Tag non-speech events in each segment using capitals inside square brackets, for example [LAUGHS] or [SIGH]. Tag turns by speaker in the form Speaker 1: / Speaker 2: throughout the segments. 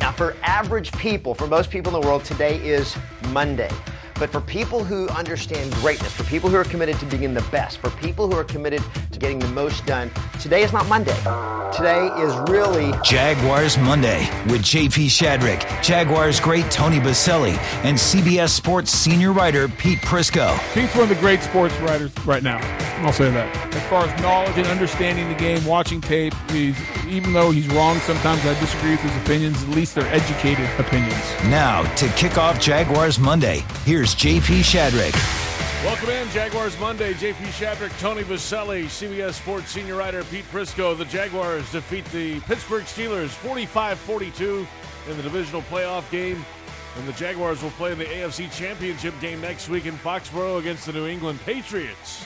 Speaker 1: Now, for average people, for most people in the world, today is Monday. But for people who understand greatness, for people who are committed to being the best, for people who are committed to getting the most done, today is not Monday. Today is really
Speaker 2: Jaguars Monday with JP Shadrick, Jaguars great Tony Baselli, and CBS Sports senior writer Pete Prisco.
Speaker 3: Pete's one of the great sports writers right now. I'll say that. As far as knowledge and understanding the game, watching tape, he's, even though he's wrong sometimes, I disagree with his opinions. At least they're educated opinions.
Speaker 2: Now, to kick off Jaguars Monday, here's JP
Speaker 3: [LAUGHS]
Speaker 2: Shadrick.
Speaker 4: Welcome in, Jaguars Monday. JP Shadrick, Tony Vaselli, CBS Sports senior writer Pete Prisco. The Jaguars defeat the Pittsburgh Steelers 45 42 in the divisional playoff game. And the Jaguars will play in the AFC Championship game next week in Foxborough against the New England Patriots.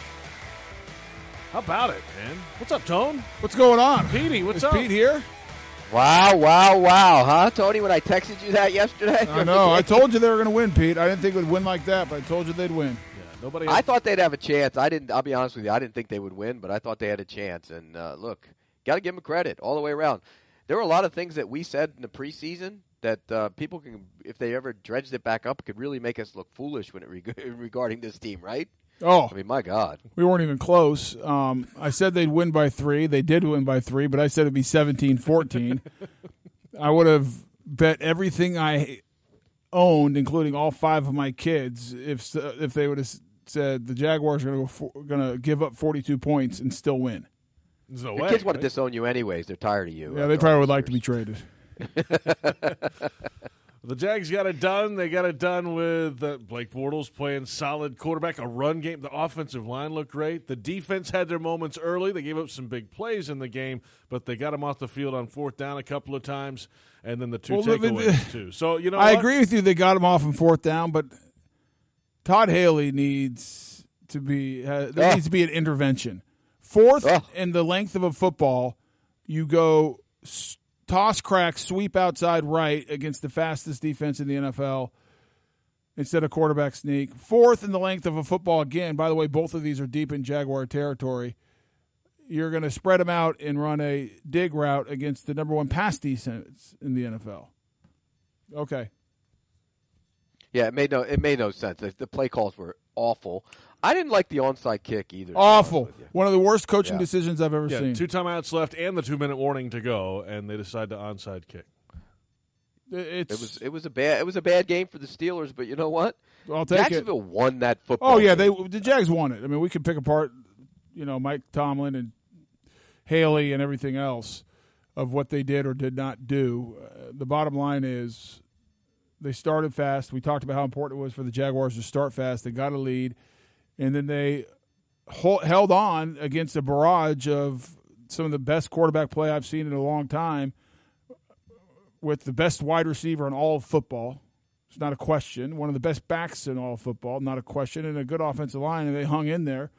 Speaker 4: How about it, man? What's up, Tone?
Speaker 3: What's going on?
Speaker 4: Petey, what's
Speaker 3: Is
Speaker 4: up?
Speaker 3: Pete here?
Speaker 5: Wow, wow, wow, huh, Tony? When I texted you that yesterday,
Speaker 3: I know. I told you they were going to win, Pete. I didn't think it would win like that, but I told you they'd win.
Speaker 4: Yeah, nobody.
Speaker 5: I thought they'd have a chance. I didn't. I'll be honest with you. I didn't think they would win, but I thought they had a chance. And uh, look, got to give them credit all the way around. There were a lot of things that we said in the preseason that uh, people can, if they ever dredged it back up, could really make us look foolish when it reg- [LAUGHS] regarding this team, right?
Speaker 3: Oh,
Speaker 5: I mean, my God.
Speaker 3: we weren't even close. Um, I said they'd win by three. They did win by three, but I said it'd be 17 14. I would have bet everything I owned, including all five of my kids, if if they would have said the Jaguars are going to give up 42 points and still win.
Speaker 4: There's no
Speaker 5: Your
Speaker 4: way.
Speaker 5: kids want to
Speaker 4: right?
Speaker 5: disown you anyways. They're tired of you.
Speaker 3: Yeah, they probably
Speaker 5: [LAUGHS]
Speaker 3: would like to be traded.
Speaker 4: The Jags got it done. They got it done with uh, Blake Bortles playing solid quarterback, a run game. The offensive line looked great. The defense had their moments early. They gave up some big plays in the game, but they got them off the field on fourth down a couple of times, and then the [LAUGHS] two
Speaker 3: Well, the- the-
Speaker 4: takeaways too. So you know,
Speaker 3: I
Speaker 4: what?
Speaker 3: agree with you. They got him off in fourth down, but Todd Haley needs to be uh, there
Speaker 5: Ah.
Speaker 3: needs to be an intervention. Fourth
Speaker 5: Ah.
Speaker 3: and the length of a football, you go s- toss, crack, sweep outside right against the fastest defense in the NFL instead of quarterback sneak. Fourth in the length of a football again. By the way, both of these are deep in Jaguar territory. You're going to spread them out and run a dig route against the number one pass defense in the NFL. Okay.
Speaker 5: Yeah, it made no it made no sense. The, the play calls were awful. I didn't like the onside kick either. to be honest
Speaker 3: Awful.
Speaker 5: with you.
Speaker 3: One of the worst coaching
Speaker 5: Yeah.
Speaker 3: decisions I've ever
Speaker 4: Yeah,
Speaker 3: seen.
Speaker 4: two timeouts left and the two minute warning to go, and they decide to onside kick.
Speaker 3: it's,
Speaker 5: It was it was a bad it was a bad game for the Steelers, but you know what?
Speaker 3: I'll take it.
Speaker 5: Jacksonville won that football.
Speaker 3: Oh yeah, they
Speaker 5: game.
Speaker 3: the Jags won it. I mean, we could pick apart, you know, Mike Tomlin and Haley and everything else of what they did or did not do. Uh, the bottom line is they started fast. We talked about how important it was for the Jaguars to start fast. They got a lead, and then they hol- held on against a barrage of some of the best quarterback play I've seen in a long time, with the best wide receiver in all of football. It's not a question. One of the best backs in all of football, not a question, and a good offensive line, and they hung in there.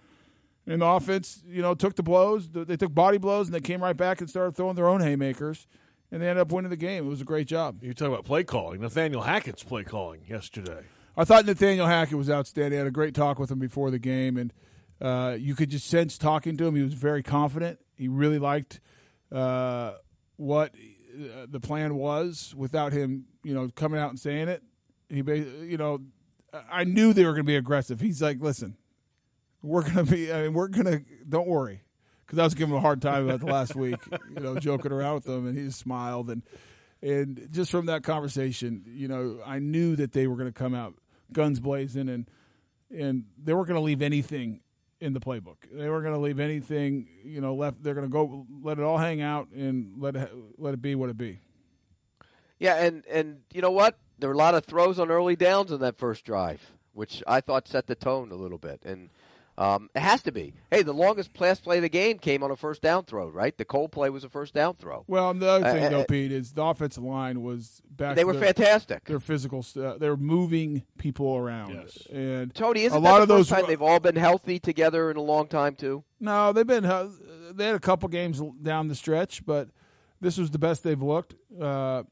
Speaker 3: And the offense, you know, took the blows. Th- They took body blows, and they came right back and started throwing their own haymakers, and they ended up winning the game. It was a great job.
Speaker 4: You talk about play calling. Nathaniel Hackett's play calling yesterday.
Speaker 3: I thought Nathaniel Hackett was outstanding. I had a great talk with him before the game, and uh, you could just sense talking to him. He was very confident. He really liked uh, what uh, the plan was without him, you know, coming out and saying it. He, ba- you know, I knew they were going to be aggressive. He's like, listen, we're going to be, I mean, we're going to, don't worry. Because I was giving him a hard time about the last week, you know, joking around with them, and he just smiled. And, and just from that conversation, you know, I knew that they were going to come out guns blazing and, and they weren't going to leave anything in the playbook. They weren't going to leave anything, you know, left. They're going to go let it all hang out and let it, let it be what it be.
Speaker 5: yeah, and and you know what? There were a lot of throws on early downs on that first drive, which I thought set the tone a little bit, and um, it has to be. Hey, the longest last play of the game came on a first down throw, right? The Cole play was a first down throw.
Speaker 3: Well, and the other
Speaker 5: Uh,
Speaker 3: thing though,
Speaker 5: uh,
Speaker 3: Pete, is the offensive line was back.
Speaker 5: they
Speaker 3: to
Speaker 5: were
Speaker 3: their-
Speaker 5: fantastic.
Speaker 3: Their physical, st- they were moving people around,
Speaker 4: Yes.
Speaker 3: and
Speaker 5: Tony, isn't
Speaker 3: a lot
Speaker 5: that
Speaker 3: of
Speaker 5: the
Speaker 3: those
Speaker 5: first time they've all been healthy together in a long time too?
Speaker 3: No, they've been uh, they had a couple games down the stretch, but this was the best they've looked. Uh,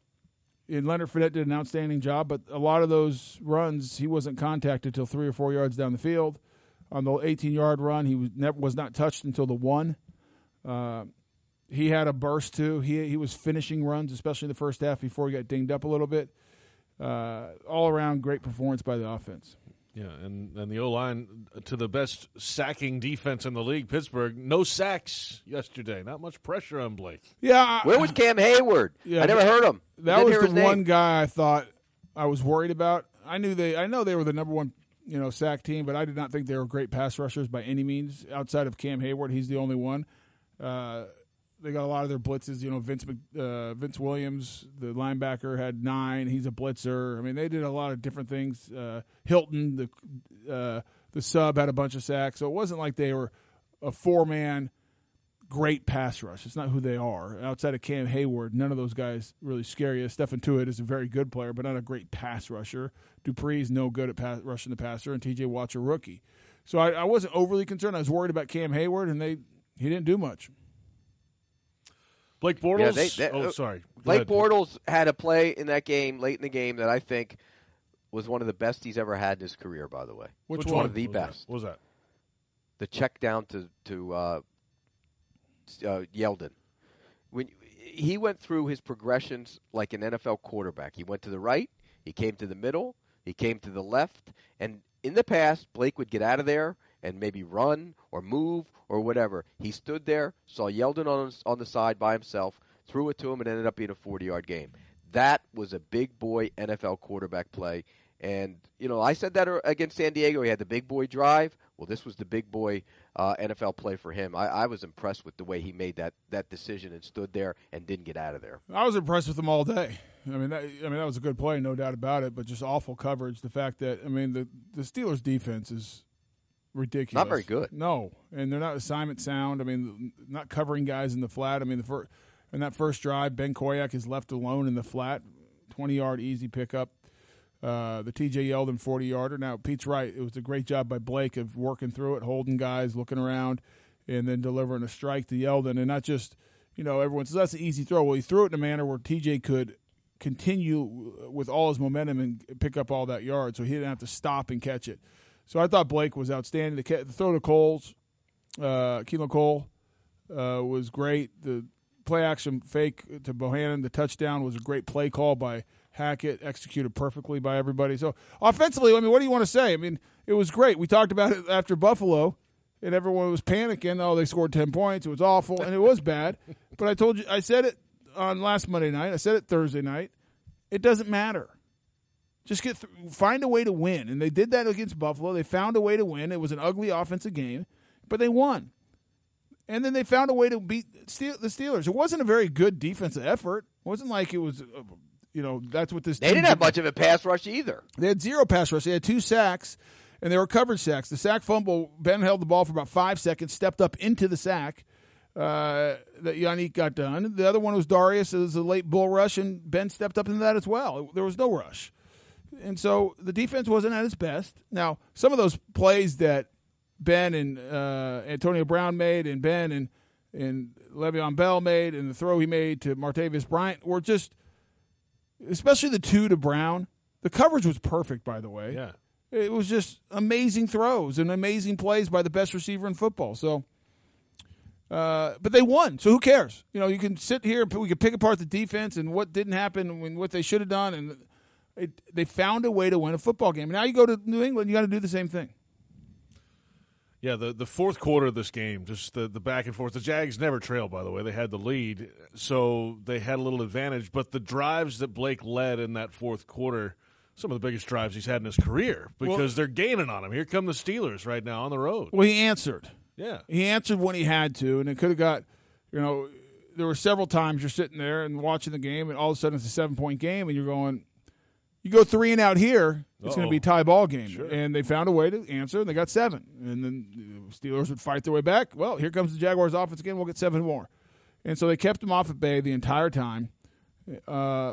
Speaker 3: and Leonard Fournette did an outstanding job, but a lot of those runs he wasn't contacted till three or four yards down the field. On the 18 yard run, he was never was not touched until the one. Uh, He had a burst too. He he was finishing runs, especially in the first half before he got dinged up a little bit. Uh, all around great performance by the offense.
Speaker 4: Yeah, and, and the O line to the best sacking defense in the league, Pittsburgh. No sacks yesterday. Not much pressure on Blake.
Speaker 3: Yeah, I-
Speaker 5: Where was Cam Hayward?
Speaker 3: Yeah,
Speaker 5: I never heard him.
Speaker 3: That
Speaker 5: Didn't
Speaker 3: was
Speaker 5: hear
Speaker 3: the
Speaker 5: his name.
Speaker 3: one guy I thought I was worried about. I knew they I know they were the number one, you know, sack team, but I did not think they were great pass rushers by any means. Outside of Cam Hayward, he's the only one. Uh, they got a lot of their blitzes. You know, Vince Mc- uh, Vince Williams, the linebacker, had nine. He's a blitzer. I mean, they did a lot of different things. Uh, Hilton, the uh, the sub, had a bunch of sacks. So it wasn't like they were a four man great pass rush. It's not who they are. Outside of Cam Hayward, none of those guys really scare you. Stefan Tuitt is a very good player, but not a great pass rusher. Dupree's no good at pass, rushing the passer, and TJ Watt's a rookie. So I, I wasn't overly concerned. I was worried about Cam Hayward, and they he didn't do much.
Speaker 4: Blake Bortles.
Speaker 5: Yeah, they- they- uh,
Speaker 4: oh, sorry. Go
Speaker 5: Blake
Speaker 4: ahead.
Speaker 5: Bortles had a play in that game late in the game that I think was one of the best he's ever had in his career. By the way,
Speaker 3: Which,
Speaker 4: Which
Speaker 3: one?
Speaker 5: one of the
Speaker 4: What was that?
Speaker 5: best.
Speaker 4: What was that?
Speaker 5: the check down to to uh, uh, Yeldon. When he went through his progressions like an NFL quarterback, he went to the right, he came to the middle, he came to the left, and in the past, Blake would get out of there and maybe run or move or whatever. He stood there, saw Yeldon on on the side by himself, threw it to him, and ended up being a 40 yard game. That was a big boy NFL quarterback play. And, you know, I said that er- against San Diego. He had the big boy drive. Well, this was the big boy uh, NFL play for him. I, I was impressed with the way he made that, that decision and stood there and didn't get out of there.
Speaker 3: I was impressed with them all day. I mean, that, I mean that was a good play, no doubt about it. But just awful coverage. The fact that I mean the the Steelers defense is ridiculous.
Speaker 5: Not very good.
Speaker 3: No, and they're not assignment sound. I mean, not covering guys in the flat. I mean, the first in that first drive, Ben Koyak is left alone in the flat, twenty yard easy pickup. Uh, the TJ Yeldon forty yarder. Now Pete's right. It was a great job by Blake of working through it, holding guys, looking around, and then delivering a strike to Yeldon, and not just you know everyone says that's an easy throw. Well, he threw it in a manner where TJ could continue with all his momentum and pick up all that yard, so he didn't have to stop and catch it. So I thought Blake was outstanding. The, ca- the throw to Coles, uh, Keelan Cole, uh, was great. The play action fake to Bohannon, the touchdown was a great play call by Hackett, executed perfectly by everybody. So offensively, I mean, what do you want to say? I mean, it was great. We talked about it after Buffalo, and everyone was panicking. Oh, they scored ten points. It was awful, and it was bad. but I told you, I said it on last Monday night. I said it Thursday night. It doesn't matter. Just get th- find a way to win, and they did that against Buffalo. They found a way to win. It was an ugly offensive game, but they won. And then they found a way to beat Steel- the Steelers. It wasn't a very good defensive effort. It wasn't like it was, uh, you know, that's what this.
Speaker 5: They
Speaker 3: team
Speaker 5: didn't
Speaker 3: did.
Speaker 5: have much of a pass rush either.
Speaker 3: They had zero pass rush. They had two sacks, and they were coverage sacks. The sack fumble, Ben held the ball for about five seconds, stepped up into the sack uh, that Yannick got done. The other one was Darius. It was a late bull rush, and Ben stepped up into that as well. There was no rush. And so the defense wasn't at its best. Now, some of those plays that Ben and uh, Antonio Brown made, and Ben and and Le'Veon Bell made, and the throw he made to Martavis Bryant were just, especially the two to Brown. The coverage was perfect, by the way.
Speaker 4: Yeah.
Speaker 3: It was just amazing throws and amazing plays by the best receiver in football. So, uh, but they won. So who cares? You know, you can sit here and we can pick apart the defense and what didn't happen and what they should have done, and it, they found a way to win a football game. Now you go to New England, you got to do the same thing.
Speaker 4: Yeah, the, the fourth quarter of this game, just the, the back and forth. The Jags never trailed, by the way. They had the lead, so they had a little advantage. But the drives that Blake led in that fourth quarter, some of the biggest drives he's had in his career because they're gaining on him. Here come the Steelers right now on the road.
Speaker 3: Well, he answered.
Speaker 4: Yeah.
Speaker 3: He answered when he had to, and it could have got, you know, there were several times you're sitting there and watching the game, and all of a sudden it's a seven point game, and you're going, you go three and out here, it's going to
Speaker 4: Uh-oh.
Speaker 3: be a tie ball game.
Speaker 4: Sure.
Speaker 3: And they found a way to answer, and they got seven. And then the Steelers would fight their way back. Well, here comes the Jaguars offense again. We'll get seven more. And so they kept them off at bay the entire time. Uh,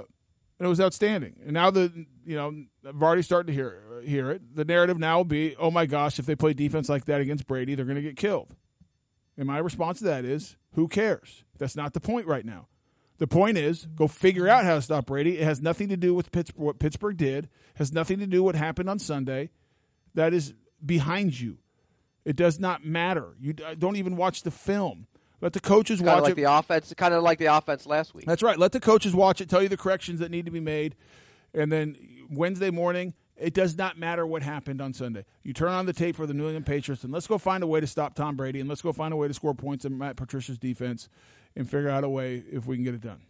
Speaker 3: and it was outstanding. And now the you know I've already started to hear hear it. The narrative now will be, oh my gosh, if they play defense like that against Brady, they're going to get killed. And my response to that is, who cares? That's not the point right now. The point is, go figure out how to stop Brady. It has nothing to do with Pittsburgh, what Pittsburgh did. Has nothing to do what happened on Sunday. That uh, is behind you. It does not matter. You d- don't even watch the film. Like, Let the coaches
Speaker 5: Kind of
Speaker 3: watch
Speaker 5: like
Speaker 3: it.
Speaker 5: the offense, kind of like the offense last week.
Speaker 3: That's right. Let the coaches watch it, tell you the corrections that need to be made, and then Wednesday morning, it does not matter what happened on Sunday. You turn on the tape for the New England Patriots, and let's go find a way to stop Tom Brady, and let's go find a way to score points in Matt Patricia's defense, and figure out a way if we can get it done.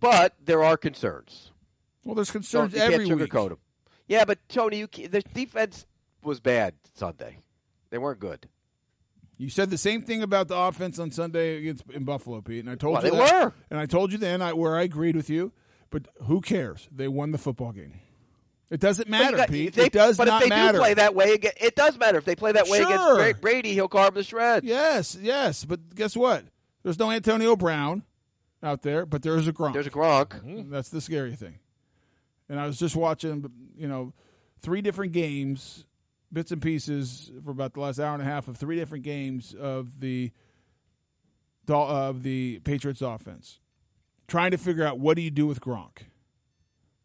Speaker 5: But there are concerns.
Speaker 3: Well, there's
Speaker 5: Don't-
Speaker 3: concerns
Speaker 5: you
Speaker 3: every
Speaker 5: can't
Speaker 3: week.
Speaker 5: sugarcoat them. Yeah, but Tony, you can, the defense was bad Sunday. They weren't good.
Speaker 3: You said the same thing about the offense on Sunday against in Buffalo, Pete, and I told
Speaker 5: Well,
Speaker 3: you
Speaker 5: they
Speaker 3: that,
Speaker 5: were.
Speaker 3: and I told you then I, where I agreed with you. But who cares? They won the football game. It doesn't
Speaker 5: But you
Speaker 3: matter,
Speaker 5: got-
Speaker 3: Pete.
Speaker 5: they-
Speaker 3: it does
Speaker 5: but
Speaker 3: not
Speaker 5: if they
Speaker 3: matter.
Speaker 5: do play that way, again, it does matter. If they play that way
Speaker 3: Sure.
Speaker 5: against Bra- Brady, he'll carve the shreds.
Speaker 3: Yes, yes, but guess what? There's no Antonio Brown out there, but there is a Gronk. Mm-hmm.
Speaker 5: There's a Gronk.
Speaker 3: That's the scary thing. And I was just watching, you know, three different games, bits and pieces for about the last hour and a half of three different games of the Dol- of the Patriots offense, trying to figure out what do you do with Gronk.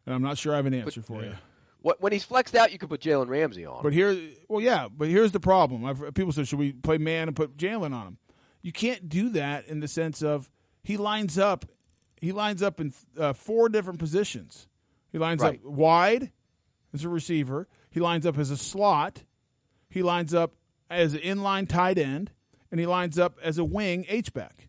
Speaker 3: And I'm not sure I have an answer for you.
Speaker 5: What, when he's flexed out, you can put Jalen Ramsey on.
Speaker 3: But here, well, yeah, but here's the problem. I've, people said, should we play man and put Jalen on him? You can't do that in the sense of he lines up, he lines up in uh, four different positions. He lines
Speaker 5: Right.
Speaker 3: up wide as a receiver. He lines up as a slot. He lines up as an inline tight end, and he lines up as a wing H back.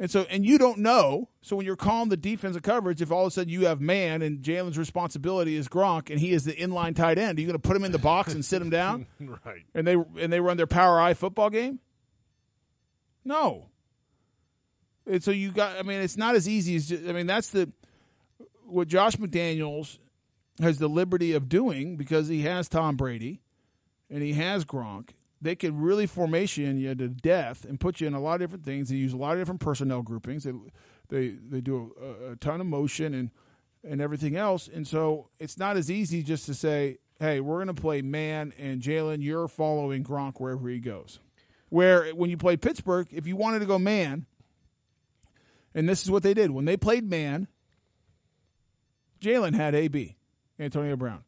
Speaker 3: And so, and you don't know. So when you're calling the defensive coverage, if all of a sudden you have man and Jalen's responsibility is Gronk and he is the inline tight end, are you going to put him in the box and sit him down?
Speaker 4: Right.
Speaker 3: And they and they run their power eye football game. No. And so you got. I mean, it's not as easy as. ju- I mean, that's the what Josh McDaniels has the liberty of doing because he has Tom Brady and he has Gronk. They could really formation you to death and put you in a lot of different things. They use a lot of different personnel groupings. They they they do a, a ton of motion and and everything else. And so it's not as easy just to say, "Hey, we're going to play man and Jalen. You're following Gronk wherever he goes." Where when you played Pittsburgh, if you wanted to go man, and this is what they did when they played man, Jalen had AB, Antonio Brown.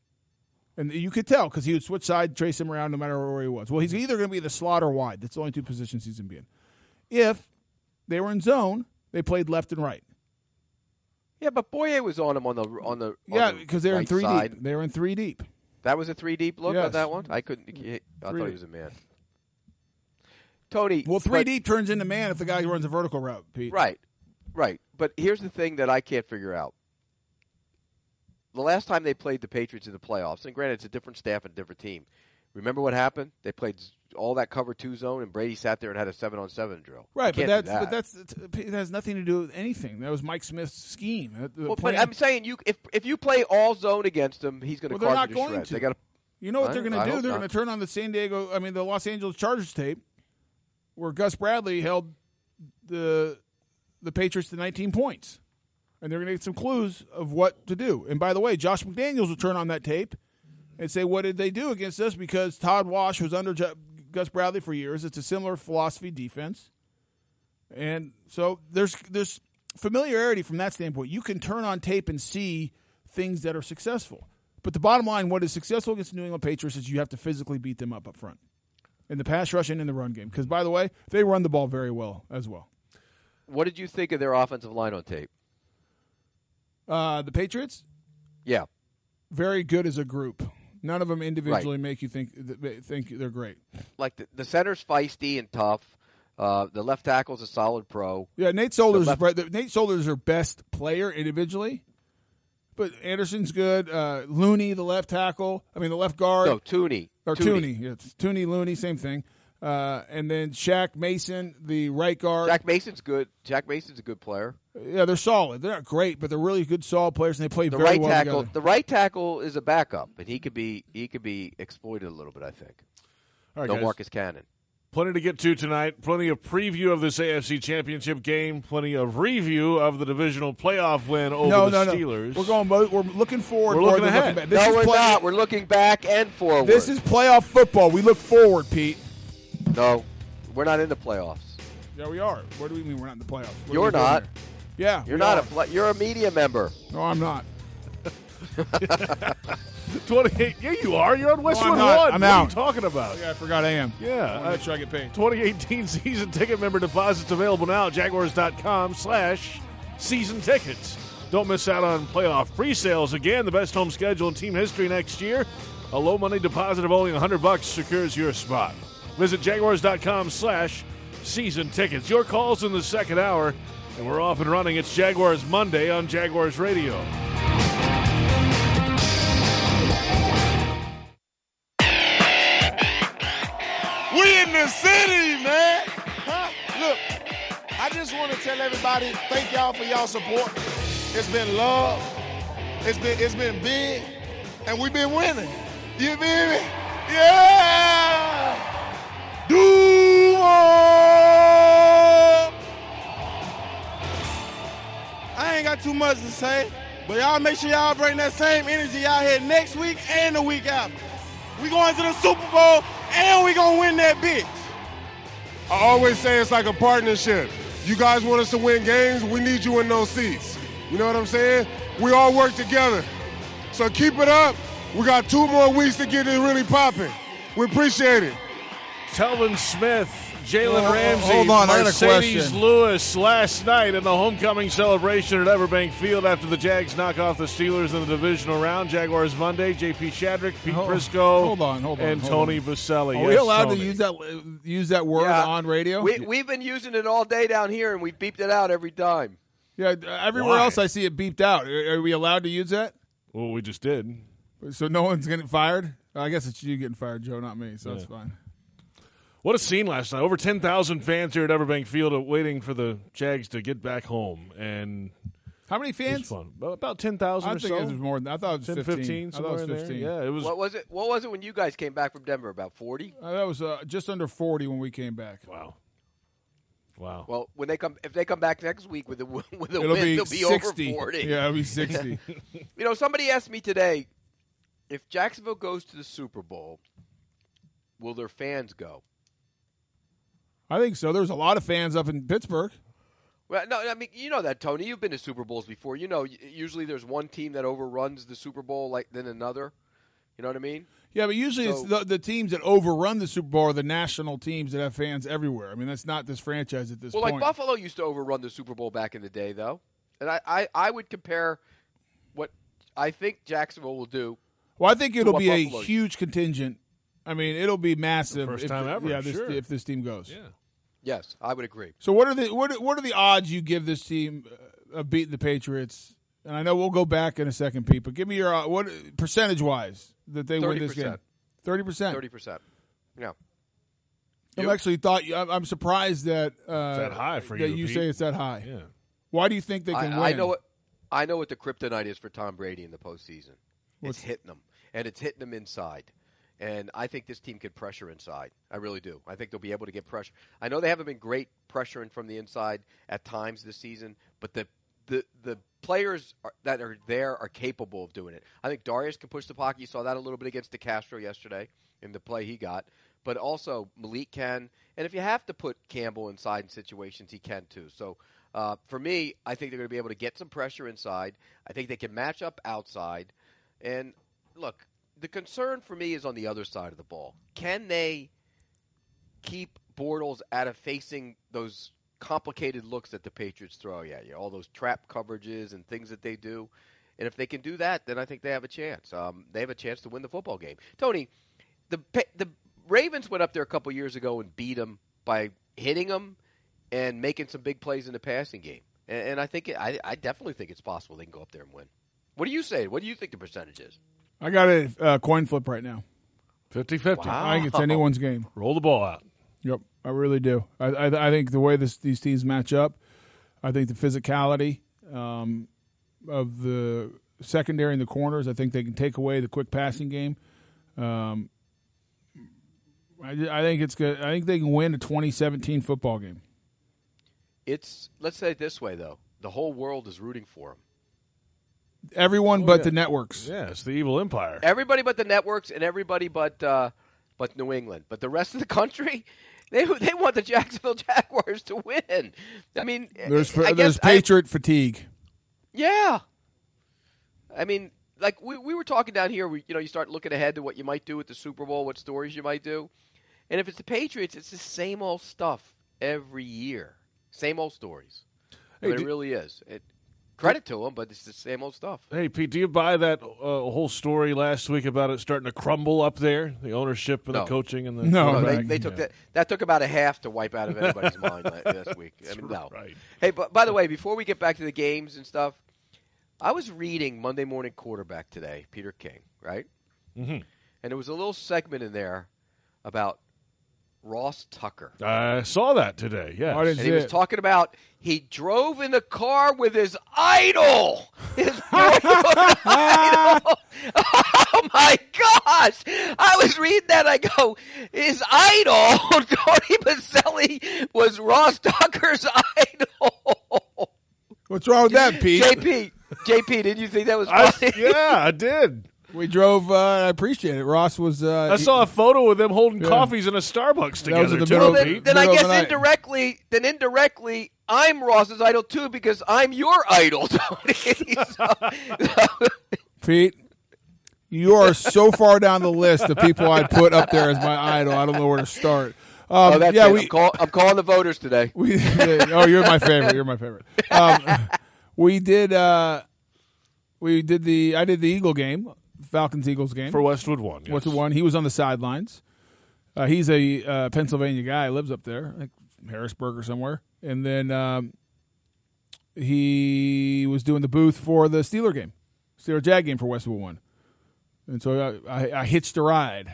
Speaker 3: And you could tell because he would switch side, trace him around no matter where he was. Well, he's
Speaker 5: Mm-hmm.
Speaker 3: either going to be the slot or wide. That's the only two positions he's going to be in. If they were in zone, they played left and right.
Speaker 5: yeah, but Boye was on him on the on the on
Speaker 3: Yeah,
Speaker 5: the
Speaker 3: because they're in
Speaker 5: right
Speaker 3: three
Speaker 5: side.
Speaker 3: deep. They were in three deep.
Speaker 5: That was a three deep look
Speaker 3: Yes.
Speaker 5: on that one. I couldn't. I
Speaker 3: Three
Speaker 5: thought he
Speaker 3: deep.
Speaker 5: was a man. Tony.
Speaker 3: Well, three
Speaker 5: but-
Speaker 3: deep turns into man if the guy runs a vertical route, Pete.
Speaker 5: Right, right. But here's the thing that I can't figure out. The last time they played the Patriots in the playoffs, and granted, it's a different staff and different team. Remember what happened? They played z- all that cover two zone, and Brady sat there and had a seven on seven drill. You
Speaker 3: Right, but
Speaker 5: can't
Speaker 3: that's
Speaker 5: do that.
Speaker 3: but that's it has nothing to do with anything. That was Mike Smith's scheme. That- the
Speaker 5: Well, but
Speaker 3: plan-
Speaker 5: I'm saying you if if you play all zone against him, he's going
Speaker 3: Well,
Speaker 5: to
Speaker 3: they're
Speaker 5: carve
Speaker 3: not
Speaker 5: you
Speaker 3: going
Speaker 5: shreds.
Speaker 3: to.
Speaker 5: They got
Speaker 3: You know what
Speaker 5: I-
Speaker 3: they're going to
Speaker 5: I
Speaker 3: do?
Speaker 5: hope
Speaker 3: They're
Speaker 5: not.
Speaker 3: going to turn on the San Diego, I mean the Los Angeles Chargers tape, where Gus Bradley held the the Patriots to 19 points, and they're going to get some clues of what to do. And by the way, Josh McDaniels will turn on that tape and say, "What did they do against us?" Because Todd Wash was under Ju- Gus Bradley for years. It's a similar philosophy defense, and so there's there's familiarity from that standpoint. You can turn on tape and see things that are successful. But the bottom line, what is successful against the New England Patriots is you have to physically beat them up up front in the pass rush and in the run game. Because by the way, they run the ball very well as well.
Speaker 5: what did you think of their offensive line on tape?
Speaker 3: Uh, the Patriots,
Speaker 5: Yeah,
Speaker 3: very good as a group. None of them individually make you think th- think they're great.
Speaker 5: like the, the center's feisty and tough. Uh, the left tackle's a solid pro.
Speaker 3: Yeah, Nate Solder's
Speaker 5: The left-
Speaker 3: right- Nate Solder's their best player individually, but Anderson's good. Uh, Looney, the left tackle, I mean the left guard,
Speaker 5: No, Tooney
Speaker 3: or Tooney, yeah, it's Tooney Looney, same thing. Uh, and then Shaq Mason, the right guard.
Speaker 5: Jack Mason's good. Jack Mason's a good player.
Speaker 3: Yeah, they're solid. They're not great, but they're really good, solid players, and they play
Speaker 5: The
Speaker 3: very
Speaker 5: right
Speaker 3: well
Speaker 5: tackle.
Speaker 3: together.
Speaker 5: The right tackle is a backup, and he could be he could be exploited a little bit. I think.
Speaker 4: All right,
Speaker 5: no
Speaker 4: guys.
Speaker 5: Marcus Cannon.
Speaker 4: Plenty to get to tonight. Plenty of preview of this AFC Championship game. Plenty of review of the divisional playoff win over
Speaker 3: no,
Speaker 4: the
Speaker 3: no, no.
Speaker 4: Steelers.
Speaker 3: We're going. Both, we're looking forward.
Speaker 4: We're
Speaker 3: more
Speaker 4: looking
Speaker 3: than
Speaker 4: ahead.
Speaker 3: back.
Speaker 5: no,
Speaker 3: is
Speaker 5: we're
Speaker 3: play-
Speaker 5: not. We're looking back and forward.
Speaker 3: This is playoff football. We look forward, Pete.
Speaker 5: no. We're not in the playoffs.
Speaker 3: Yeah, we are. What do we mean we're not in the playoffs? What are
Speaker 5: You're
Speaker 3: we Oh, doing
Speaker 5: not.
Speaker 3: here? Yeah,
Speaker 5: You're
Speaker 3: we
Speaker 5: not
Speaker 3: are.
Speaker 4: [LAUGHS]
Speaker 5: a pla you're a media member.
Speaker 3: No, I'm not.
Speaker 4: 28. Yeah, you are. You're on Westwood
Speaker 3: I'm not.
Speaker 4: One.
Speaker 3: I'm
Speaker 4: what are you
Speaker 3: out.
Speaker 4: talking about?
Speaker 3: Yeah, I forgot I am.
Speaker 4: Yeah,
Speaker 3: I wanna
Speaker 4: I-
Speaker 3: make sure I get paid.
Speaker 4: 2018 [LAUGHS] season ticket member deposits available now at jaguars.com slash season tickets. Don't miss out on playoff pre-sales. Again, the best home schedule in team history next year. A low money deposit of only 100 bucks secures your spot. Visit jaguars.com slash season tickets. Your calls in the second hour, and we're off and running. It's Jaguars Monday on Jaguars Radio.
Speaker 6: We in the city, man. Huh? Look, I just want to tell everybody, thank y'all for y'all support. It's been love. It's been it's been big, and we've been winning. You feel me? Yeah. Do up. I ain't got too much to say, but y'all make sure y'all bring that same energy out here next week and the week after. We going to the Super Bowl and we gonna win that bitch.
Speaker 7: I always say it's like a partnership. You guys want us to win games, we need you in those seats. You know what I'm saying? We all work together. So keep it up. We got two more weeks to get it really popping. We appreciate it.
Speaker 4: Telvin Smith, Jalen
Speaker 3: Oh,
Speaker 4: Ramsey,
Speaker 3: hold on, I got a
Speaker 4: Mercedes
Speaker 3: question.
Speaker 4: Lewis last night in the homecoming celebration at Everbank Field after the Jags knock off the Steelers in the divisional round. Jaguars Monday, JP Shadrick, Pete
Speaker 3: Hold-
Speaker 4: Briscoe,
Speaker 3: hold on, hold on,
Speaker 4: and
Speaker 3: hold
Speaker 4: Tony
Speaker 3: on. Oh,
Speaker 4: Baselli.
Speaker 3: Are we
Speaker 4: Yes,
Speaker 3: allowed
Speaker 4: Tony.
Speaker 3: to use that use that word
Speaker 5: Yeah.
Speaker 3: on radio?
Speaker 5: We, we've been using it all day down here, and we beeped it out every time.
Speaker 3: yeah, everywhere
Speaker 4: Why?
Speaker 3: else I see it beeped out. Are, are we allowed to use that?
Speaker 4: Well, we just did.
Speaker 3: So no one's getting fired. I guess it's you getting fired, Joe, not me. So that's fine.
Speaker 4: What a scene last night. Over 10,000 fans here at Everbank Field waiting for the Jags to get back home. And
Speaker 3: How many
Speaker 4: it was
Speaker 3: fans?
Speaker 4: fun. About 10,000
Speaker 3: I
Speaker 4: or
Speaker 3: think
Speaker 4: so.
Speaker 3: it was more than. I thought it was
Speaker 4: 10,
Speaker 3: 15.
Speaker 4: 15,
Speaker 3: I thought it
Speaker 4: somewhere in
Speaker 3: was
Speaker 4: there.
Speaker 3: 15.
Speaker 4: Yeah, it was.
Speaker 5: What was it? What was it when you guys came back from Denver? About forty?
Speaker 3: Uh, that was uh, just under 40 when we came back.
Speaker 4: Wow. Wow.
Speaker 5: Well, when they come, if they come back next week with a [LAUGHS] w- with a
Speaker 3: It'll
Speaker 5: win,
Speaker 3: be
Speaker 5: they'll be
Speaker 3: 60.
Speaker 5: over forty.
Speaker 3: Yeah,
Speaker 5: [LAUGHS]
Speaker 3: it'll be
Speaker 4: [LAUGHS]
Speaker 3: 60.
Speaker 5: You know, somebody asked me today if Jacksonville goes to the Super Bowl, will their fans go?
Speaker 3: I think so. There's a lot of fans up in Pittsburgh.
Speaker 5: Well, no, I mean you know that Tony. You've been to Super Bowls before. You know, y- usually there's one team that overruns the Super Bowl like than another. You know what I mean?
Speaker 3: Yeah, but usually
Speaker 5: So-
Speaker 3: it's the, the teams that overrun the Super Bowl are the national teams that have fans everywhere. I mean, that's not this franchise at this
Speaker 5: Well,
Speaker 3: point.
Speaker 5: like Buffalo used to overrun the Super Bowl back in the day, though, and I, I, I would compare what I think Jacksonville will do.
Speaker 3: Well, I think it'll
Speaker 5: what
Speaker 3: be a
Speaker 5: Buffalo-
Speaker 3: huge contingent. I mean, it'll be massive.
Speaker 4: First
Speaker 3: if,
Speaker 4: time ever,
Speaker 3: Yeah, this,
Speaker 4: sure.
Speaker 3: if this team goes.
Speaker 4: Yeah.
Speaker 5: Yes, I would agree.
Speaker 3: So what are the what are- what are the odds you give this team uh, of beating the Patriots? And I know we'll go back in a second, Pete, but give me your uh, what percentage wise that they win this game?
Speaker 5: 30%.
Speaker 3: Thirty percent.
Speaker 5: Thirty percent. Yeah.
Speaker 3: I'm actually thought you- I'm I'm surprised that uh,
Speaker 4: that high for
Speaker 3: that
Speaker 4: you,
Speaker 3: you
Speaker 4: Pete.
Speaker 3: say it's that high.
Speaker 4: Yeah.
Speaker 3: Why do you think they
Speaker 5: I,
Speaker 3: can win?
Speaker 5: I know what I know what the kryptonite is for Tom Brady in the postseason. it's hitting them, and it's hitting them inside. And I think this team can pressure inside. I really do. I think they'll be able to get pressure. I know they haven't been great pressuring from the inside at times this season, but the the the players are, that are there are capable of doing it. I think Darius can push the pocket. You saw that a little bit against DeCastro yesterday in the play he got. But also Malik can, and if you have to put Campbell inside in situations, he can too. So uh, for me, I think they're going to be able to get some pressure inside. I think they can match up outside. And look, the concern for me is on the other side of the ball. Can they keep Bortles out of facing those complicated looks that the Patriots throw at you? All those trap coverages and things that they do. And if they can do that, then I think they have a chance. Um, they have a chance to win the football game. Tony, the Pa- the Ravens went up there a couple years ago and beat them by hitting them and making some big plays in the passing game. And, and I think it, I, I definitely think it's possible they can go up there and win. What do you say? What do you think the percentage is?
Speaker 3: I got a uh, coin flip right now.
Speaker 4: 50-50.
Speaker 3: I think it's anyone's game.
Speaker 4: Roll the ball out.
Speaker 3: Yep, I really do. I I, I think the way this, these teams match up, I think the physicality um, of the secondary and the corners. I think they can take away the quick passing game. Um, I, ju- I think it's good. I think they can win a 2017 football game.
Speaker 5: It's let's say it this way though. The whole world is rooting for them.
Speaker 3: Everyone but the networks.
Speaker 4: Oh, Yeah, it's the evil empire.
Speaker 5: Everybody but the networks and everybody but uh, but New England. But the rest of the country, [LAUGHS] they they want the Jacksonville [LAUGHS] Jaguars to win. I mean,
Speaker 3: There's
Speaker 5: I
Speaker 3: there's
Speaker 5: guess I-
Speaker 3: Patriot fatigue.
Speaker 5: Yeah. I mean, like we, we were talking down here, we, you know, you start looking ahead to what you might do with the Super Bowl, what stories you might do. And if it's the Patriots, it's the same old stuff every year. Same old stories. I mean,
Speaker 4: do-
Speaker 5: it really is. It, credit to them, but it's the same old stuff.
Speaker 4: Hey, Pete, do you buy that uh, whole story last week about it starting to crumble up there? The ownership and the
Speaker 5: No.
Speaker 4: coaching and the [LAUGHS]
Speaker 3: No,
Speaker 5: No,
Speaker 3: right.
Speaker 5: they, they took that. That took about a half to wipe out of anybody's mind la- last week. I mean, no.
Speaker 4: right.
Speaker 5: Hey, but by the way, before we get back to the games and stuff, I was reading Monday Morning Quarterback today, Peter King, right? Mm-hmm. And there was a little segment in there about Ross Tucker.
Speaker 4: I saw that today. Yes.
Speaker 3: I
Speaker 5: And
Speaker 3: didn't see
Speaker 5: he was
Speaker 3: it.
Speaker 5: talking about he drove in the car with his idol. His [LAUGHS] boyhood idol. [LAUGHS] Oh my gosh. I was reading that. I go, his idol, [LAUGHS] Tony Baselli, was Ross Tucker's
Speaker 3: [LAUGHS]
Speaker 5: idol.
Speaker 3: What's wrong with that, Pete?
Speaker 5: JP, JP, didn't you think that was [LAUGHS]
Speaker 4: I-
Speaker 5: funny?
Speaker 4: yeah, I did.
Speaker 3: We drove. Uh, I appreciate it. Ross was. Uh,
Speaker 4: I saw a photo of them holding
Speaker 3: Yeah.
Speaker 4: coffees in a Starbucks
Speaker 3: That was
Speaker 4: together.
Speaker 3: in the
Speaker 4: too,
Speaker 3: middle
Speaker 5: Well,
Speaker 3: of the-
Speaker 5: then,
Speaker 4: Pete.
Speaker 5: then I
Speaker 3: Middle of
Speaker 5: guess
Speaker 3: the night.
Speaker 5: indirectly, then indirectly, I'm Ross's idol too because I'm your idol, [LAUGHS]
Speaker 3: Um,
Speaker 5: Tony. So-
Speaker 3: Pete. You are so far down the list of people I'd put up there as my idol. I don't know where to start. Um,
Speaker 5: Oh, that's
Speaker 3: yeah,
Speaker 5: it.
Speaker 3: we
Speaker 5: I'm, call, I'm calling the voters today.
Speaker 3: [LAUGHS] we oh you're my favorite
Speaker 5: [LAUGHS]
Speaker 3: you're my favorite um, we did uh we did the i did the eagle game falcons eagles game
Speaker 4: For Westwood One. Yes.
Speaker 3: what's the one he was on the sidelines uh, he's a uh, pennsylvania guy lives up there like harrisburg or somewhere and then um, he was doing the booth for the steeler game steeler jag game for westwood one and so i, I, I hitched a ride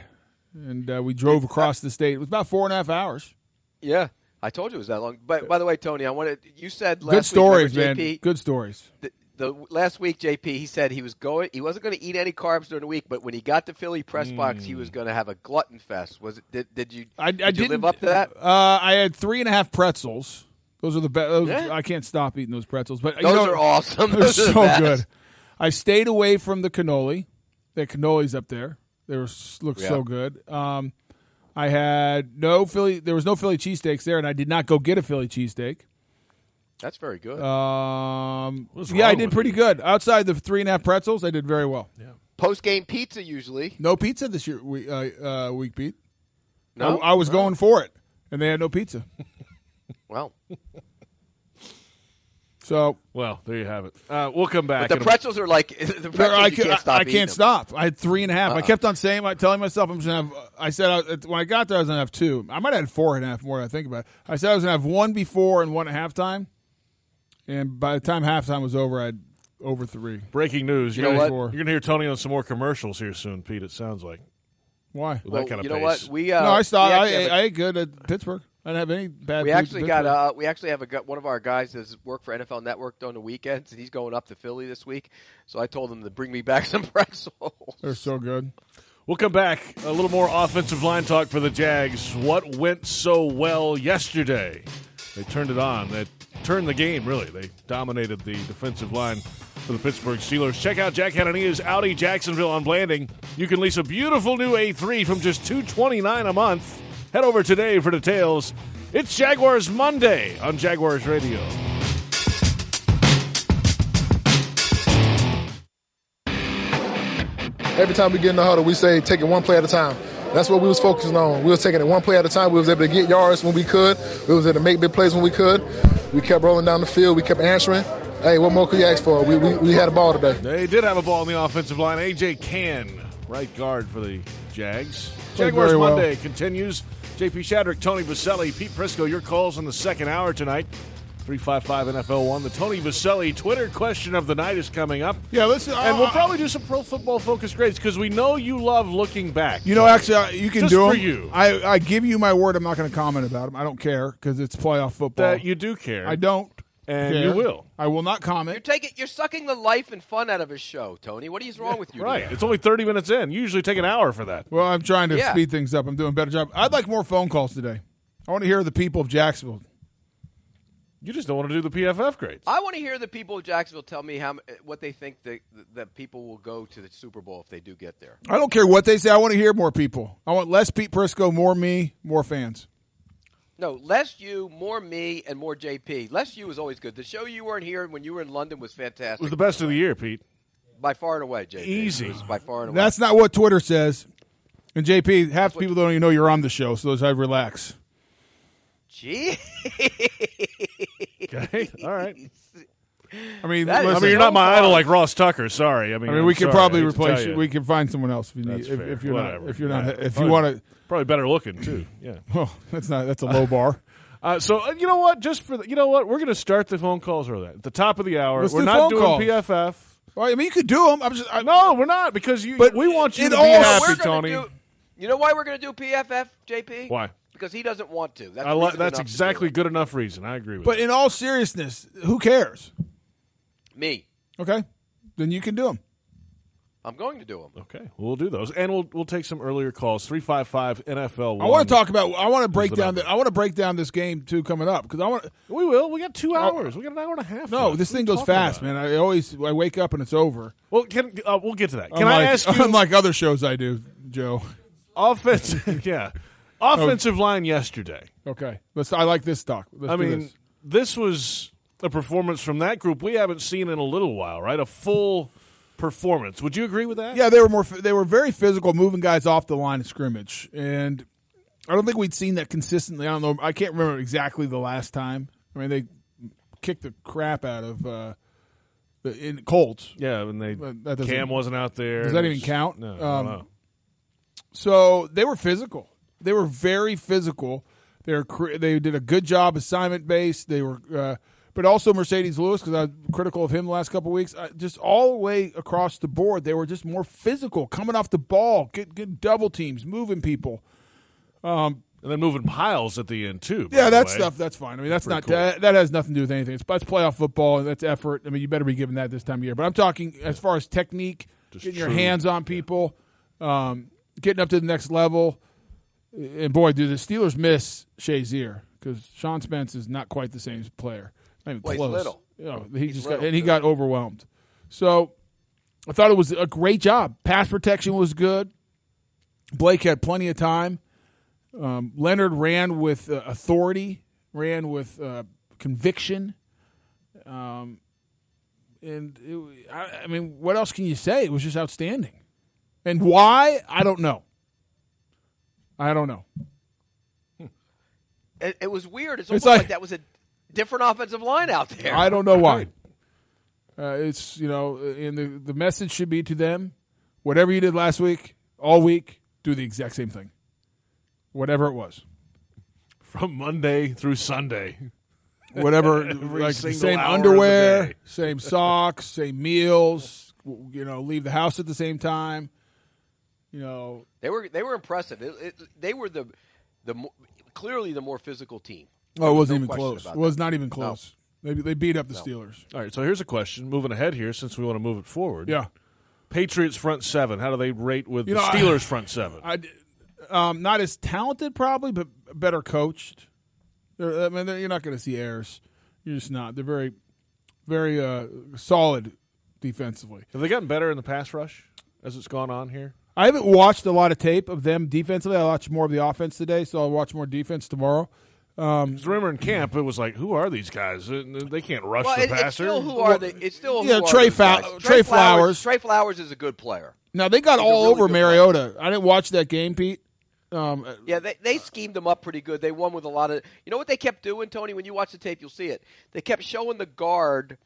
Speaker 3: and uh, we drove across the state it was about four and a half hours
Speaker 5: Yeah, I told you it was that long. But by the way, Tony, I wanted you said last
Speaker 3: good stories
Speaker 5: week,
Speaker 3: man
Speaker 5: remember, JP,
Speaker 3: good stories
Speaker 5: The, the last week, JP, he said he was going. He wasn't going to eat any carbs during the week, but when he got to Philly press box, he was going to have a glutton fest. Was it? Did, did you?
Speaker 3: Mm. I, I
Speaker 5: did you
Speaker 3: didn't
Speaker 5: live up to that.
Speaker 3: Uh, I had three and a half pretzels. Those are the best.
Speaker 5: Yeah.
Speaker 3: I can't stop eating those pretzels. But you
Speaker 5: Those
Speaker 3: know,
Speaker 5: are awesome. [LAUGHS]
Speaker 3: They're
Speaker 5: Those are the
Speaker 3: so
Speaker 5: best.
Speaker 3: good. I stayed away from the cannoli. The cannolis up there. They were look so
Speaker 5: Yeah.
Speaker 3: good. Um, I had no Philly. There was no Philly cheesesteaks there, and I did not go get a Philly cheesesteak.
Speaker 5: That's very good.
Speaker 3: Uh, Um,
Speaker 4: What's
Speaker 3: yeah,
Speaker 4: wrong
Speaker 3: I did
Speaker 4: with
Speaker 3: pretty
Speaker 4: you?
Speaker 3: good. Outside the three and a half pretzels, I did very well.
Speaker 5: Post game pizza usually.
Speaker 3: No pizza this year. We, uh, uh, week beat.
Speaker 5: No,
Speaker 3: I, I was going for it, and they had no pizza.
Speaker 5: well,
Speaker 3: So
Speaker 4: Well, there you have it. Uh, we'll come back.
Speaker 5: but the
Speaker 4: in a-
Speaker 5: pretzels are like [LAUGHS] the pretzels.
Speaker 3: There, I,
Speaker 5: you
Speaker 3: ca-
Speaker 5: can't stop.
Speaker 3: I, I
Speaker 5: eating Uh-uh.
Speaker 3: can't
Speaker 5: them.
Speaker 3: stop. I had three and a half. I kept on saying, I telling myself I'm just gonna have. I said I, when I got there, I was gonna have two. I might have had four and a half more. I think about. It. I said I was gonna have one before and one at halftime, and by the time halftime was over, I had over three.
Speaker 4: Breaking news. You're
Speaker 5: know
Speaker 4: gonna-
Speaker 5: what?
Speaker 4: You're going to hear Tony on some more commercials here soon, Pete, it sounds like.
Speaker 3: Why?
Speaker 4: With
Speaker 5: Well,
Speaker 4: that kind of
Speaker 5: you know
Speaker 4: pace.
Speaker 5: what? We uh,
Speaker 3: no, I saw.
Speaker 5: we
Speaker 3: I,
Speaker 5: actually have
Speaker 3: ate-
Speaker 5: a-
Speaker 3: I ate good at Pittsburgh. I didn't have any [LAUGHS] bad.
Speaker 5: We
Speaker 3: food
Speaker 5: actually
Speaker 3: in
Speaker 5: got
Speaker 3: Pittsburgh.
Speaker 5: uh, we actually have a gu- one of our guys that's work for NFL Network on the weekends, and he's going up to Philly this week. So I told him to bring me back [LAUGHS] some pretzels.
Speaker 4: [LAUGHS]
Speaker 3: They're so good.
Speaker 4: We'll come back. A little more offensive line talk for the Jags. What went so well yesterday? They turned it on. They turned the game, really. They dominated the defensive line for the Pittsburgh Steelers. Check out Jack Hanania's Audi Jacksonville on Blanding. You can lease a beautiful new A3 from just $229 a month. Head over today for details. It's Jaguars Monday on Jaguars Radio.
Speaker 8: Every time we get in the huddle, we say take it one play at a time. That's what we was focusing on. We was taking it one play at a time. We was able to get yards when we could. We was able to make big plays when we could. We kept rolling down the field. We kept answering. Hey, what more could you ask for? We, we, we had a ball today.
Speaker 4: They did have a ball on the offensive line. AJ Can, right guard for the Jags.
Speaker 3: Played
Speaker 4: Jaguars
Speaker 3: very well.
Speaker 4: Monday continues. JP Shadrick, Tony Baselli, Pete Prisco, your calls in the second hour tonight. 355 NFL 1. The Tony Baselli Twitter question of the night is coming up.
Speaker 3: Yeah, uh, listen.
Speaker 4: And we'll probably do some pro football focus grades because we know you love looking back.
Speaker 3: You know, actually, I- you can
Speaker 4: Just
Speaker 3: do
Speaker 4: for
Speaker 3: them.
Speaker 4: you.
Speaker 3: I, I give you my word. I'm not going to comment about them. I don't care because it's playoff football.
Speaker 4: that you do care.
Speaker 3: I don't.
Speaker 4: And
Speaker 3: care.
Speaker 4: you will.
Speaker 3: I will not comment.
Speaker 5: You're taking you're sucking the life and fun out of his show, Tony. What is wrong with you?
Speaker 4: Right.
Speaker 5: today?
Speaker 4: It's only 30 minutes in. You usually take an hour for that.
Speaker 3: Well, I'm trying to
Speaker 5: Yeah.
Speaker 3: speed things up. I'm doing a better job. I'd like more phone calls today. I want to hear the people of Jacksonville.
Speaker 4: You just don't want to do the PFF grades.
Speaker 5: I want to hear the people of Jacksonville tell me how m- what they think that that people will go to the Super Bowl if they do get there.
Speaker 3: I don't care what they say. I want to hear more people. I want less Pete Prisco, more me, more fans.
Speaker 5: No, less you, more me, and more JP. Less you is always good. The show you weren't here when you were in London was fantastic.
Speaker 4: It was the best of the year, Pete.
Speaker 5: by far and away, JP.
Speaker 4: Easy.
Speaker 5: It was by far and away.
Speaker 3: That's not what Twitter says. And JP, half the people don't even know you're on the show, so those I relax.
Speaker 5: Gee.
Speaker 4: Okay. All right.
Speaker 3: I mean,
Speaker 5: That is-
Speaker 4: I
Speaker 3: listen,
Speaker 4: mean, you're not my idol like Ross Tucker. Sorry. I mean,
Speaker 3: I mean,
Speaker 4: I'm
Speaker 3: we could
Speaker 4: sorry. I
Speaker 3: probably
Speaker 4: hate to
Speaker 3: replace
Speaker 4: tell
Speaker 3: you.
Speaker 4: you.
Speaker 3: We can find someone else if you need.
Speaker 4: That's
Speaker 3: If,
Speaker 4: fair.
Speaker 3: if you're
Speaker 4: Whatever.
Speaker 3: not, if you're not,
Speaker 4: Whatever.
Speaker 3: if you
Speaker 4: Probably-
Speaker 3: want to,
Speaker 4: probably better looking too. Yeah.
Speaker 3: oh, [LAUGHS] that's not. That's a low bar.
Speaker 4: Uh, so uh, you know what? Just for the, you know what, we're going to start the phone calls early at the top of the hour.
Speaker 3: Let's
Speaker 4: we're
Speaker 3: do
Speaker 4: not
Speaker 3: phone
Speaker 4: doing
Speaker 3: calls.
Speaker 4: PFF.
Speaker 3: Well, I mean, you could do them. I'm just. I,
Speaker 4: No, we're not because you. But we want you
Speaker 3: it
Speaker 4: to be
Speaker 3: all-
Speaker 4: happy,
Speaker 5: we're gonna
Speaker 4: Tony.
Speaker 5: Do, [LAUGHS] you know why we're going to do PFF, JP?
Speaker 4: Why?
Speaker 5: Because he doesn't want to. That's,
Speaker 4: I li-
Speaker 5: reason
Speaker 4: that's
Speaker 5: enough to do
Speaker 4: exactly
Speaker 5: it.
Speaker 4: good enough reason. I agree with.
Speaker 3: But
Speaker 4: that.
Speaker 3: in all seriousness, who cares?
Speaker 5: me.
Speaker 3: Okay, then you can do them.
Speaker 5: I'm going to do him.
Speaker 4: okay, we'll do those, and we'll we'll take some earlier calls. Three five five NFL.
Speaker 3: I want to talk about. I want to break
Speaker 4: the
Speaker 3: down.
Speaker 4: number.
Speaker 3: The, I want to break down this game too coming up because I want.
Speaker 4: We will. We got two hours. We got an hour and a half.
Speaker 3: No,
Speaker 4: left.
Speaker 3: this
Speaker 4: What are
Speaker 3: thing
Speaker 4: you
Speaker 3: goes
Speaker 4: talking
Speaker 3: fast,
Speaker 4: about?
Speaker 3: man. I always I wake up and it's over.
Speaker 4: Well, can uh, we'll get to that. Can I
Speaker 3: Unlike-
Speaker 4: ask
Speaker 3: [LAUGHS]
Speaker 4: you?
Speaker 3: Unlike other shows, I do, Joe.
Speaker 4: offensive, [LAUGHS] yeah, offensive line yesterday.
Speaker 3: Okay, let's. I like this talk. Let's
Speaker 4: I
Speaker 3: do
Speaker 4: mean,
Speaker 3: this.
Speaker 4: this. was a performance from that group we haven't seen in a little while, right? A full performance. Would you agree with that?
Speaker 3: Yeah, they were more. They were very physical, moving guys off the line of scrimmage, and I don't think we'd seen that consistently. I don't know. I can't remember exactly the last time. I mean, they kicked the crap out of uh, the in Colts.
Speaker 4: yeah. And they
Speaker 3: But that doesn't-
Speaker 4: Cam wasn't out there.
Speaker 3: Does that
Speaker 4: It
Speaker 3: even
Speaker 4: was-
Speaker 3: count?
Speaker 4: No, I
Speaker 3: Um,
Speaker 4: don't know.
Speaker 3: So they were physical. They were very physical. They were, cr- they did a good job assignment based. They were, uh, but also Mercedes Lewis because I was critical of him the last couple weeks. Uh, just all the way across the board, they were just more physical, coming off the ball, get, get double teams, moving people.
Speaker 4: Um, and then moving piles at the end too. by
Speaker 3: Yeah,
Speaker 4: the
Speaker 3: that
Speaker 4: way.
Speaker 3: stuff. That's fine. I mean, that's not
Speaker 4: cool.
Speaker 3: that, that has nothing to do with anything. It's that's playoff football and that's effort. I mean, you better be giving that this time of year. But I'm talking as far as technique, getting your
Speaker 4: true.
Speaker 3: hands on people, um, getting up to the next level. And boy, do the Steelers miss Shazier because Sean Spence is not quite the same player. Not even
Speaker 5: Well, he's
Speaker 3: close.
Speaker 5: little.
Speaker 3: You know, he just got,
Speaker 5: little,
Speaker 3: and he
Speaker 5: too.
Speaker 3: got overwhelmed. So I thought it was a great job. Pass protection was good. Blake had plenty of time. Um, Leonard ran with uh, authority, ran with uh, conviction. Um, and it, I, I mean, what else can you say? It was just outstanding. And why? I don't know. I don't know.
Speaker 5: It, it was weird. It's almost
Speaker 3: like-
Speaker 5: like, that was a different offensive line out there.
Speaker 3: I don't know why. Uh, it's you know, and the the message should be to them: whatever you did last week, all week, do the exact same thing, whatever it
Speaker 4: [LAUGHS]
Speaker 3: was,
Speaker 4: from Monday through Sunday.
Speaker 3: whatever,
Speaker 4: [LAUGHS] Every
Speaker 3: like the
Speaker 4: single
Speaker 3: same
Speaker 4: hour of the
Speaker 3: underwear,
Speaker 4: day.
Speaker 3: same socks, same meals. w- You know, leave the house at the same time. You know,
Speaker 5: They were they were impressive. It, it, they were the the mo- clearly the more physical team.
Speaker 3: oh, it wasn't
Speaker 5: no
Speaker 3: even
Speaker 5: question
Speaker 3: close.
Speaker 5: about
Speaker 3: It was not even close. They they beat up the Steelers.
Speaker 4: All right, so here's a question. Moving ahead here, since we want to move it forward.
Speaker 3: Yeah,
Speaker 4: Patriots front seven. How do they rate with
Speaker 3: You
Speaker 4: the
Speaker 3: know, I-
Speaker 4: Steelers
Speaker 3: [LAUGHS]
Speaker 4: front seven?
Speaker 3: I, d- um, not as talented probably, but better coached. They're, I mean, they're, you're not going to see errors. You're just not. They're very, very uh, solid defensively.
Speaker 4: Have they gotten better in the pass rush as it's gone on here?
Speaker 3: I haven't watched a lot of tape of them defensively. I watched more of the offense today, so I'll watch more defense tomorrow. Um,
Speaker 4: 'Cause remember in camp, it was like, who are these guys? Uh, They can't rush
Speaker 5: Well,
Speaker 4: the
Speaker 5: it, it's
Speaker 4: passer.
Speaker 5: still who are they? It's still who
Speaker 3: Yeah,
Speaker 5: are
Speaker 3: Trey
Speaker 5: those
Speaker 3: Fow-
Speaker 5: guys.
Speaker 3: Trey Flowers.
Speaker 5: Trey Flowers is a good player.
Speaker 3: Now they got
Speaker 5: He's a
Speaker 3: all
Speaker 5: really
Speaker 3: over
Speaker 5: good
Speaker 3: Mariota. I didn't watch that game, Pete. Um,
Speaker 5: Yeah, they, they schemed them up pretty good. They won with a lot of. You know what they kept doing, Tony? When you watch the tape, you'll see it. They kept showing the guard,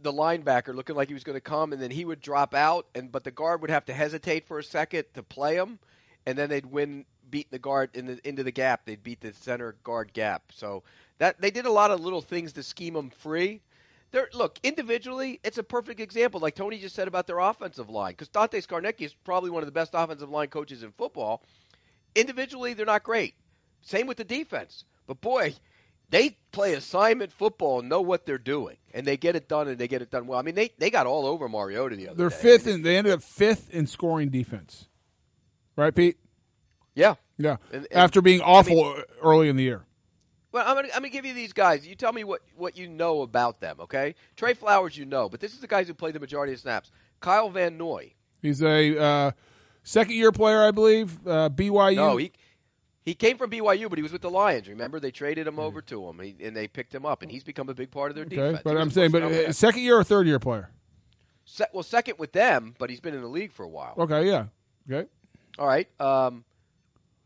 Speaker 5: the linebacker, looking like he was going to come, and then he would drop out, and but the guard would have to hesitate for a second to play him, and then they'd win, beat the guard in the, into the gap. They'd beat the center guard gap. So that they did a lot of little things to scheme them free. They're, look, individually, it's a perfect example, like Tony just said about their offensive line, because Dante Scarnecchi is probably one of the best offensive line coaches in football individually they're not great. Same with the defense. But boy, they play assignment football and know what they're doing, and they get it done and they get it done well. I mean, they, they got all over Mariota the other
Speaker 3: they're
Speaker 5: day.
Speaker 3: fifth, and they ended up fifth in scoring defense. Right, Pete?
Speaker 5: Yeah.
Speaker 3: Yeah.
Speaker 5: And- and-
Speaker 3: After being awful early in the year.
Speaker 5: Well, I'm gonna I'm gonna give you these guys. You tell me what what you know about them, okay? Trey Flowers, you know, but this is the guys who played the majority of snaps. Kyle Van Noy.
Speaker 3: He's a uh, second year player, I believe. Uh, BYU.
Speaker 5: No, he he came from BYU, but he was with the Lions. Remember, they traded him over to him, he, and they picked him up, and he's become a big part of their
Speaker 3: okay,
Speaker 5: defense.
Speaker 3: but uh,
Speaker 5: He
Speaker 3: I'm
Speaker 5: was
Speaker 3: saying,
Speaker 5: one-
Speaker 3: but
Speaker 5: okay.
Speaker 3: uh, second year or third year player.
Speaker 5: Se- well, second with them, but he's been in the league for a while.
Speaker 3: Okay, yeah. Okay.
Speaker 5: All right. Um,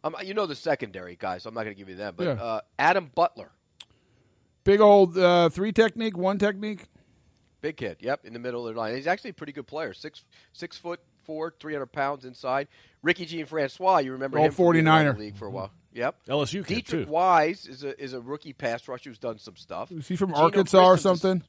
Speaker 5: um, you know the secondary guys, so I'm not going to give you them. But
Speaker 3: Yeah.
Speaker 5: uh, Adam Butler,
Speaker 3: Big old uh, three technique, one technique.
Speaker 5: big kid. Yep, in the middle of the line. He's actually a pretty good player. Six six foot four, 300 pounds inside. Ricky Jean Francois, you remember
Speaker 3: Old
Speaker 5: him from being around
Speaker 3: 49er.
Speaker 5: the league for a while. Yep.
Speaker 4: LSU kid,
Speaker 5: Dietrich
Speaker 4: too.
Speaker 5: Wise is a is a rookie pass rusher who's done some stuff.
Speaker 3: Is he from
Speaker 5: Geno
Speaker 3: Arkansas or
Speaker 5: Grissom's a-
Speaker 3: something?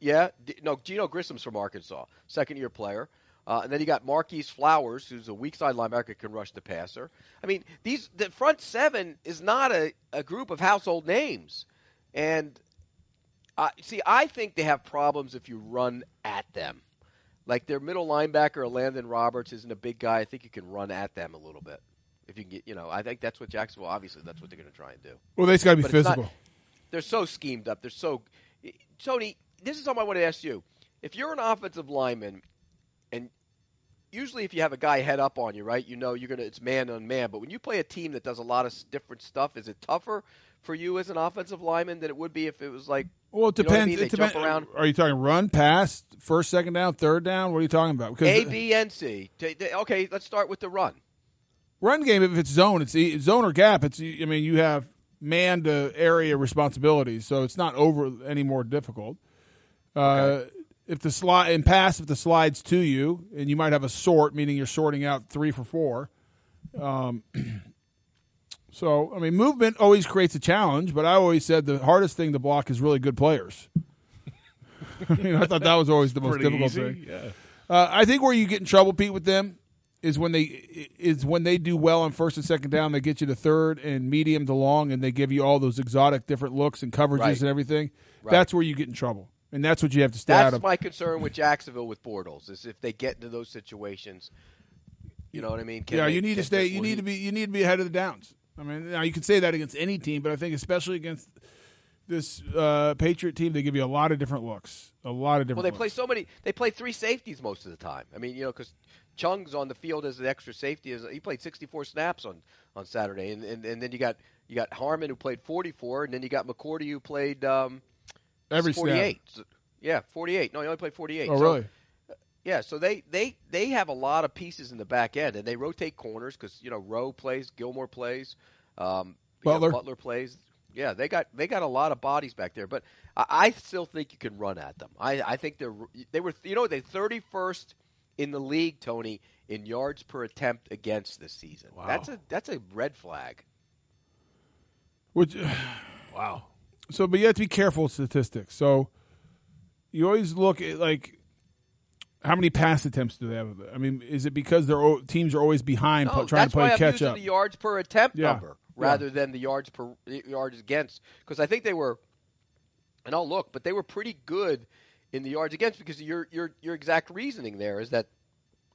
Speaker 5: Yeah, D- no, Gino Grissom's from Arkansas, second year player. Uh, and then you got Marquise Flowers, who's a weak side linebacker, can rush the passer. I mean, these the front seven is not a, a group of household names. And I see, I think they have problems if you run at them. Like their middle linebacker, Landon Roberts, isn't a big guy. I think you can run at them a little bit. If you can get, you know, I think that's what Jacksonville, obviously, that's what they're going to try and do
Speaker 3: Well, they just got to be
Speaker 5: but it's
Speaker 3: physical.
Speaker 5: not. They're so schemed up. They're so. Tony, this is something I want to ask you. If you're an offensive lineman, and usually if you have a guy head up on you, right, you know you're gonna it's man on man. But when you play a team that does a lot of s- different stuff, is it tougher for you as an offensive lineman than it would be if it was like?
Speaker 3: well, it
Speaker 5: you know what I
Speaker 3: depends.
Speaker 5: mean? They
Speaker 3: it depends.
Speaker 5: jump around.
Speaker 3: Are you talking run, pass, first, second down, third down? What are you talking about? Because
Speaker 5: A, B, and C. T- t- Okay, let's start with the run.
Speaker 3: run game, if it's zone, it's e- zone or gap. It's e- I mean, you have man to area responsibilities, so it's not over any more difficult. Uh, if the slide and pass, if the slides to you, and you might have a sort, meaning you're sorting out three for four. Um, [CLEARS THROAT] so I mean, movement always creates a challenge, but I always said the hardest thing to block is really good players. I [LAUGHS] mean, I thought that was always the most
Speaker 4: Pretty
Speaker 3: difficult
Speaker 4: easy.
Speaker 3: thing.
Speaker 4: Yeah.
Speaker 3: Uh, I think where you get in trouble, Pete, with them is when they is when they do well on first and second down. They get you to third and medium to long, and they give you all those exotic different looks and coverages
Speaker 5: Right.
Speaker 3: and everything. That's where you get in trouble, and that's what you have to stay out
Speaker 5: That's
Speaker 3: of.
Speaker 5: my concern with Jacksonville with Bortles is if they get into those situations. You know what I mean? Can
Speaker 3: yeah,
Speaker 5: they-
Speaker 3: you need to
Speaker 5: can-
Speaker 3: stay. You
Speaker 5: will
Speaker 3: need to be. You need to be ahead of the downs. I mean, now you can say that against any team, but I think especially against this uh, Patriot team, they give you a lot of different looks, a lot of different.
Speaker 5: Well, they
Speaker 3: looks.
Speaker 5: play so many. They play three safeties most of the time. I mean, you know, because Chung's on the field as an extra safety. As he played 64 snaps on on Saturday, and, and and then you got you got Harmon who played 44, and then you got McCourty who played um,
Speaker 3: every snap.
Speaker 5: 48. So- yeah, 48. No, he only played 48. So-
Speaker 3: Oh,
Speaker 5: uh,
Speaker 3: really?
Speaker 5: yeah, so they, they, they have a lot of pieces in the back end, and they rotate corners because you know Rowe plays, Gilmore plays, um, you know,
Speaker 3: Butler.
Speaker 5: Butler plays. Yeah, they got they got a lot of bodies back there, but I, I still think you can run at them. I, I think they're they were you know they thirty first in the league, Tony, in yards per attempt against this season. That's a that's a red flag. [SIGHS]
Speaker 3: Which
Speaker 4: Wow.
Speaker 3: so but you have to be careful with statistics so you always look at like how many pass attempts do they have i mean is it because their o- teams are always behind
Speaker 5: No,
Speaker 3: pl- trying
Speaker 5: that's
Speaker 3: to play
Speaker 5: why I'm
Speaker 3: catch
Speaker 5: using
Speaker 3: up
Speaker 5: the yards per attempt
Speaker 3: Yeah.
Speaker 5: number rather than the yards per yards against because I think they were, and I'll look, but they were pretty good in the yards against because your your your exact reasoning there is that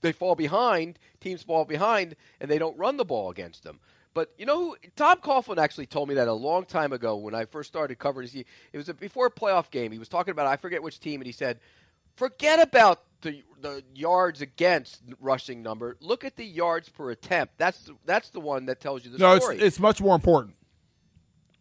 Speaker 5: they fall behind, teams fall behind, and they don't run the ball against them. But you know, who- Tom Coughlin actually told me that a long time ago when I first started covering. He, it was a, before a playoff game. He was talking about I forget which team, and he said, "Forget about the the yards against rushing number. Look at the yards per attempt. That's that's the one that tells you the
Speaker 3: no it's,
Speaker 5: story."
Speaker 3: it's much more important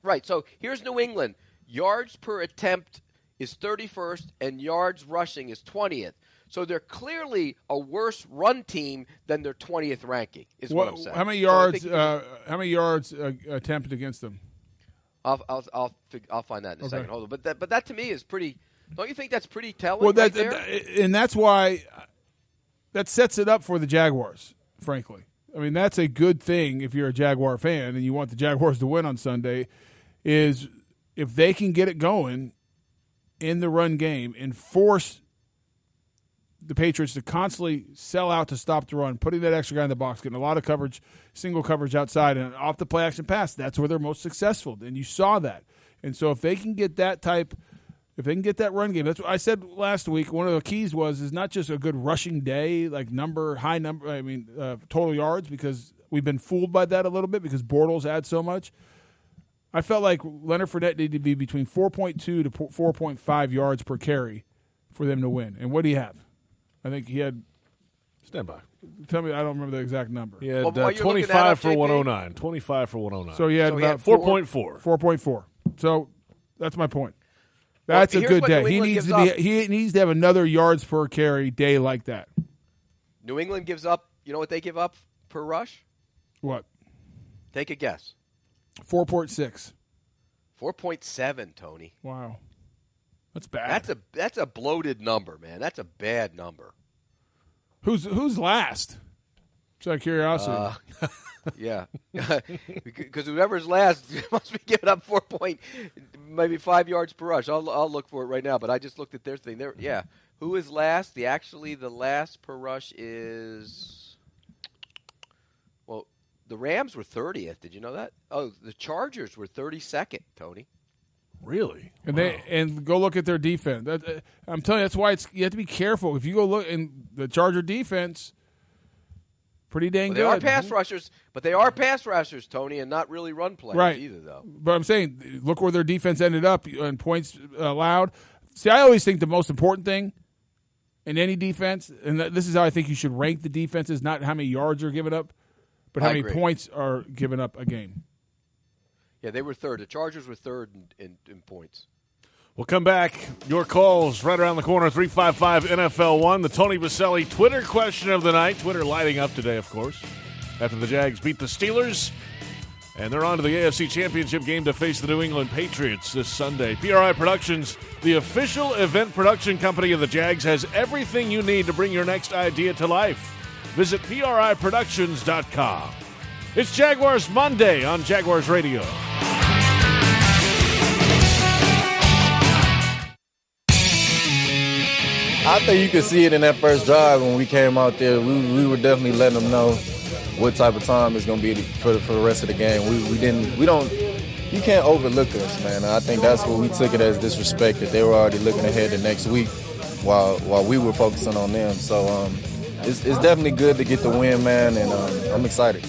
Speaker 5: Right. So here's New England. Yards per attempt is 31st, and yards rushing is 20th. So they're clearly a worse run team than their 20th ranking. Is what, I'm
Speaker 3: What-
Speaker 5: saying.
Speaker 3: how many
Speaker 5: So I
Speaker 3: yards
Speaker 5: think-
Speaker 3: uh, how many yards uh, attempted against them
Speaker 5: I'll, I'll, I'll, fig- I'll find that in a second. Hold on. But that, but that to me is pretty. Don't you think that's pretty telling?
Speaker 3: well that,
Speaker 5: right there?
Speaker 3: that- and that's why that sets it up for the jaguars frankly i mean that's a good thing if you're a jaguar fan and you want the jaguars to win on sunday is if they can get it going in the run game and force the Patriots to constantly sell out to stop the run, putting that extra guy in the box, getting a lot of coverage, single coverage outside and off the play action pass. That's where they're most successful, and you saw that. And so if they can get that type, if they can get that run game, that's what I said last week. One of the keys was is not just a good rushing day, like number high number. I mean uh, total yards because we've been fooled by that a little bit because Bortles adds so much. I felt like Leonard Fournette needed to be between 4.2 to 4.5 yards per carry for them to win. And what do you have? I think he had.
Speaker 4: Stand by.
Speaker 3: Tell me, I don't remember the exact number.
Speaker 4: He had
Speaker 5: Well,
Speaker 4: uh,
Speaker 5: while you're looking that
Speaker 4: 25
Speaker 5: up,
Speaker 4: for
Speaker 5: JP?
Speaker 4: 109. 25 for 109.
Speaker 3: So he had
Speaker 5: So he
Speaker 3: about
Speaker 5: had
Speaker 3: four-
Speaker 4: 4.4.
Speaker 3: 4.4. So that's my point. That's
Speaker 5: Well, here's
Speaker 3: a good
Speaker 5: what New
Speaker 3: day. He
Speaker 5: England gives
Speaker 3: needs to be.
Speaker 5: up.
Speaker 3: He needs to have another yards per carry day like that.
Speaker 5: New England gives up. You know what they give up per rush?
Speaker 3: What?
Speaker 5: Take a guess.
Speaker 3: Four point six.
Speaker 5: Four point seven, Tony.
Speaker 3: Wow, that's bad.
Speaker 5: That's a that's a bloated number, man. That's a bad number.
Speaker 3: who's who's last? Just out of curiosity.
Speaker 5: Uh, [LAUGHS] Yeah, because whoever's last [LAUGHS] must be giving up four point, maybe five yards per rush. I'll I'll look for it right now. But I just looked at their thing. There, yeah. Who is last? The actually the last per rush is. Well, the Rams were thirtieth. Did you know that? Oh, the Chargers were thirty second. Tony.
Speaker 4: Really?
Speaker 3: and they and go look at their defense. That, uh, I'm telling you, that's why it's you have to be careful. If you go look in the Charger defense, pretty dang
Speaker 5: Well, they are
Speaker 3: good.
Speaker 5: pass rushers, but they are pass rushers, Tony, and not really run players
Speaker 3: Right.
Speaker 5: either, though.
Speaker 3: But I'm saying, look where their defense ended up and points allowed. See, I always think the most important thing in any defense, and th- this is how I think you should rank the defenses, not how many yards are given up, but how
Speaker 5: I
Speaker 3: many
Speaker 5: agree.
Speaker 3: points are given up a game.
Speaker 5: Yeah, they were third. The Chargers were third in, in, in points.
Speaker 4: We'll come back. Your calls right around the corner 355 NFL 1. The Tony Baselli Twitter question of the night. Twitter lighting up today, of course, after the Jags beat the Steelers. And they're on to the AFC Championship game to face the New England Patriots this Sunday. PRI Productions, the official event production company of the Jags, has everything you need to bring your next idea to life. Visit PRIProductions.com. It's Jaguars Monday on Jaguars Radio.
Speaker 9: I think you could see it in that first drive when we came out there. We, we were definitely letting them know what type of time it's going to be for, for the rest of the game. We, we didn't, we don't, you can't overlook us, man. I think that's what we took it as disrespect that they were already looking ahead to next week while while we were focusing on them. So um, it's, it's definitely good to get the win, man, and um, I'm excited.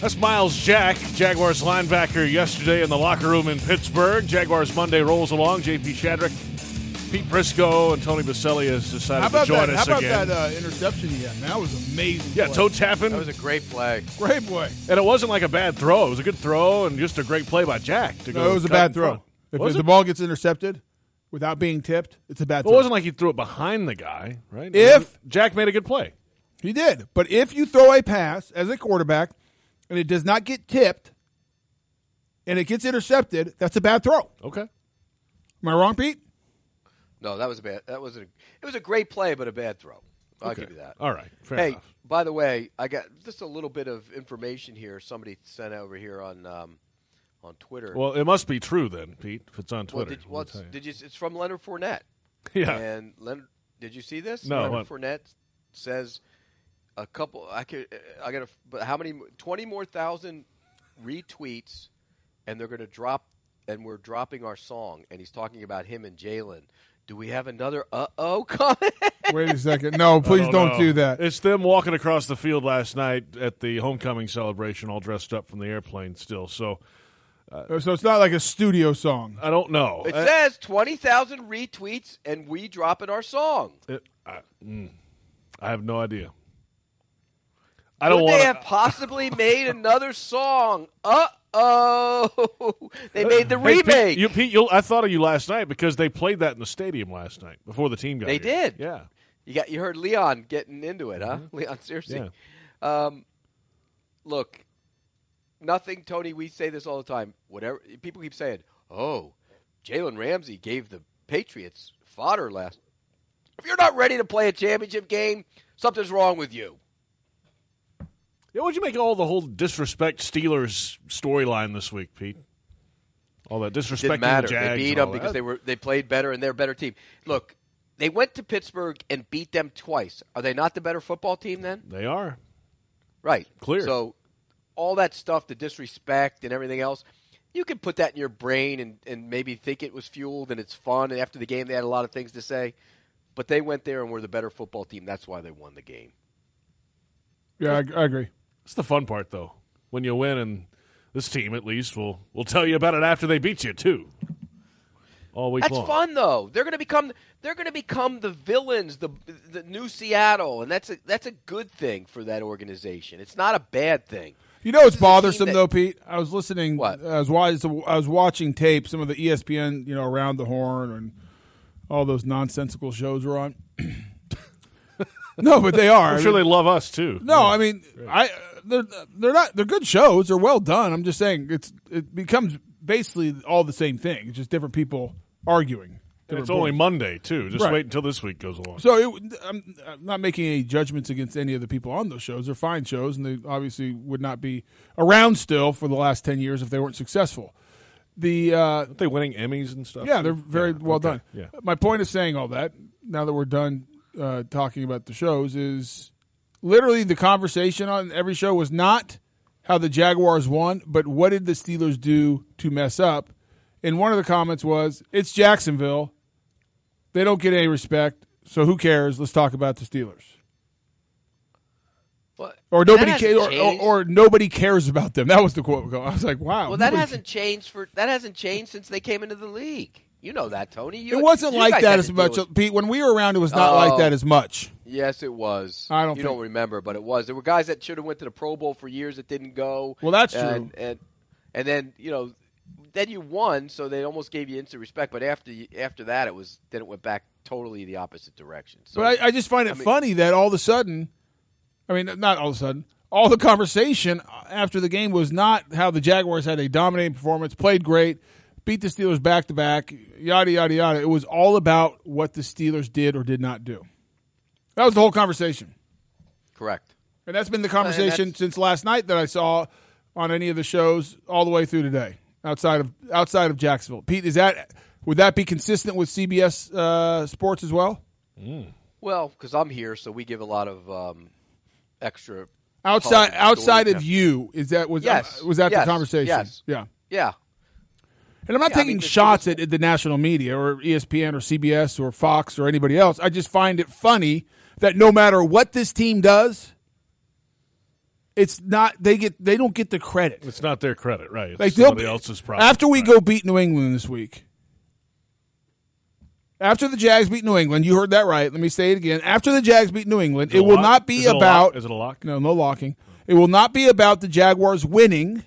Speaker 4: That's Miles Jack, Jaguars linebacker, yesterday in the locker room in Pittsburgh. Jaguars Monday rolls along. JP Shadrick, Pete Briscoe, and Tony Baselli has decided
Speaker 3: How about
Speaker 4: to join
Speaker 3: that? How
Speaker 4: us
Speaker 3: about
Speaker 4: again.
Speaker 3: that uh, interception he had? Man, That was amazing.
Speaker 4: yeah,
Speaker 3: play.
Speaker 4: toe tapping,
Speaker 5: That was a great play.
Speaker 3: great play.
Speaker 4: and it wasn't like a bad throw. It was a good throw and just a great play by Jack. To
Speaker 3: No,
Speaker 4: go
Speaker 3: it was a
Speaker 4: cut
Speaker 3: bad
Speaker 4: and
Speaker 3: throw.
Speaker 4: front.
Speaker 3: If
Speaker 4: Was
Speaker 3: the
Speaker 4: it?
Speaker 3: ball gets intercepted without being tipped, it's a bad
Speaker 4: It
Speaker 3: throw.
Speaker 4: wasn't like he threw it behind the guy, right?
Speaker 3: [LAUGHS] If-
Speaker 4: Jack made a good play,
Speaker 3: He did. But if you throw a pass as a quarterback and it does not get tipped and it gets intercepted, that's a bad throw.
Speaker 4: okay.
Speaker 3: Am I wrong, Pete?
Speaker 5: No, that was a bad. That was a. It was a great play, but a bad throw. I'll give you that.
Speaker 4: All right, fair
Speaker 5: hey,
Speaker 4: enough.
Speaker 5: by the way, I got just a little bit of information here. Somebody sent over here on um, on Twitter.
Speaker 4: Well, it must be true then, Pete, if it's on
Speaker 5: Well,
Speaker 4: Twitter.
Speaker 5: did,
Speaker 4: I'll
Speaker 5: well,
Speaker 4: tell
Speaker 5: it's,
Speaker 4: you.
Speaker 5: did you? It's from Leonard Fournette.
Speaker 4: [LAUGHS] yeah,
Speaker 5: And Leonard, did you see this?
Speaker 4: No,
Speaker 5: Leonard
Speaker 4: what?
Speaker 5: Fournette says a couple. I could. I got to. But how many? mo- Twenty more thousand retweets, and they're going to drop. And we're dropping our song. And he's talking about him and Jalen. Do we have another uh oh [LAUGHS] comment?
Speaker 3: Wait a second. No, please
Speaker 4: Oh,
Speaker 3: don't
Speaker 4: no.
Speaker 3: do that.
Speaker 4: It's them walking across the field last night at the homecoming celebration, all dressed up from the airplane still. So
Speaker 3: [LAUGHS] so it's not like a studio song.
Speaker 4: I don't know.
Speaker 5: It
Speaker 4: I-
Speaker 5: says 20,000 retweets and we dropping our song.
Speaker 4: It, Uh, I, mm, I have no idea. I
Speaker 5: Could
Speaker 4: don't
Speaker 5: they
Speaker 4: want.
Speaker 5: have
Speaker 4: [LAUGHS]
Speaker 5: possibly made another song? Uh oh. they made
Speaker 4: [LAUGHS]
Speaker 5: the remake.
Speaker 4: Pete, you, Pete, you'll, I thought of you last night because they played that in the stadium last night before the team got.
Speaker 5: They
Speaker 4: here.
Speaker 5: did.
Speaker 4: Yeah. Mm-hmm.
Speaker 5: You got you heard Leon getting into it, huh? Leon seriously. Um, look, nothing, Tony. We say this all the time. Whatever people keep saying, oh, Jalen Ramsey gave the Patriots fodder last. If you're not ready to play a championship game, something's wrong with you.
Speaker 4: Yeah. What'd you make of all the whole disrespect Steelers storyline this week, Pete? All that disrespect.
Speaker 5: Didn't matter.
Speaker 4: The Jags
Speaker 5: they beat
Speaker 4: and all
Speaker 5: them because
Speaker 4: that.
Speaker 5: they were they played better and they're a better team. Look, they went to Pittsburgh and beat them twice. Are they not the better football team then?
Speaker 4: They are.
Speaker 5: Right.
Speaker 4: Clear.
Speaker 5: So all that stuff, the disrespect and everything else, you can put that in your brain and, and maybe think it was fueled and it's fun. And after the game, they had a lot of things to say. But they went there and were the better football team. That's why they won the game.
Speaker 3: Yeah, I, I agree.
Speaker 4: It's the fun part, though. When you win, and this team at least will will tell you about it after they beat you too. All week
Speaker 5: That's
Speaker 4: long.
Speaker 5: fun though. They're going to become they're going to become the villains, the the new Seattle, and that's a that's a good thing for that organization. It's not a bad thing.
Speaker 3: You know what's
Speaker 5: is a team
Speaker 3: bothersome
Speaker 5: that-
Speaker 3: though, Pete? I was listening.
Speaker 5: What?
Speaker 3: E I was wa- I was watching tape, some of the ESPN, you know, around the horn and all those nonsensical shows we're on. [COUGHS] no, but they are.
Speaker 4: I'm
Speaker 3: I
Speaker 4: sure
Speaker 3: mean-
Speaker 4: they love us too.
Speaker 3: no, I mean, I they're they're not they're good shows. They're well done. I'm just saying it's it becomes basically all the same thing. It's just different people arguing.
Speaker 4: And it's
Speaker 3: different
Speaker 4: only
Speaker 3: points.
Speaker 4: Monday too. Just
Speaker 3: Right.
Speaker 4: wait until this week goes along.
Speaker 3: So it, I'm, I'm not making any judgments against any of the people on those shows. They're fine shows, and they obviously would not be around still for the last ten years if they weren't successful. The uh,
Speaker 4: Aren't they winning Emmys and stuff?
Speaker 3: yeah, they're very well
Speaker 4: okay,
Speaker 3: done.
Speaker 4: yeah.
Speaker 3: My point of saying all that, now that we're done uh, talking about the shows, is literally the conversation on every show was not how the Jaguars won, but what did the Steelers do to mess up? And one of the comments was, "It's Jacksonville. They don't get any respect, so who cares? Let's talk about the Steelers."
Speaker 5: Well,
Speaker 3: Or
Speaker 5: that
Speaker 3: nobody
Speaker 5: hasn't
Speaker 3: cares, or,
Speaker 5: changed.
Speaker 3: or, or nobody cares about them. That was the quote. I was like, "Wow."
Speaker 5: Well, that
Speaker 3: nobody-
Speaker 5: hasn't changed for that hasn't changed since they came into the league. You know that, Tony. You,
Speaker 3: It wasn't
Speaker 5: you
Speaker 3: like
Speaker 5: guys
Speaker 3: that
Speaker 5: had
Speaker 3: as
Speaker 5: to deal
Speaker 3: much,
Speaker 5: with-
Speaker 3: Pete. When we were around, it was not like
Speaker 5: Oh.
Speaker 3: that as much.
Speaker 5: yes, it was.
Speaker 3: I don't
Speaker 5: You
Speaker 3: think-
Speaker 5: don't remember, but it was. There were guys that should have went to the Pro Bowl for years that didn't go.
Speaker 3: Well, that's
Speaker 5: and,
Speaker 3: true.
Speaker 5: And and then you know, then you won, so they almost gave you instant respect. But after you, after that, it was then it went back totally the opposite direction. So
Speaker 3: But I, I just find it funny that all of a sudden, I mean, not all of a sudden, all the conversation after the game was not how the Jaguars had a dominating performance, played great, beat the Steelers back to back, yada, yada, yada. It was all about what the Steelers did or did not do. That was the whole conversation.
Speaker 5: correct.
Speaker 3: And that's been the
Speaker 5: and
Speaker 3: conversation
Speaker 5: that's-
Speaker 3: since last night that I saw on any of the shows all the way through today outside of outside of Jacksonville. Pete, is that would that be consistent with CBS uh, Sports as well?
Speaker 5: Well, because I'm here, so we give a lot of um, extra
Speaker 3: Outside
Speaker 5: Apologies,
Speaker 3: outside
Speaker 5: Gordon.
Speaker 3: of you, is that was uh,
Speaker 5: Yes.
Speaker 3: was that
Speaker 5: Yes.
Speaker 3: the conversation?
Speaker 5: Yes.
Speaker 3: Yeah.
Speaker 5: Yeah,
Speaker 3: And I'm not
Speaker 5: Yeah, I
Speaker 3: taking
Speaker 5: mean, the-
Speaker 3: shots at, at the national media or E ESPN or CBS or Fox or anybody else. I just find it funny that no matter what this team does, it's not they get they don't get the credit.
Speaker 4: It's not their credit, right? It's
Speaker 3: Like they'll
Speaker 4: somebody
Speaker 3: be,
Speaker 4: else's problem.
Speaker 3: After we
Speaker 4: right.
Speaker 3: go beat New England this week, after the Jags beat New England, you heard that right. Let me say it again. After the Jags beat New England,
Speaker 4: Is
Speaker 3: it
Speaker 4: a
Speaker 3: will
Speaker 4: lock?
Speaker 3: not be
Speaker 4: Is it a lock?
Speaker 3: about.
Speaker 4: Is it a lock?
Speaker 3: No, no locking. It will not be about the Jaguars winning.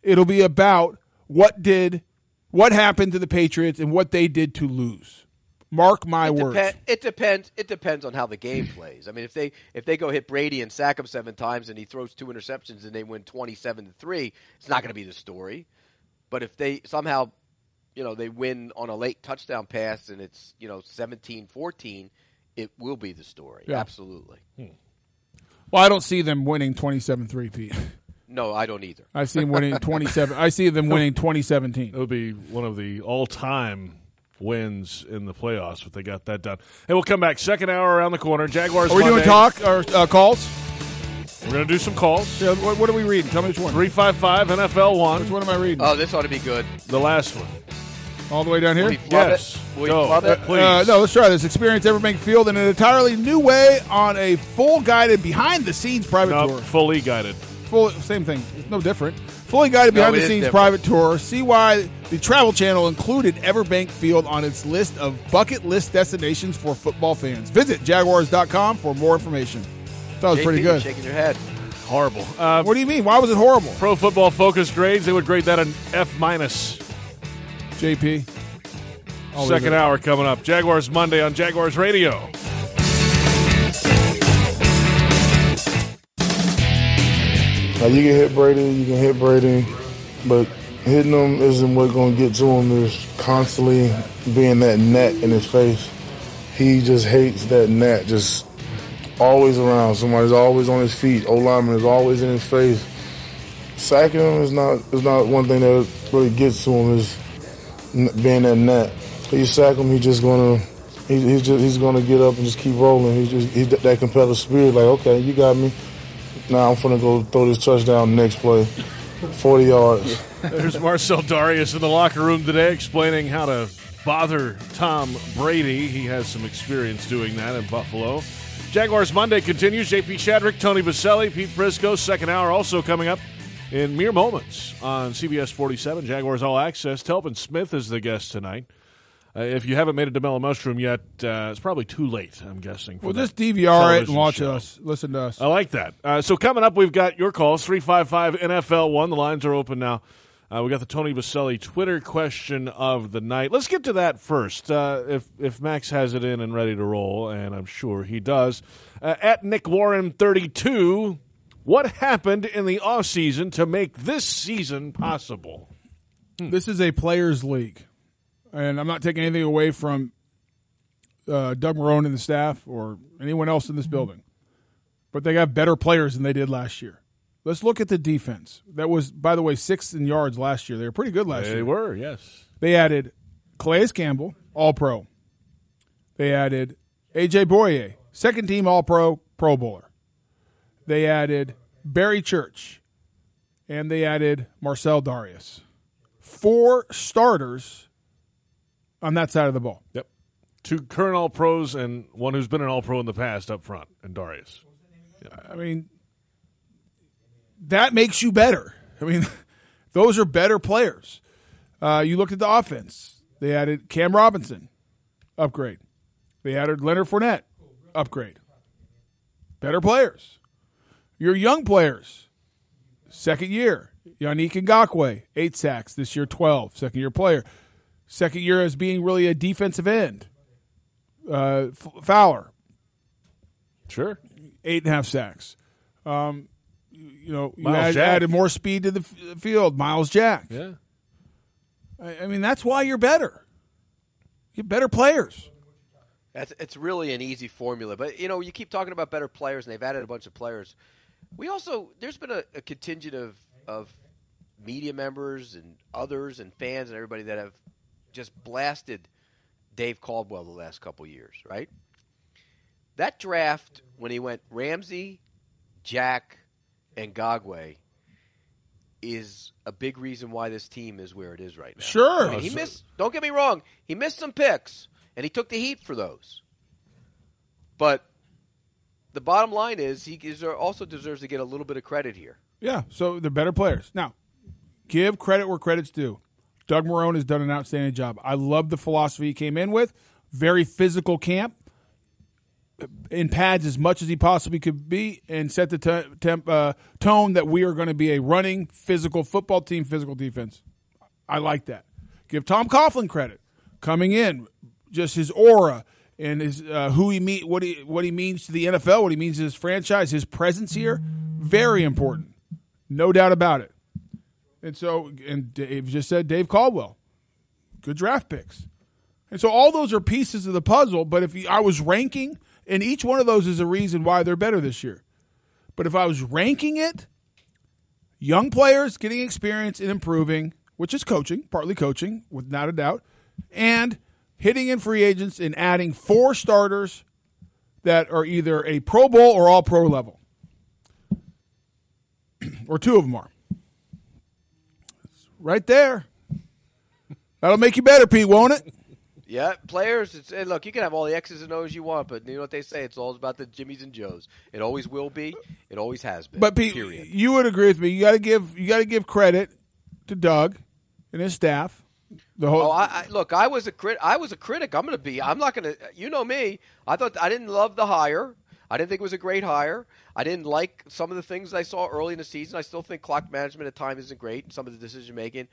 Speaker 3: It'll be about what did, what happened to the Patriots and what they did to lose. Mark my words.
Speaker 5: Depen- it depends. It depends on how the game plays. I mean, if they if they go hit Brady and sack him seven times and he throws two interceptions and they win twenty seven to three, it's not going to be the story. But if they somehow, you know, they win on a late touchdown pass and it's you know 17-14, it will be the story.
Speaker 3: Yeah.
Speaker 5: Absolutely.
Speaker 3: Well, I don't see them winning twenty-seven three. Pete,
Speaker 5: No, I don't either.
Speaker 3: I see them
Speaker 5: [LAUGHS]
Speaker 3: winning twenty-seven. I see them winning twenty seventeen.
Speaker 4: It would be one of the all-time wins in the playoffs if they got that done. Hey, we'll come back second hour around the corner. Jaguars.
Speaker 3: Are we doing
Speaker 4: Monday.
Speaker 3: talk or uh, calls?
Speaker 4: We're going to do some calls.
Speaker 3: Yeah, Uh, what, what are we reading? Tell me which one.
Speaker 4: Three five five NFL
Speaker 3: Which
Speaker 4: one.
Speaker 3: one am I reading?
Speaker 5: Oh, this ought to be good.
Speaker 4: The last one.
Speaker 3: All the way down
Speaker 5: Will
Speaker 3: here?
Speaker 5: we flub
Speaker 4: yes.
Speaker 5: it? Will we
Speaker 4: Go.
Speaker 5: flub it?
Speaker 4: Please.
Speaker 3: Uh, no, let's try this. Experience Everbank Field in an entirely new way on a full guided behind the scenes private
Speaker 4: No,
Speaker 3: tour.
Speaker 4: fully guided.
Speaker 3: Full, same thing. It's no different. Fully guided
Speaker 5: No,
Speaker 3: behind
Speaker 5: it
Speaker 3: the
Speaker 5: is
Speaker 3: scenes
Speaker 5: different.
Speaker 3: private tour. See why the Travel Channel included Everbank Field on its list of bucket list destinations for football fans. Visit jaguars.com for more information. That was
Speaker 5: JP,
Speaker 3: pretty
Speaker 5: you're
Speaker 3: good.
Speaker 5: Shaking your head.
Speaker 4: Horrible. Uh,
Speaker 3: What do you mean? Why was it horrible,
Speaker 4: pro Football Focus grades. They would grade that an F minus.
Speaker 3: JP? I'll leave
Speaker 4: Second
Speaker 3: it.
Speaker 4: hour coming up. Jaguars Monday on Jaguars Radio.
Speaker 10: Now you can hit Brady, you can hit Brady, but hitting him isn't what's gonna get to him. There's constantly being that net in his face. He just hates that net, just always around. Somebody's always on his feet. O lineman is always in his face. Sacking him is not is not one thing that really gets to him. Is n- being that net. You sack him, he's just gonna. He, he's just he's gonna get up and just keep rolling. He's just he's that- that competitive spirit. Like okay, you got me. Now I'm finna go throw this touchdown next play, 40 yards.
Speaker 4: [LAUGHS] There's Marcel Darius in the locker room today explaining how to bother Tom Brady. He has some experience doing that in Buffalo. Jaguars Monday continues. JP Shadrick, Tony Baselli, Pete Prisco. Second hour also coming up in mere moments on CBS 47. Jaguars All Access. Telvin Smith is the guest tonight. Uh, if you haven't made it to Mellow Mushroom yet, uh, it's probably too late, I'm guessing. for
Speaker 3: Well,
Speaker 4: that
Speaker 3: just DVR it
Speaker 4: television
Speaker 3: and watch
Speaker 4: show.
Speaker 3: us. Listen to us.
Speaker 4: I like that. Uh, so coming up, we've got your calls 355 NFL one. The lines are open now. Uh, we got the Tony Baselli Twitter question of the night. Let's get to that first. Uh, if if Max has it in and ready to roll, and I'm sure he does. Uh, at Nick Warren 32, what happened in the off season to make this season possible?
Speaker 3: This is a players' league, and I'm not taking anything away from uh, Doug Marone and the staff or anyone else in this building, but they got better players than they did last year. Let's look at the defense. That was, by the way, sixth in yards last year. They were pretty good last year.
Speaker 4: were, yes.
Speaker 3: They added Calais Campbell, All Pro. They added AJ Boyer, second team All Pro, Pro Bowler. They added Barry Church, and they added Marcel Darius. Four starters on that side of the ball.
Speaker 4: Yep. Two current All Pros and one who's been an All Pro in the past up front, and Darius.
Speaker 3: I mean, that makes you better. I mean, [LAUGHS] those are better players. Uh, you look at the offense. They added Cam Robinson, upgrade. They added Leonard Fournette, upgrade. Better players. Your young players, second year. Yannick Ngakwe, eight sacks this year, 12, second year player. Second year as being really a defensive end. Uh, F- Fowler,
Speaker 4: Sure.
Speaker 3: eight and a half sacks. Um, you you know, you
Speaker 4: Miles
Speaker 3: add,
Speaker 4: Jack.
Speaker 3: added more speed to the f- field. Miles Jack.
Speaker 4: Yeah.
Speaker 3: I, I mean, that's why you're better. You're better players.
Speaker 5: That's it's really an easy formula. But you know, you keep talking about better players, and they've added a bunch of players. We also there's been a, a contingent of of media members and others and fans and everybody that have just blasted Dave Caldwell the last couple years, right? That draft when he went Ramsey, Jack, and Gagwe is a big reason why this team is where it is right now.
Speaker 3: Sure.
Speaker 5: I mean, he missed. Don't get me wrong. He missed some picks, and he took the heat for those. But the bottom line is, he deser- also deserves to get a little bit of credit here.
Speaker 3: Yeah. So they're better players. Now, give credit where credit's due. Doug Marone has done an outstanding job. I love the philosophy he came in with. Very physical camp. In pads as much as he possibly could be, and set the t- temp, uh, tone that we are going to be a running, physical football team, physical defense. I like that. Give Tom Coughlin credit coming in, just his aura and his uh, who he meet, what he what he means to the NFL, what he means to his franchise, his presence here, very important, no doubt about it. And so, and Dave just said Dave Caldwell, good draft picks, and so all those are pieces of the puzzle. But if you, I was ranking, and each one of those is a reason why they're better this year. But if I was ranking it, young players getting experience and improving, which is coaching, partly coaching, without a doubt, and hitting in free agents and adding four starters that are either a Pro Bowl or All Pro level, or two of them are. Right there. That'll make you better, Pete, won't it?
Speaker 5: Yeah, players. It's, and look, you can have all the X's and O's you want, but you know what they say? It's all about the Jimmies and Joes. It always will be. It always has been.
Speaker 3: But Pete,
Speaker 5: period.
Speaker 3: you would agree with me. You got to give you got to give credit to Doug and his staff. The whole
Speaker 5: Oh, I, I, look, I was a crit. I was a critic. I'm going to be. I'm not going to. You know me. I thought I didn't love the hire. I didn't think it was a great hire. I didn't like some of the things I saw early in the season. I still think clock management at times isn't great. and Some of the decision making,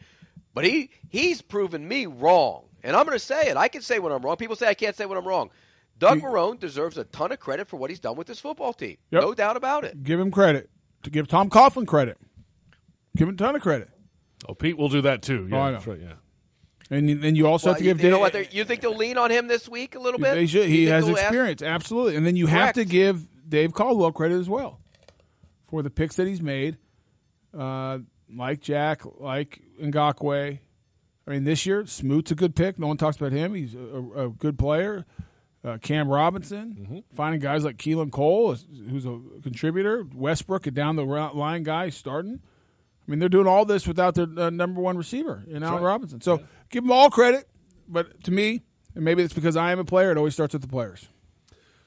Speaker 5: but he he's proven me wrong, and I'm going to say it. I can say when I'm wrong. People say I can't say when I'm wrong. Doug Marone deserves a ton of credit for what he's done with this football team.
Speaker 3: Yep.
Speaker 5: No doubt about it.
Speaker 3: give him credit. To give Tom Coughlin credit. Give him a ton of credit. Oh,
Speaker 4: Oh, Pete will do that too. Yeah,
Speaker 3: I know.
Speaker 4: that's right. Yeah.
Speaker 3: And you- and you also
Speaker 5: Well,
Speaker 3: have to
Speaker 5: you,
Speaker 3: give
Speaker 5: you know
Speaker 3: Dave-
Speaker 5: what? They're- You think they'll lean on him this week a little bit?
Speaker 3: They should.
Speaker 5: You
Speaker 3: He
Speaker 5: think
Speaker 3: has
Speaker 5: they'll ask-
Speaker 3: experience, absolutely. And then you have to
Speaker 5: Correct.
Speaker 3: give Dave Caldwell credit as well for the picks that he's made, uh, like Jack, like Ngakwe. I mean, this year Smoot's a good pick. No one talks about him. He's a, a- a good player. Uh, Cam Robinson,
Speaker 4: Mm-hmm.
Speaker 3: finding guys like Keelan Cole, is- who's a contributor, Westbrook, a down the ri- line guy starting. I mean, they're doing all this without their uh, number one receiver in Allen Robinson. So give them all credit. But to me, and maybe it's because I am a player, it always starts with the players.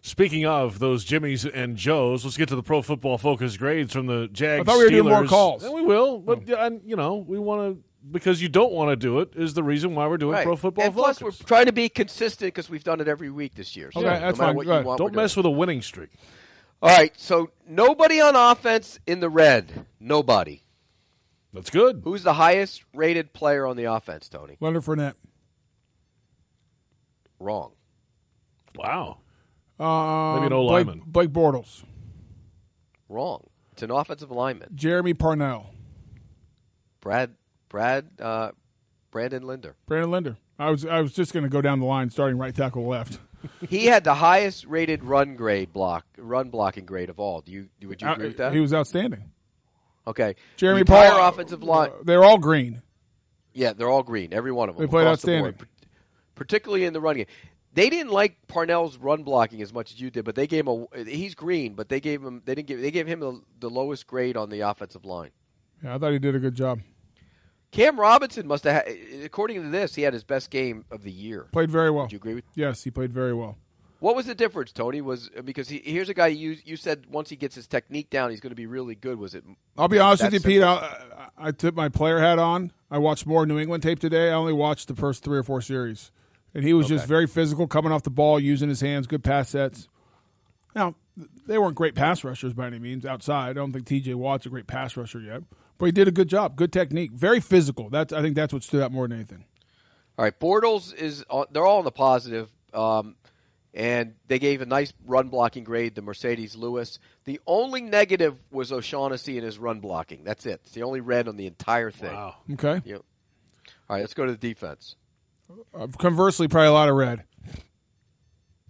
Speaker 4: Speaking of those Jimmies and Joes, let's get to the Pro Football Focus grades from the Jags.
Speaker 3: I thought we were doing more
Speaker 4: Steelers.
Speaker 3: calls. Oh.
Speaker 4: And we will, but yeah, and, you know, we want to because you don't want to do it is the reason why we're doing
Speaker 5: Right.
Speaker 4: Pro Football
Speaker 5: and
Speaker 4: Focus.
Speaker 5: plus, we're trying to be consistent because we've done it every week this year. So
Speaker 3: Okay,
Speaker 5: no
Speaker 3: that's
Speaker 5: matter
Speaker 3: fine.
Speaker 5: what
Speaker 3: Go
Speaker 5: you
Speaker 3: ahead.
Speaker 5: want,
Speaker 4: don't mess with a winning streak.
Speaker 5: All right, so nobody on offense in the red. Nobody.
Speaker 4: That's good.
Speaker 5: Who's the highest rated player on the offense, Tony?
Speaker 3: Leonard Fournette.
Speaker 5: Wrong.
Speaker 4: Wow.
Speaker 3: Um,
Speaker 4: Maybe an O
Speaker 3: Blake,
Speaker 4: lineman.
Speaker 3: Blake Bortles.
Speaker 5: Wrong. It's an offensive alignment.
Speaker 3: Jeremy Parnell.
Speaker 5: Brad Brad uh, Brandon Linder.
Speaker 3: Brandon Linder. I was I was just going to go down the line, starting right tackle left.
Speaker 5: He had the highest rated run grade block run blocking grade of all. Do you would
Speaker 4: Uh,
Speaker 5: you agree with that?
Speaker 3: He was outstanding.
Speaker 5: okay.
Speaker 3: Jeremy
Speaker 5: The entire
Speaker 3: Parnell.
Speaker 5: offensive line.
Speaker 3: They're all green.
Speaker 5: Yeah, they're all green. Every one of them.
Speaker 3: They played
Speaker 5: across the
Speaker 3: outstanding.
Speaker 5: board, par- particularly in the run game. They didn't like Parnell's run blocking as much as you did, but they gave him a. He's green, but they gave him. They didn't give. They gave him the, the lowest grade on the offensive line.
Speaker 3: Yeah, I thought he did a good job.
Speaker 5: Cam Robinson must have. ha- According to this, he had his best game of the year.
Speaker 3: Played very well.
Speaker 5: Do you agree with?
Speaker 3: Yes, he played very well.
Speaker 5: What was the difference, Tony? Was because he, here's a guy you you said once he gets his technique down, he's going to be really good. Was it?
Speaker 3: I'll be honest
Speaker 5: That's
Speaker 3: with you, Pete. I, I I took my player hat on. I watched more New England tape today. I only watched the first three or four series, and he was just very physical, coming off the ball, using his hands, good pass sets. Now th- they weren't great pass rushers by any means outside. I don't think T.J. Watt's a great pass rusher yet, but he did a good job, good technique, very physical. That's I think that's what stood out more than anything.
Speaker 5: All right, Bortles is. on- They're all in the positive, um, and they gave a nice run blocking grade to Mercedes Lewis. The only negative was O'Shaughnessy and his run blocking. That's it. It's the only red on the entire thing.
Speaker 4: Wow.
Speaker 3: Okay.
Speaker 5: Yep. All right, let's go to the defense.
Speaker 3: Uh, conversely, probably a lot of red.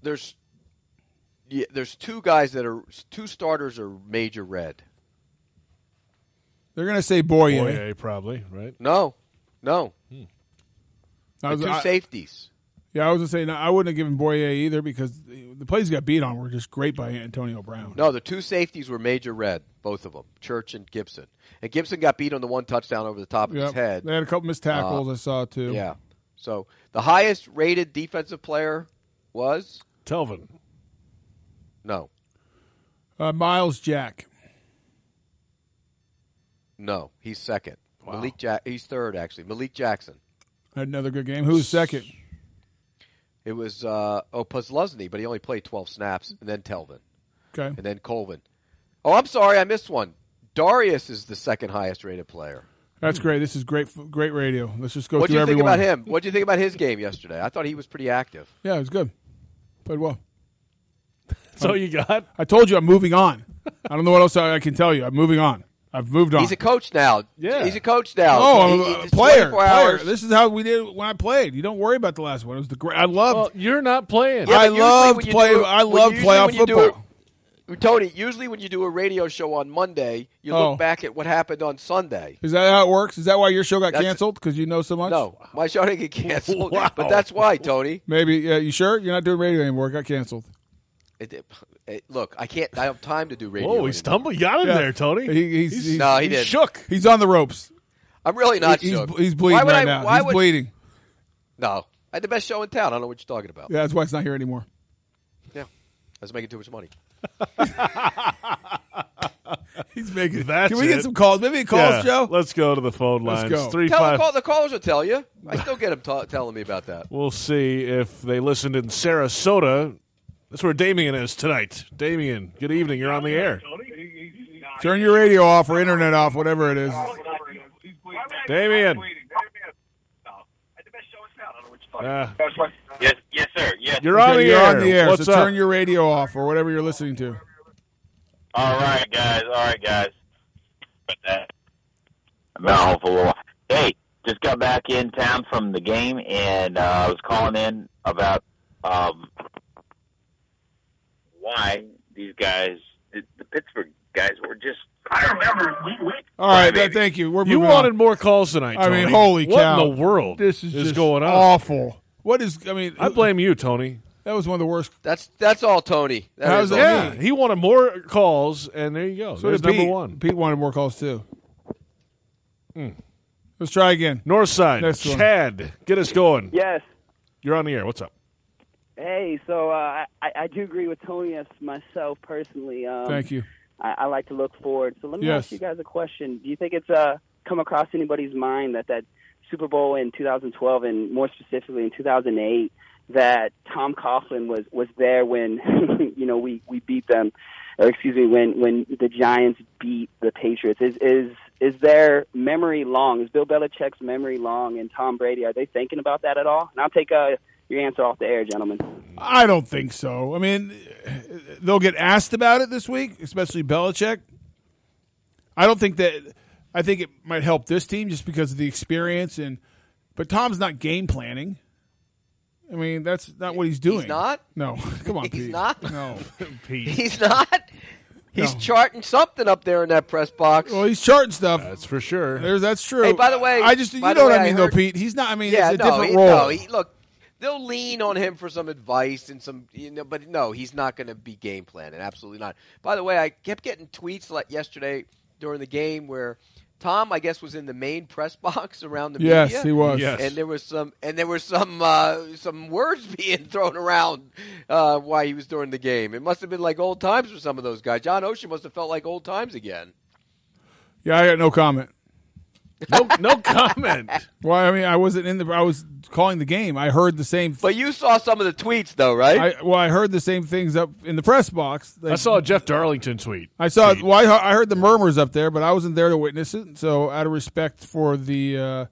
Speaker 5: There's yeah, there's two guys that are two starters are major red.
Speaker 3: They're going to say Boye.
Speaker 4: Boye, probably, right?
Speaker 5: No, no,
Speaker 3: I
Speaker 5: the
Speaker 3: was,
Speaker 5: two
Speaker 3: I-
Speaker 5: safeties.
Speaker 3: yeah, I was going to say no, I wouldn't have given Boye either because the the plays he got beat on were just great by Antonio Brown.
Speaker 5: No, the two safeties were major red, both of them, Church and Gibson. And Gibson got beat on the one touchdown over the top of
Speaker 3: Yep.
Speaker 5: his head. Uh,
Speaker 3: They had a couple missed tackles I saw too.
Speaker 5: Yeah. So the highest rated defensive player was
Speaker 4: Telvin.
Speaker 5: no,
Speaker 3: Uh, Miles Jack.
Speaker 5: no, he's second. Malik Jack, he's third actually. Malik Jackson.
Speaker 3: Had another good game. Who's second?
Speaker 5: It was uh, oh Puzlesny, but he only played twelve snaps, and then Telvin,
Speaker 3: Okay.
Speaker 5: and then Colvin. Oh, I'm sorry, I missed one. Darius is the second highest rated player.
Speaker 3: That's great. This is great great radio. Let's just go
Speaker 5: What do
Speaker 3: through
Speaker 5: you think
Speaker 3: everyone.
Speaker 5: about him? What do you think about his game yesterday? I thought he was pretty active.
Speaker 3: Yeah, it was good. Played
Speaker 4: [LAUGHS]
Speaker 3: well.
Speaker 4: That's all you got?
Speaker 3: I told you I'm moving on. I don't know what else I, I can tell you. I'm moving on. I've moved on.
Speaker 5: He's a coach now.
Speaker 4: Yeah.
Speaker 5: He's a coach now.
Speaker 3: Oh,
Speaker 5: He-
Speaker 3: I'm a-
Speaker 5: it's
Speaker 3: player,
Speaker 5: 24
Speaker 3: player.
Speaker 5: hours.
Speaker 3: This is how we did it when I played. You don't worry about the last one. It was the great. I loved.
Speaker 4: Well, you're not playing.
Speaker 5: Yeah,
Speaker 3: I
Speaker 5: but usually
Speaker 3: loved
Speaker 5: when you
Speaker 3: play.
Speaker 5: do-
Speaker 3: I
Speaker 5: when-
Speaker 3: loved
Speaker 5: usually
Speaker 3: playoff
Speaker 5: when you do
Speaker 3: football.
Speaker 5: it- Tony, usually when you do a radio show on Monday, you
Speaker 3: Oh.
Speaker 5: look back at what happened on Sunday.
Speaker 3: Is that how it works? Is that why your show got
Speaker 5: That's-
Speaker 3: canceled? Because you know so much.
Speaker 5: No, my show didn't get
Speaker 3: [LAUGHS]
Speaker 5: canceled,
Speaker 4: Wow.
Speaker 5: but that's why, Tony.
Speaker 3: Maybe. Uh, you sure you're not doing radio anymore? It got canceled.
Speaker 5: It, it- it- look, I can't. I don't have time to do radio.
Speaker 4: Whoa,
Speaker 5: anymore.
Speaker 4: he stumbled. You got him
Speaker 3: Yeah.
Speaker 4: there, Tony.
Speaker 3: He- he's- he's-
Speaker 5: No, he
Speaker 4: he's
Speaker 5: didn't.
Speaker 4: shook.
Speaker 3: He's on the ropes.
Speaker 5: I'm really not.
Speaker 3: he's,
Speaker 5: shook.
Speaker 3: he's bleeding
Speaker 5: Why would
Speaker 3: right
Speaker 5: I-
Speaker 3: now.
Speaker 5: Why
Speaker 3: He's
Speaker 5: would,
Speaker 3: bleeding.
Speaker 5: No, I had the best show in town. I don't know what you're talking about.
Speaker 3: Yeah, that's why it's not here anymore.
Speaker 5: Yeah, I was making too much money.
Speaker 3: [LAUGHS] He's making.
Speaker 4: That's
Speaker 3: Can we get
Speaker 4: it.
Speaker 3: some calls? Maybe calls,
Speaker 4: Yeah.
Speaker 3: Joe.
Speaker 4: Let's go to the phone
Speaker 3: Let's
Speaker 4: lines.
Speaker 3: go.
Speaker 4: Three
Speaker 5: Tell the,
Speaker 4: five.
Speaker 5: call, the callers will tell you. I still get them ta telling me about that.
Speaker 4: We'll see if they listened in Sarasota. That's where Damien is tonight. Damien, good evening. You're on the air.
Speaker 3: Turn your radio off or internet off, whatever it is.
Speaker 4: Damien. Uh,
Speaker 11: Yes, yes, sir. Yes.
Speaker 4: you're on
Speaker 3: Okay,
Speaker 4: the
Speaker 3: you're
Speaker 4: air.
Speaker 3: on the air.
Speaker 4: What's
Speaker 3: so
Speaker 4: up?
Speaker 3: turn your radio off or whatever you're listening to.
Speaker 11: All right, guys. All right, guys. But that mouth for a while. Hey, just got back in town from the game, and uh, I was calling in about um, why these guys, the, the Pittsburgh guys, were just. I remember we. we
Speaker 3: All right,
Speaker 11: baby.
Speaker 3: thank you. We're
Speaker 4: you
Speaker 3: moving
Speaker 4: wanted
Speaker 3: on.
Speaker 4: more calls tonight.
Speaker 3: I mean,
Speaker 4: Tony.
Speaker 3: holy
Speaker 4: what
Speaker 3: cow.
Speaker 4: in the world?
Speaker 3: This is, just
Speaker 4: going on.
Speaker 3: awful. What is? I mean,
Speaker 4: I blame you, Tony.
Speaker 3: that was one of the worst.
Speaker 5: That's that's all, Tony. That
Speaker 3: How's
Speaker 5: is
Speaker 3: that?
Speaker 5: all.
Speaker 4: Yeah, he wanted more calls, and there you go.
Speaker 3: So
Speaker 4: There's
Speaker 3: did Pete.
Speaker 4: number one. Hmm.
Speaker 3: Pete wanted more calls too. Let's try again.
Speaker 4: North side,
Speaker 3: Next one.
Speaker 4: Chad, get us going.
Speaker 12: Yes.
Speaker 4: You're on the air. What's up?
Speaker 12: Hey, so uh, I, I I do agree with Tony as myself personally. Um,
Speaker 3: Thank you.
Speaker 12: I, I like to look forward. So let me
Speaker 3: Yes.
Speaker 12: ask you guys a question. Do you think it's uh, come across anybody's mind that that Super Bowl in 2012 and more specifically in 2008 that Tom Coughlin was was there when [LAUGHS] you know we we beat them, or excuse me, when when the Giants beat the Patriots? Is is is their memory long? Is Bill Belichick's memory long? And Tom Brady, are they thinking about that at all? And I'll take uh, your answer off the air, gentlemen.
Speaker 3: I don't think so. I mean, they'll get asked about it this week, especially Belichick. I don't think that. I think it might help this team just because of the experience and. But Tom's not game planning. I mean, that's not what he's doing.
Speaker 5: not?
Speaker 3: No, [LAUGHS] come on,
Speaker 5: He's
Speaker 3: Pete.
Speaker 5: not? [LAUGHS]
Speaker 3: No, Pete.
Speaker 5: He's not. He's
Speaker 3: No.
Speaker 5: charting something up there in that press box.
Speaker 3: Well, he's charting stuff.
Speaker 4: That's for sure.
Speaker 3: There's, that's true.
Speaker 5: Hey, by the way,
Speaker 3: I just you
Speaker 5: by
Speaker 3: know
Speaker 5: the
Speaker 3: what
Speaker 5: way,
Speaker 3: I mean,
Speaker 5: heard-
Speaker 3: though, Pete. He's not. I mean,
Speaker 5: yeah,
Speaker 3: it's a
Speaker 5: no,
Speaker 3: different
Speaker 5: he-
Speaker 3: role.
Speaker 5: No, he, look, they'll lean on him for some advice and some, you know, but no, he's not going to be game planning. Absolutely not. By the way, I kept getting tweets like yesterday during the game where Tom, I guess, was in the main press [LAUGHS] box around the
Speaker 3: Yes,
Speaker 5: media.
Speaker 3: he was. Yes.
Speaker 5: and there was some, and there were some, uh, some words [LAUGHS] being thrown around uh, while he was during the game. It must have been like old times for some of those guys. John Ocean must have felt like old times again.
Speaker 3: yeah, I got no comment.
Speaker 4: No, no [LAUGHS] comment.
Speaker 3: Well, I mean, I wasn't in the. I was calling the game. I heard the same.
Speaker 5: But you saw some of the tweets, though, right?
Speaker 3: I, well, I heard the same things up in the press box.
Speaker 4: I saw a Jeff Darlington tweet.
Speaker 3: I saw. Well, I, I heard the murmurs up there, but I wasn't there to witness it. So, out of respect for the uh,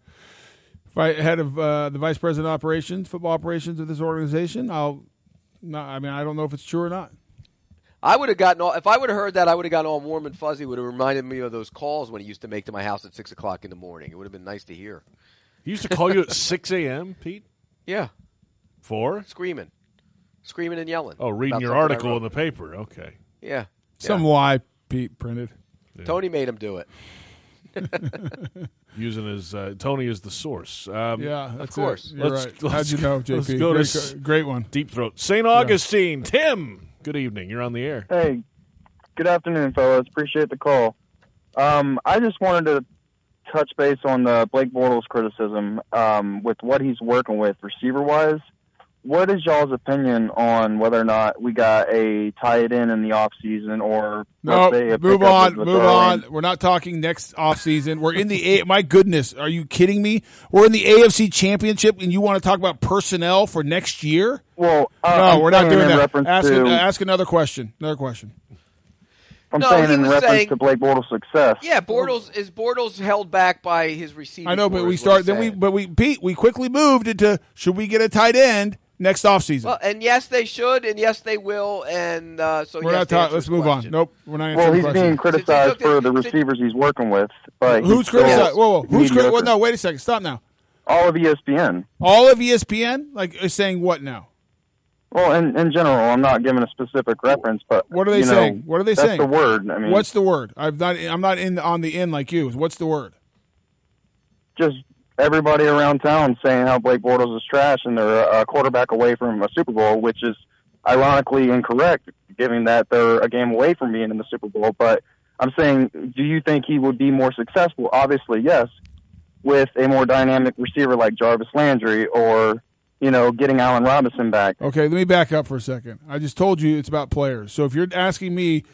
Speaker 3: vi- head of uh, the vice president of operations, football operations of this organization, I'll. No, I mean, I don't know if it's true or not.
Speaker 5: I would have gotten all, if I would have heard that, I would have gotten all warm and fuzzy. Would have reminded me of those calls when he used to make to my house at six o'clock in the morning. It would have been nice to hear.
Speaker 4: He used to call
Speaker 5: [LAUGHS]
Speaker 4: you at [LAUGHS] 6 a.m., Pete?
Speaker 5: Yeah,
Speaker 4: Four?
Speaker 5: screaming, screaming and yelling.
Speaker 4: Oh, reading
Speaker 5: about
Speaker 4: your
Speaker 5: something I
Speaker 4: article
Speaker 5: wrote.
Speaker 4: in the paper. Okay.
Speaker 5: yeah,
Speaker 3: Some lie Pete printed.
Speaker 5: yeah. Tony made him do it.
Speaker 3: [LAUGHS]
Speaker 4: Using his, uh, Tony is the source. Um,
Speaker 3: Yeah, that's
Speaker 5: course.
Speaker 3: It. You're
Speaker 4: Let's-
Speaker 3: right.
Speaker 4: let's
Speaker 3: How'd you know,
Speaker 4: go-
Speaker 3: JP?
Speaker 4: let's go to
Speaker 3: great,
Speaker 4: s-
Speaker 3: great one.
Speaker 4: Deep throat. St. Augustine. Tim, good evening. You're on the air.
Speaker 13: Hey, good afternoon, fellas. Appreciate the call. Um, I just wanted to touch base on the Blake Bortles criticism um, with what he's working with receiver wise. What is y'all's opinion on whether or not we got a tight end in the off season or
Speaker 3: No,
Speaker 13: let's say a
Speaker 3: move
Speaker 13: pickup
Speaker 3: on,
Speaker 13: with
Speaker 3: move
Speaker 13: our
Speaker 3: on.
Speaker 13: end?
Speaker 3: We're not talking next offseason. We're in the A. My goodness, are you kidding me? We're in the AFC Championship, and you want to talk about personnel for next year?
Speaker 13: Well,
Speaker 3: No,
Speaker 13: uh, I'm
Speaker 3: we're not
Speaker 13: saying
Speaker 3: doing
Speaker 13: in
Speaker 3: that.
Speaker 13: reference
Speaker 3: Ask,
Speaker 13: to-
Speaker 3: uh, ask another question. Another question.
Speaker 13: I'm
Speaker 5: No,
Speaker 13: saying
Speaker 5: he
Speaker 13: in
Speaker 5: was
Speaker 13: reference
Speaker 5: saying-
Speaker 13: to Blake Bortles' success.
Speaker 5: Yeah, Bortles is Bortles held back by his receiving.
Speaker 3: I know, but
Speaker 5: core,
Speaker 3: we
Speaker 5: is what
Speaker 3: start
Speaker 5: he's
Speaker 3: then we
Speaker 5: saying.
Speaker 3: but we Pete we quickly moved into should we get a tight end next offseason?
Speaker 5: Well, and yes, they should, and yes, they will, and uh, so
Speaker 3: we're
Speaker 5: yes,
Speaker 3: not
Speaker 5: to
Speaker 3: talking.
Speaker 5: answer
Speaker 3: Let's
Speaker 5: his
Speaker 3: move
Speaker 5: question.
Speaker 3: on. Nope, we're not answering
Speaker 13: Well,
Speaker 3: the
Speaker 13: he's
Speaker 3: question.
Speaker 13: being
Speaker 5: looked
Speaker 13: criticized
Speaker 5: at-
Speaker 13: for the
Speaker 5: since-
Speaker 13: receivers he's working with, but he's
Speaker 3: Who's
Speaker 13: still
Speaker 3: criticized? Whoa, whoa. Who's cri-
Speaker 13: mediocre.
Speaker 3: well, no, wait a second. Stop now.
Speaker 13: All of E ESPN.
Speaker 3: All of E ESPN like is saying what now?
Speaker 13: Well, in, in general, I'm not giving a specific reference, but
Speaker 3: What are they
Speaker 13: you know,
Speaker 3: saying? What are they
Speaker 13: that's
Speaker 3: saying?
Speaker 13: The word. I mean,
Speaker 3: What's the word? I've not. I'm not in on the end like you. What's the word?
Speaker 13: just everybody around town saying how Blake Bortles is trash, and they're a a quarterback away from a Super Bowl, which is ironically incorrect, given that they're a game away from being in the Super Bowl. But I'm saying, do you think he would be more successful? Obviously, yes, with a more dynamic receiver like Jarvis Landry, or you know, getting Allen Robinson back.
Speaker 3: Okay, let me back up for a second. I just told you it's about players. So if you're asking me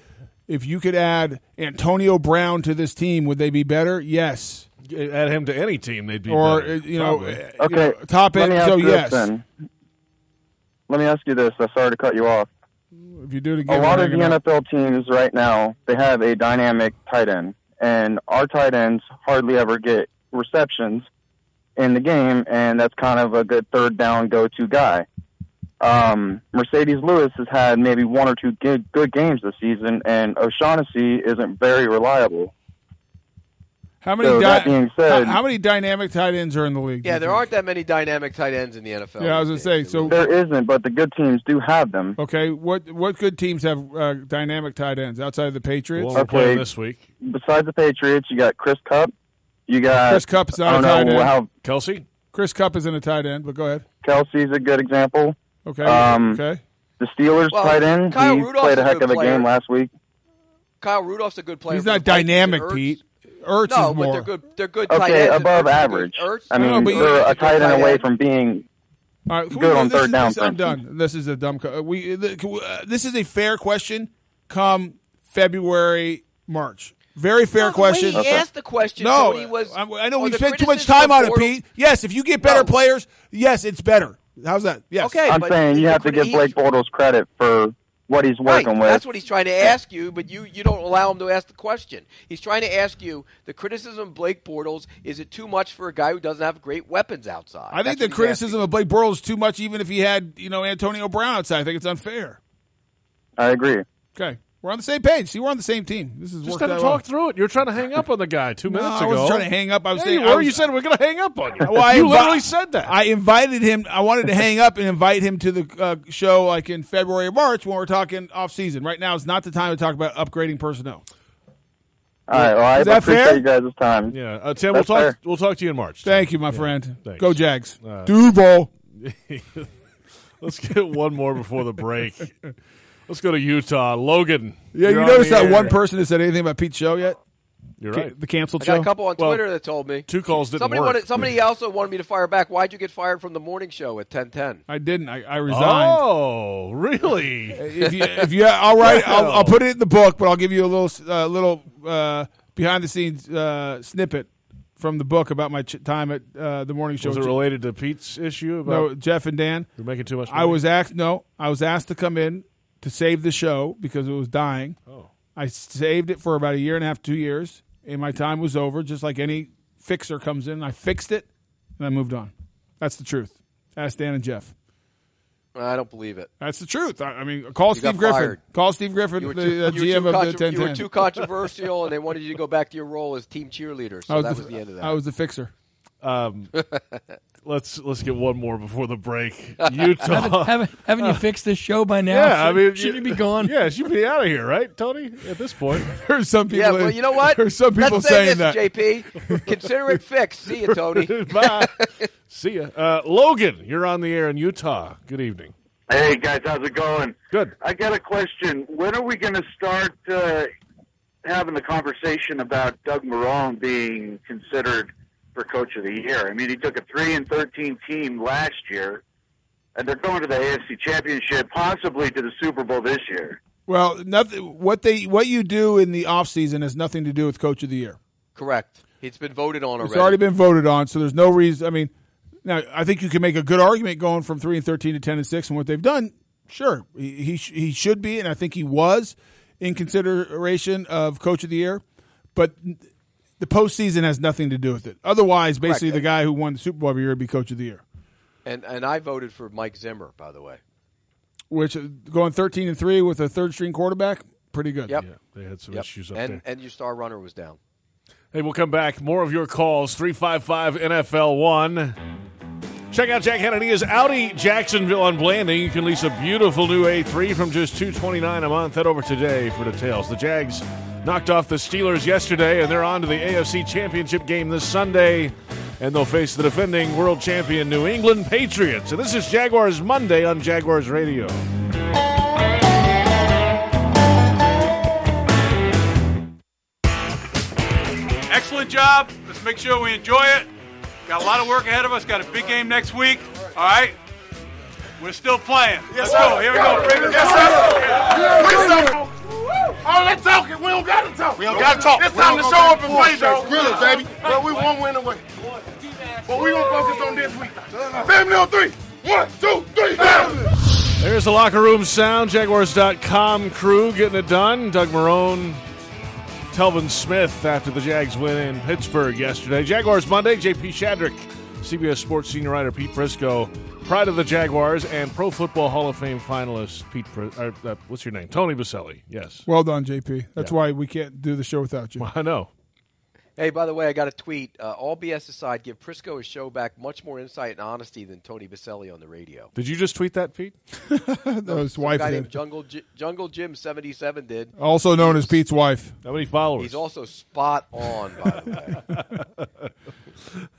Speaker 3: if you could add Antonio Brown to this team, would they be better? Yes.
Speaker 4: Add him to any team, they'd be
Speaker 3: Or
Speaker 4: better,
Speaker 3: uh, you know,
Speaker 4: probably.
Speaker 3: uh, you
Speaker 13: Okay,
Speaker 3: know, top
Speaker 13: let
Speaker 3: end.
Speaker 13: me ask
Speaker 3: So
Speaker 13: you this
Speaker 3: yes.
Speaker 13: then. Let me ask you this. I'm sorry to cut you off.
Speaker 3: If you do it
Speaker 13: a
Speaker 3: again,
Speaker 13: lot
Speaker 3: we're
Speaker 13: of the
Speaker 3: gonna-
Speaker 13: NFL teams right now they have a dynamic tight end, and our tight ends hardly ever get receptions in the game, and that's kind of a good third down go-to guy. Um, Mercedes Lewis has had maybe one or two good, good games this season, and O'Shaughnessy isn't very reliable.
Speaker 3: how many
Speaker 13: so that
Speaker 3: dy-
Speaker 13: being said-
Speaker 3: how, how many dynamic tight ends are in the league?
Speaker 5: Yeah, there
Speaker 3: Jeff?
Speaker 5: aren't that many dynamic tight ends in the NFL.
Speaker 3: Yeah, I was gonna say. So
Speaker 13: There isn't, but the good teams do have them.
Speaker 3: okay, what what good teams have uh, dynamic tight ends outside of the Patriots?
Speaker 4: Well, we're playing
Speaker 13: Okay.
Speaker 4: this week.
Speaker 13: Besides the Patriots, you got Chris Cup, you got
Speaker 3: Chris Kupp's not
Speaker 13: Uh, I don't
Speaker 3: a tight
Speaker 13: know
Speaker 3: end.
Speaker 13: how
Speaker 4: Kelsey?
Speaker 3: Chris Cup isn't a tight end, but go ahead.
Speaker 13: Kelsey's a good example.
Speaker 3: Okay.
Speaker 13: Um,
Speaker 3: okay.
Speaker 13: The Steelers
Speaker 5: Well,
Speaker 13: tight end,
Speaker 5: Kyle
Speaker 13: he
Speaker 5: Rudolph's
Speaker 13: played a
Speaker 5: a
Speaker 13: heck
Speaker 5: good
Speaker 13: of a
Speaker 5: player.
Speaker 13: game last week.
Speaker 5: Kyle Rudolph's a good player.
Speaker 3: He's
Speaker 5: for the
Speaker 3: not
Speaker 5: Vikings.
Speaker 3: dynamic,
Speaker 5: Ertz-
Speaker 3: Pete. Ertz
Speaker 5: No,
Speaker 3: is
Speaker 5: but
Speaker 3: more.
Speaker 5: they're Oh, good. They're good. tight
Speaker 13: Okay,
Speaker 5: ends.
Speaker 13: above
Speaker 5: Ertz is a good-
Speaker 13: average.
Speaker 5: Ertz-
Speaker 13: I mean,
Speaker 3: No, but you-
Speaker 13: they're a
Speaker 5: Ertz is
Speaker 13: tight end
Speaker 5: tight
Speaker 13: away from being.
Speaker 3: All right, can
Speaker 13: good
Speaker 3: we-
Speaker 13: on
Speaker 3: this
Speaker 13: third
Speaker 3: is-
Speaker 13: down,
Speaker 3: this-
Speaker 13: for
Speaker 3: I'm done. This is a dumb. co- We the, can we- uh, this is a fair question. Come February, March, very fair
Speaker 5: No, the way
Speaker 3: question.
Speaker 5: He asked the question.
Speaker 3: no,
Speaker 5: Tony was.
Speaker 3: I, I know
Speaker 5: or
Speaker 3: we
Speaker 5: the
Speaker 3: spent too much
Speaker 5: criticism
Speaker 3: time on
Speaker 5: of
Speaker 3: it,
Speaker 5: Bortles-
Speaker 3: Pete. Yes, if you get better
Speaker 5: No.
Speaker 3: players, yes, it's better. How's that? Yes.
Speaker 5: Okay,
Speaker 13: I'm
Speaker 5: but
Speaker 13: saying you
Speaker 5: the
Speaker 13: have to
Speaker 5: crit-
Speaker 13: give
Speaker 5: he-
Speaker 13: Blake Bortles credit for what he's
Speaker 5: Right.
Speaker 13: working with.
Speaker 5: That's what he's trying to ask you, but you, you don't allow him to ask the question. He's trying to ask you the criticism of Blake Bortles is it too much for a guy who doesn't have great weapons outside?
Speaker 3: I
Speaker 5: That's what
Speaker 3: think the
Speaker 5: he's
Speaker 3: criticism of Blake Bortles is too much, even if he had you know Antonio Brown outside. I think it's unfair.
Speaker 13: I agree.
Speaker 3: Okay, we're on the same page. See, we're on the same team. This is
Speaker 4: Just had to talk through it. You're trying to hang up on the guy two
Speaker 3: [LAUGHS] No,
Speaker 4: minutes
Speaker 3: I
Speaker 4: ago.
Speaker 3: wasn't trying to hang up. I was
Speaker 4: yeah,
Speaker 3: saying-
Speaker 4: you were.
Speaker 3: I was- [LAUGHS]
Speaker 4: you said we're going to hang up on you.
Speaker 3: Well, I
Speaker 4: you
Speaker 3: invi-
Speaker 4: literally said that.
Speaker 3: I invited him. I wanted to hang up and invite him to the uh, show, like in February or March, when we're talking off season. Right now, is not the time to talk about upgrading personnel.
Speaker 13: All right. Well, I
Speaker 3: Is that
Speaker 13: appreciate
Speaker 3: fair?
Speaker 13: you guys' time.
Speaker 4: Yeah, uh, Tim, we'll
Speaker 13: That's
Speaker 4: talk.
Speaker 13: fair.
Speaker 4: We'll talk to you in March.
Speaker 3: Thank you, my friend.
Speaker 4: thanks.
Speaker 3: Go Jags.
Speaker 4: Uh,
Speaker 3: Duval.
Speaker 4: [LAUGHS] Let's get one more before the break. Let's go to Utah. Logan.
Speaker 3: Yeah, you
Speaker 4: you're on
Speaker 3: noticed
Speaker 4: the
Speaker 3: that
Speaker 4: air.
Speaker 3: one person that said anything about Pete's show yet?
Speaker 4: You're
Speaker 3: Ca-
Speaker 4: right.
Speaker 3: The canceled
Speaker 5: I got
Speaker 3: show.
Speaker 5: a couple on
Speaker 4: Well,
Speaker 5: Twitter that told me
Speaker 4: two calls didn't
Speaker 5: somebody
Speaker 4: work.
Speaker 5: Wanted, somebody also wanted me to fire back. Why'd you get fired from the morning show at ten ten?
Speaker 3: I didn't. I, I resigned.
Speaker 4: Oh,
Speaker 5: [LAUGHS]
Speaker 4: really?
Speaker 3: If you, if you, all right, I'll, I'll put it in the book, but I'll give you a little, uh, little uh, behind the scenes uh, snippet from the book about my ch- time at uh, the morning show.
Speaker 4: Was it related to Pete's issue about
Speaker 3: No, Jeff and Dan.
Speaker 4: you're making too much? Money?
Speaker 3: I was asked. No, I was asked to come in to save the show because it was dying.
Speaker 4: Oh.
Speaker 3: I saved it for about a year and a half, two years, and my time was over. Just like any fixer comes in, I fixed it and I moved on. That's the truth. Ask Dan and Jeff.
Speaker 5: I don't believe it.
Speaker 3: That's the truth. I, I mean, call
Speaker 5: You got
Speaker 3: Steve Griffin.
Speaker 5: fired.
Speaker 3: Call Steve Griffin,
Speaker 5: You were
Speaker 3: the
Speaker 5: too,
Speaker 3: uh,
Speaker 5: you were too
Speaker 3: GM of
Speaker 5: contro-
Speaker 3: the ten
Speaker 5: you were
Speaker 3: ten.
Speaker 5: too controversial, and they wanted you to go back to your role as team cheerleader. So that was the end of that.
Speaker 3: I was the fixer.
Speaker 4: Um, [LAUGHS] let's let's get one more before
Speaker 5: [LAUGHS]
Speaker 4: the break.
Speaker 14: haven't,
Speaker 4: Utah.
Speaker 14: haven't, haven't you fixed this show by now?
Speaker 4: yeah, I mean,
Speaker 14: shouldn't you be gone?
Speaker 4: Yeah, you should be out of here, right, Tony? At
Speaker 3: [LAUGHS]
Speaker 4: this point,
Speaker 3: There's some people.
Speaker 5: yeah, well, you know
Speaker 3: [LAUGHS]
Speaker 5: what?
Speaker 3: There's some people
Speaker 5: Let's
Speaker 3: saying
Speaker 5: say
Speaker 3: that.
Speaker 5: this, JP. Consider it fixed. See
Speaker 3: [LAUGHS]
Speaker 5: you, Tony.
Speaker 4: [LAUGHS] bye. See ya, uh, Logan. You're on the air in Utah. Good evening.
Speaker 15: Hey guys, how's it going?
Speaker 4: Good.
Speaker 15: I got a question. When are we going to start uh, having the conversation about Doug Marone being considered for Coach of the Year? I mean, he took a three and thirteen team last year, and they're going to the AFC Championship, possibly to the Super Bowl this year.
Speaker 3: Well, nothing. What they what you do in the off season has nothing to do with Coach of the Year.
Speaker 5: Correct. It's been voted on already.
Speaker 3: It's already been voted on, so there's no reason. I mean, now I think you can make a good argument going from three and thirteen to ten and six, and what they've done. Sure, he he, sh- he should be, and I think he was in consideration of Coach of the Year, but the postseason has nothing to do with it. Otherwise, basically,
Speaker 5: Correct.
Speaker 3: the guy who won the Super Bowl every year would be Coach of the Year.
Speaker 5: and and I voted for Mike Zimmer, by the way.
Speaker 3: Which uh, going thirteen and three with a third string quarterback, pretty good.
Speaker 5: Yep.
Speaker 4: They had some
Speaker 5: Yep.
Speaker 4: issues up
Speaker 5: and
Speaker 4: there.
Speaker 5: and your star runner was down.
Speaker 4: Hey, we'll come back. More of your calls 355 NFL 1. Check out Jack Hanania's Audi Jacksonville on Blanding. You can lease a beautiful new A3 from just 229 a month. Head over today for details. The Jags knocked off the Steelers yesterday, and they're on to the AFC Championship game this Sunday. And they'll face the defending world champion New England Patriots. And this is Jaguars Monday on Jaguars Radio.
Speaker 16: Excellent job. Let's make sure we enjoy it. Got a lot of work ahead of us. Got a big game next week. All right. We're still playing. Let's go. Here we go. Bring it.
Speaker 6: Yes, sir. All that talking, we don't gotta talk. We
Speaker 16: don't gotta talk.
Speaker 6: It's
Speaker 16: We
Speaker 6: time to
Speaker 16: don't
Speaker 6: show
Speaker 16: gotta
Speaker 6: up and play,
Speaker 16: bullshit.
Speaker 6: though.
Speaker 16: Grill it, baby.
Speaker 6: But we one win away. But we gonna focus on this week. Family on three. One, two, three. Family.
Speaker 4: There's the locker room sound. Jaguars.com crew getting it done. Doug Marone, Telvin Smith after the Jags win in Pittsburgh yesterday. Jaguars Monday. JP Shadrick, CBS Sports senior writer Pete Briscoe, pride of the Jaguars, and Pro Football Hall of Fame finalist Pete. Br- uh, uh, what's your name? Tony Baselli. Yes, [LAUGHS]
Speaker 3: Well done, JP. That's why we can't do the show without you.
Speaker 4: I know.
Speaker 5: Hey, by the way, I got a tweet. Uh, all BS aside, give Prisco his show back much more insight and honesty than Tony Baselli on the radio.
Speaker 4: Did you just tweet that, Pete?
Speaker 3: no, his
Speaker 5: Some
Speaker 3: wife
Speaker 5: guy
Speaker 3: did. Oh,
Speaker 5: named Jungle J- Jungle Jim seventy seven did.
Speaker 3: Also known as Pete's wife.
Speaker 4: How many followers?
Speaker 5: He's also spot on, by the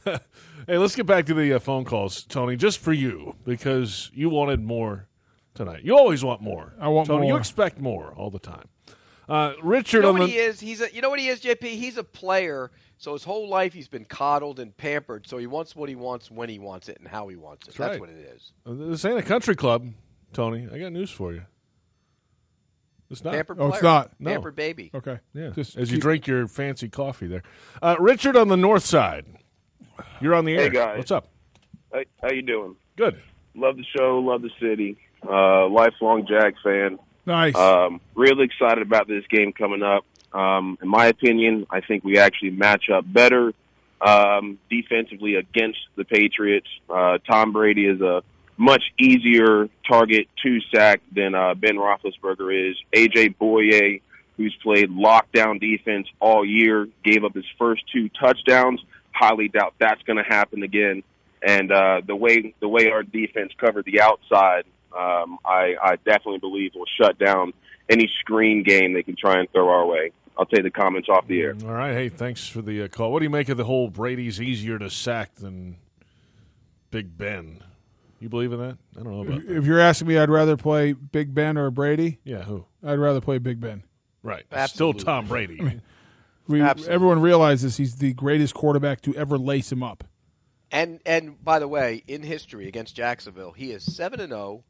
Speaker 5: way.
Speaker 3: [LAUGHS]
Speaker 4: hey, let's get back to the uh, phone calls, Tony, just for you, because you wanted more tonight. You always want more.
Speaker 3: I want
Speaker 4: Tony, you
Speaker 3: more.
Speaker 4: expect more all the time. Uh, Richard
Speaker 5: you know
Speaker 4: on
Speaker 5: what
Speaker 4: the.
Speaker 5: he is? He's a, you know what he is, JP? He's a player. So his whole life he's been coddled and pampered. So he wants what he wants when he wants it and how he wants it.
Speaker 4: That's
Speaker 5: That's
Speaker 4: right.
Speaker 5: what it is.
Speaker 4: Uh, This ain't a country club, Tony. I got news for you. It's not.
Speaker 5: Pampered
Speaker 3: Oh, it's player. not.
Speaker 4: No.
Speaker 5: Pampered baby.
Speaker 3: Okay.
Speaker 4: Yeah.
Speaker 3: Just
Speaker 4: As you
Speaker 3: keep-
Speaker 4: drink your fancy coffee there. Uh, Richard on the north side. You're on the
Speaker 17: Hey,
Speaker 4: air.
Speaker 17: guys.
Speaker 4: What's up?
Speaker 17: How, how you doing?
Speaker 4: Good.
Speaker 17: Love the show. Love the city. Uh, lifelong Jag fan.
Speaker 3: Nice.
Speaker 17: Um, really excited about this game coming up. Um, in my opinion, I think we actually match up better um, defensively against the Patriots. Uh, Tom Brady is a much easier target to sack than uh, Ben Roethlisberger is. AJ Boye, who's played lockdown defense all year, gave up his first two touchdowns. Highly doubt that's going to happen again. And uh, the way the way our defense covered the outside, um, I, I definitely believe will shut down any screen game they can try and throw our way. I'll take the comments off the air.
Speaker 4: All right. Hey, thanks for the uh, call. What do you make of the whole Brady's easier to sack than Big Ben? You believe in that? I don't know about that.
Speaker 3: If you're asking me, I'd rather play Big Ben or Brady.
Speaker 4: Yeah, who?
Speaker 3: I'd rather play Big Ben.
Speaker 4: Right. Still Tom Brady.
Speaker 3: I mean, [LAUGHS] we, everyone realizes he's the greatest quarterback to ever lace him up.
Speaker 5: And and by the way, in history against Jacksonville, he is seven and zero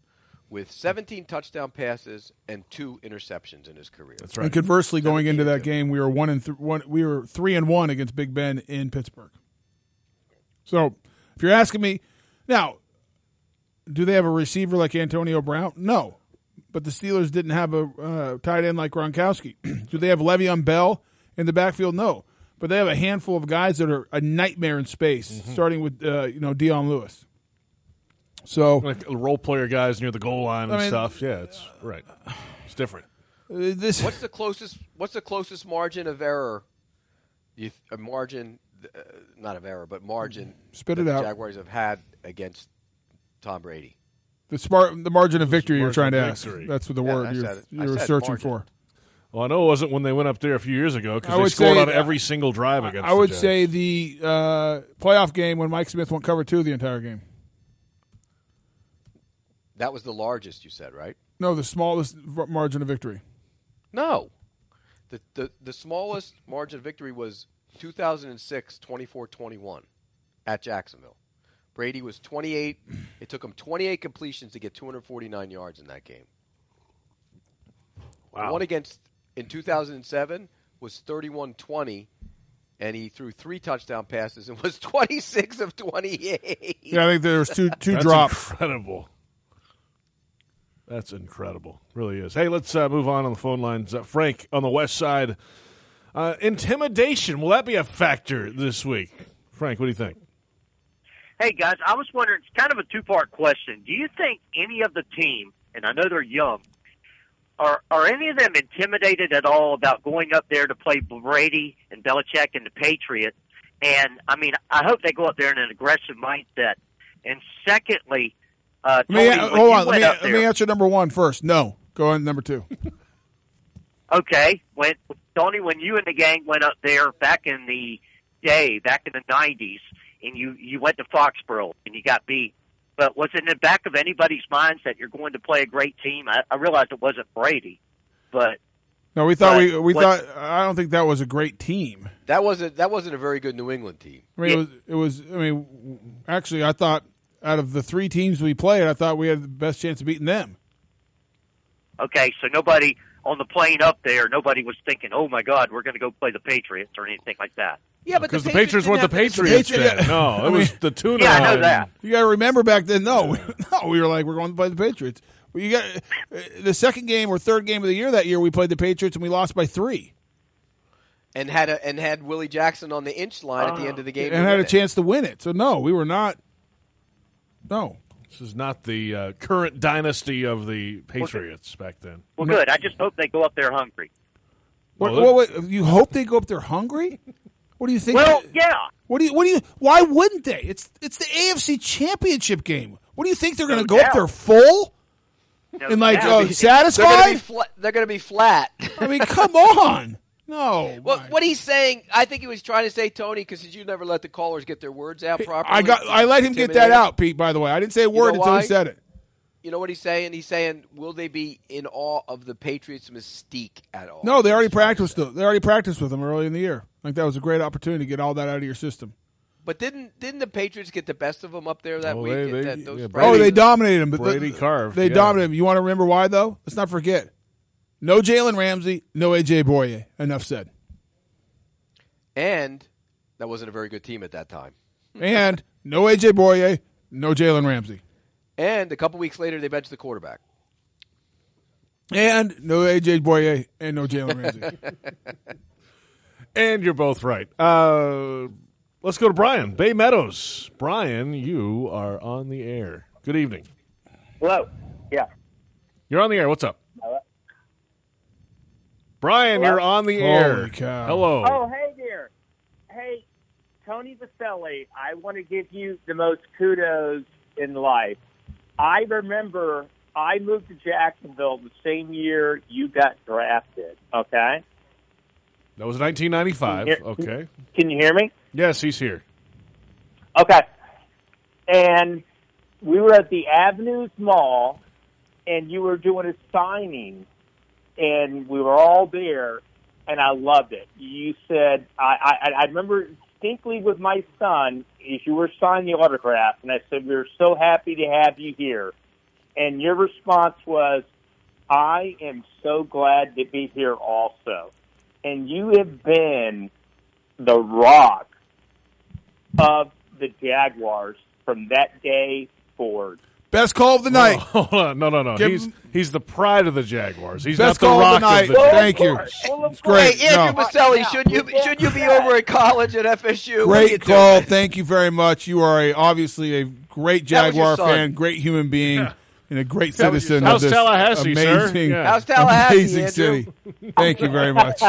Speaker 5: with 17 touchdown passes and two interceptions in his career. That's
Speaker 3: And conversely, going into that game, we were one and th- one. We were three and one against Big Ben in Pittsburgh. So, if you're asking me, now, do they have a receiver like Antonio Brown? No, but the Steelers didn't have a uh, tight end like Gronkowski. [CLEARS THROAT] do they have Le'Veon Bell in the backfield? No, but they have a handful of guys that are a nightmare in space,
Speaker 5: Mm-hmm.
Speaker 3: starting with uh, you know Dion Lewis. So
Speaker 4: like role player guys near the goal line and
Speaker 3: I mean,
Speaker 4: stuff. Yeah, it's right. It's different.
Speaker 3: uh, this
Speaker 5: what's the closest? What's the closest margin of error? You th- a margin, uh, not of error, but margin.
Speaker 3: Spit
Speaker 5: that
Speaker 3: it
Speaker 5: the
Speaker 3: out.
Speaker 5: Jaguars have had against Tom Brady.
Speaker 3: The smart, the margin of victory you're trying
Speaker 4: Margin
Speaker 3: to
Speaker 4: of
Speaker 3: ask.
Speaker 4: victory.
Speaker 3: That's what the
Speaker 5: Yeah, I
Speaker 3: word
Speaker 5: said
Speaker 3: you're,
Speaker 5: it. I
Speaker 3: you're
Speaker 5: said
Speaker 3: searching
Speaker 5: margin.
Speaker 3: for.
Speaker 4: Well, I know it wasn't when they went up there a few years ago
Speaker 3: I
Speaker 4: because they
Speaker 3: would
Speaker 4: scored
Speaker 3: say-
Speaker 4: on every single drive against.
Speaker 3: I would
Speaker 4: the Jags.
Speaker 3: say the uh, playoff game when Mike Smith went cover two the entire game.
Speaker 5: That was the largest you said, right?
Speaker 3: No, the smallest v- margin of victory.
Speaker 5: No. The, the, the smallest margin of victory was 2006, 24 21 at Jacksonville. Brady was 28. It took him 28 completions to get 249 yards in that game. The one against in 2007 was 31 20, and he threw three touchdown passes and [LAUGHS] was 26 of 28.
Speaker 3: Yeah, I think there's
Speaker 4: [LAUGHS]
Speaker 3: two
Speaker 5: [LAUGHS]
Speaker 3: two
Speaker 4: That's
Speaker 3: drops.
Speaker 4: Incredible. That's incredible. Really is. Hey, let's uh, move on on the phone lines. Uh, Frank on the west side. Uh, intimidation. Will that be a factor this week? Frank, what do you think?
Speaker 18: Hey guys, I was wondering. It's kind of a two-part question. Do you think any of the team, and I know they're young, are are any of them intimidated at all about going up there to play Brady and Belichick and the Patriots? And I mean, I hope they go up there in an aggressive mindset. And secondly, uh,
Speaker 3: Let me,
Speaker 18: Tony,
Speaker 3: uh,
Speaker 18: when
Speaker 3: hold
Speaker 18: you
Speaker 3: on. Let
Speaker 18: went
Speaker 3: me,
Speaker 18: up
Speaker 3: let me
Speaker 18: there-
Speaker 3: answer number one first. No, go on to number two.
Speaker 18: Okay, when Tony, when you and the gang went up there back in the day, back in the nineties, and you you went to Foxborough and you got beat. But was it in the back of anybody's minds that you're going to play a great team? I, I realized it wasn't Brady, but
Speaker 3: No, we thought
Speaker 18: But
Speaker 3: we we
Speaker 18: what-
Speaker 3: thought. I don't think that was a great team.
Speaker 5: That wasn't, that wasn't a very good New England team.
Speaker 3: I mean, it, was, it was. I mean, w- actually, I thought out of the three teams we played, I thought we had the best chance of beating them.
Speaker 18: okay, so nobody on the plane up there, nobody was thinking, "Oh my God, we're going to go play the Patriots" or anything like that.
Speaker 5: Yeah,
Speaker 18: but
Speaker 4: Because the Patriots weren't the Patriots then. No, it
Speaker 18: [LAUGHS]
Speaker 4: was the tuna.
Speaker 18: Yeah, I know
Speaker 4: and-
Speaker 18: that.
Speaker 3: You got to remember back then. No, [LAUGHS] we- no, we were like we're going to play the Patriots. Well, you got uh, the second game or third game of the year that year. We played the Patriots and we lost by three
Speaker 5: And had, a, and had Willie Jackson on the inch line at the end of the game.
Speaker 3: and
Speaker 5: to
Speaker 3: had
Speaker 5: win
Speaker 3: a
Speaker 5: it.
Speaker 3: chance to win it. So no, we were not. No,
Speaker 4: This is not the uh, current dynasty of the Patriots back then.
Speaker 18: Well, good. I just hope they go up there hungry.
Speaker 3: What,
Speaker 4: Well,
Speaker 3: what- what- you hope they go up there hungry? What do you think?
Speaker 18: Well, yeah.
Speaker 3: What do you? What do you? Why wouldn't they? It's it's the AFC Championship game. What do you think they're going to go up there full and like
Speaker 5: Yeah.
Speaker 3: uh, satisfied?
Speaker 5: They're gonna be, fla- they're gonna be flat.
Speaker 3: I mean, come [LAUGHS] on. No.
Speaker 5: What, what he's saying, I think he was trying to say, Tony, because you never let the callers get their words out properly.
Speaker 3: I got. I let him get that
Speaker 5: Intimidating.
Speaker 3: out, Pete. By the way, I didn't say a
Speaker 5: You know
Speaker 3: word until
Speaker 5: why?
Speaker 3: he said it.
Speaker 5: You know what he's saying? He's saying, will they be in awe of the Patriots' mystique at all?
Speaker 3: No, they already practiced. Though. They already practiced with him early in the year. Like that was a great opportunity to get all that out of your system.
Speaker 5: But didn't didn't the Patriots get the best of them up there that
Speaker 4: Oh,
Speaker 5: week?
Speaker 4: they-
Speaker 5: at
Speaker 4: they-
Speaker 5: that, those
Speaker 4: yeah,
Speaker 5: practices?
Speaker 3: oh, they dominated him. But the-
Speaker 4: Brady carved,
Speaker 3: They
Speaker 4: yeah.
Speaker 3: dominated him. You want to remember why though? Let's not forget. No Jalen Ramsey. No AJ Boye. Enough said.
Speaker 5: And that wasn't a very good team at that time.
Speaker 3: and no AJ Boye, no Jalen Ramsey.
Speaker 5: And a couple weeks later, they benched the quarterback.
Speaker 3: And no AJ Boye and no Jalen
Speaker 4: [LAUGHS]
Speaker 3: Ramsey.
Speaker 5: [LAUGHS]
Speaker 4: And you're both right. Uh, let's go to Brian Bay Meadows. Brian, you are on the air. Good evening.
Speaker 19: Hello. Yeah.
Speaker 4: You're on the air. What's up, Brian?
Speaker 19: Hello?
Speaker 4: You're on the
Speaker 19: Holy
Speaker 4: air.
Speaker 3: cow.
Speaker 4: Hello.
Speaker 19: Oh, hey there. Hey, Tony Vaselli, I want to give you the most kudos in life. I remember I moved to Jacksonville the same year you got drafted. Okay.
Speaker 4: That was 1995.
Speaker 19: Here-
Speaker 4: Okay.
Speaker 19: Can you hear me?
Speaker 4: Yes, he's here.
Speaker 19: Okay. And we were at the Avenues Mall, and you were doing a signing, and we were all there, and I loved it. You said, I, I, I remember distinctly with my son, is you were signing the autograph, and I said, we are so happy to have you here. And your response was, I am so glad to be here also. And you have been the rock of the Jaguars from that day forward.
Speaker 3: Best call of the night.
Speaker 4: hold on. [LAUGHS] No, no, no.
Speaker 3: Give
Speaker 4: he's he's the pride of the Jaguars. He's
Speaker 3: Best
Speaker 4: not the
Speaker 3: call
Speaker 4: rock
Speaker 3: of the night.
Speaker 4: Jaguars.
Speaker 3: Thank you. It's great.
Speaker 5: Hey, Andrew
Speaker 3: No.
Speaker 5: Maselli, should you should you be over at college at FSU? What are you
Speaker 3: Great call.
Speaker 5: doing?
Speaker 3: Thank you very much. You are a, obviously a great
Speaker 5: That was your
Speaker 3: Jaguar
Speaker 5: son.
Speaker 3: fan, great human being, and a great
Speaker 5: That was your
Speaker 3: citizen
Speaker 5: son.
Speaker 3: of
Speaker 5: How's
Speaker 3: this
Speaker 5: Tallahassee, sir?
Speaker 3: amazing,
Speaker 5: Yeah. How's Tallahassee,
Speaker 3: amazing
Speaker 5: Andrew?
Speaker 3: city. Thank you very much.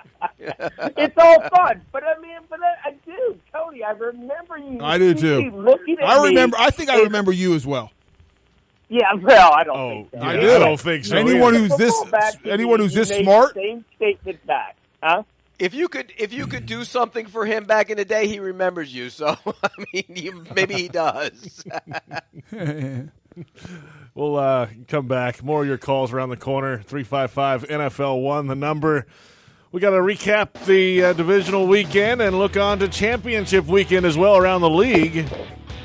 Speaker 19: [LAUGHS] it's all fun, but I mean, but I, I do, Tony. I remember you.
Speaker 3: I do
Speaker 19: distinctly
Speaker 3: too.
Speaker 19: Looking at
Speaker 3: I
Speaker 19: me
Speaker 3: remember. I think I
Speaker 19: and-
Speaker 3: remember Oh. you as well.
Speaker 19: Yeah, well, Oh, I don't think so.
Speaker 3: I do. I don't think so Anyone either. who's
Speaker 19: Football
Speaker 3: this-
Speaker 19: back to
Speaker 3: anyone
Speaker 19: me,
Speaker 3: who's
Speaker 19: you
Speaker 3: this
Speaker 19: made the
Speaker 3: smart-
Speaker 19: Same statement back, huh?
Speaker 5: If you could, if you could do something for him back in the day, he remembers you. So [LAUGHS] I mean, you, maybe he does.
Speaker 4: [LAUGHS] We'll uh, come back. More of your calls around the corner. 355 NFL 1, the number. We got to recap the uh, divisional weekend and look on to championship weekend as well around the league.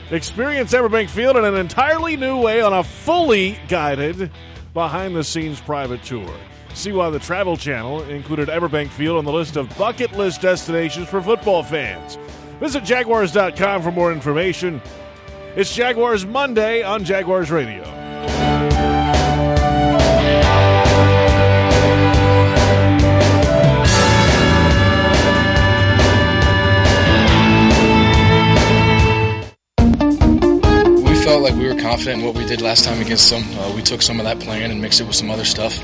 Speaker 4: Experience Everbank Field in an entirely new way on a fully guided behind the scenes private tour. See why the Travel Channel included Everbank Field on the list of bucket list destinations for football fans. Visit jaguars.com for more information. It's Jaguars Monday on Jaguars Radio.
Speaker 20: We felt like we were confident in what we did last time against them. Uh, we took some of that plan and mixed it with some other stuff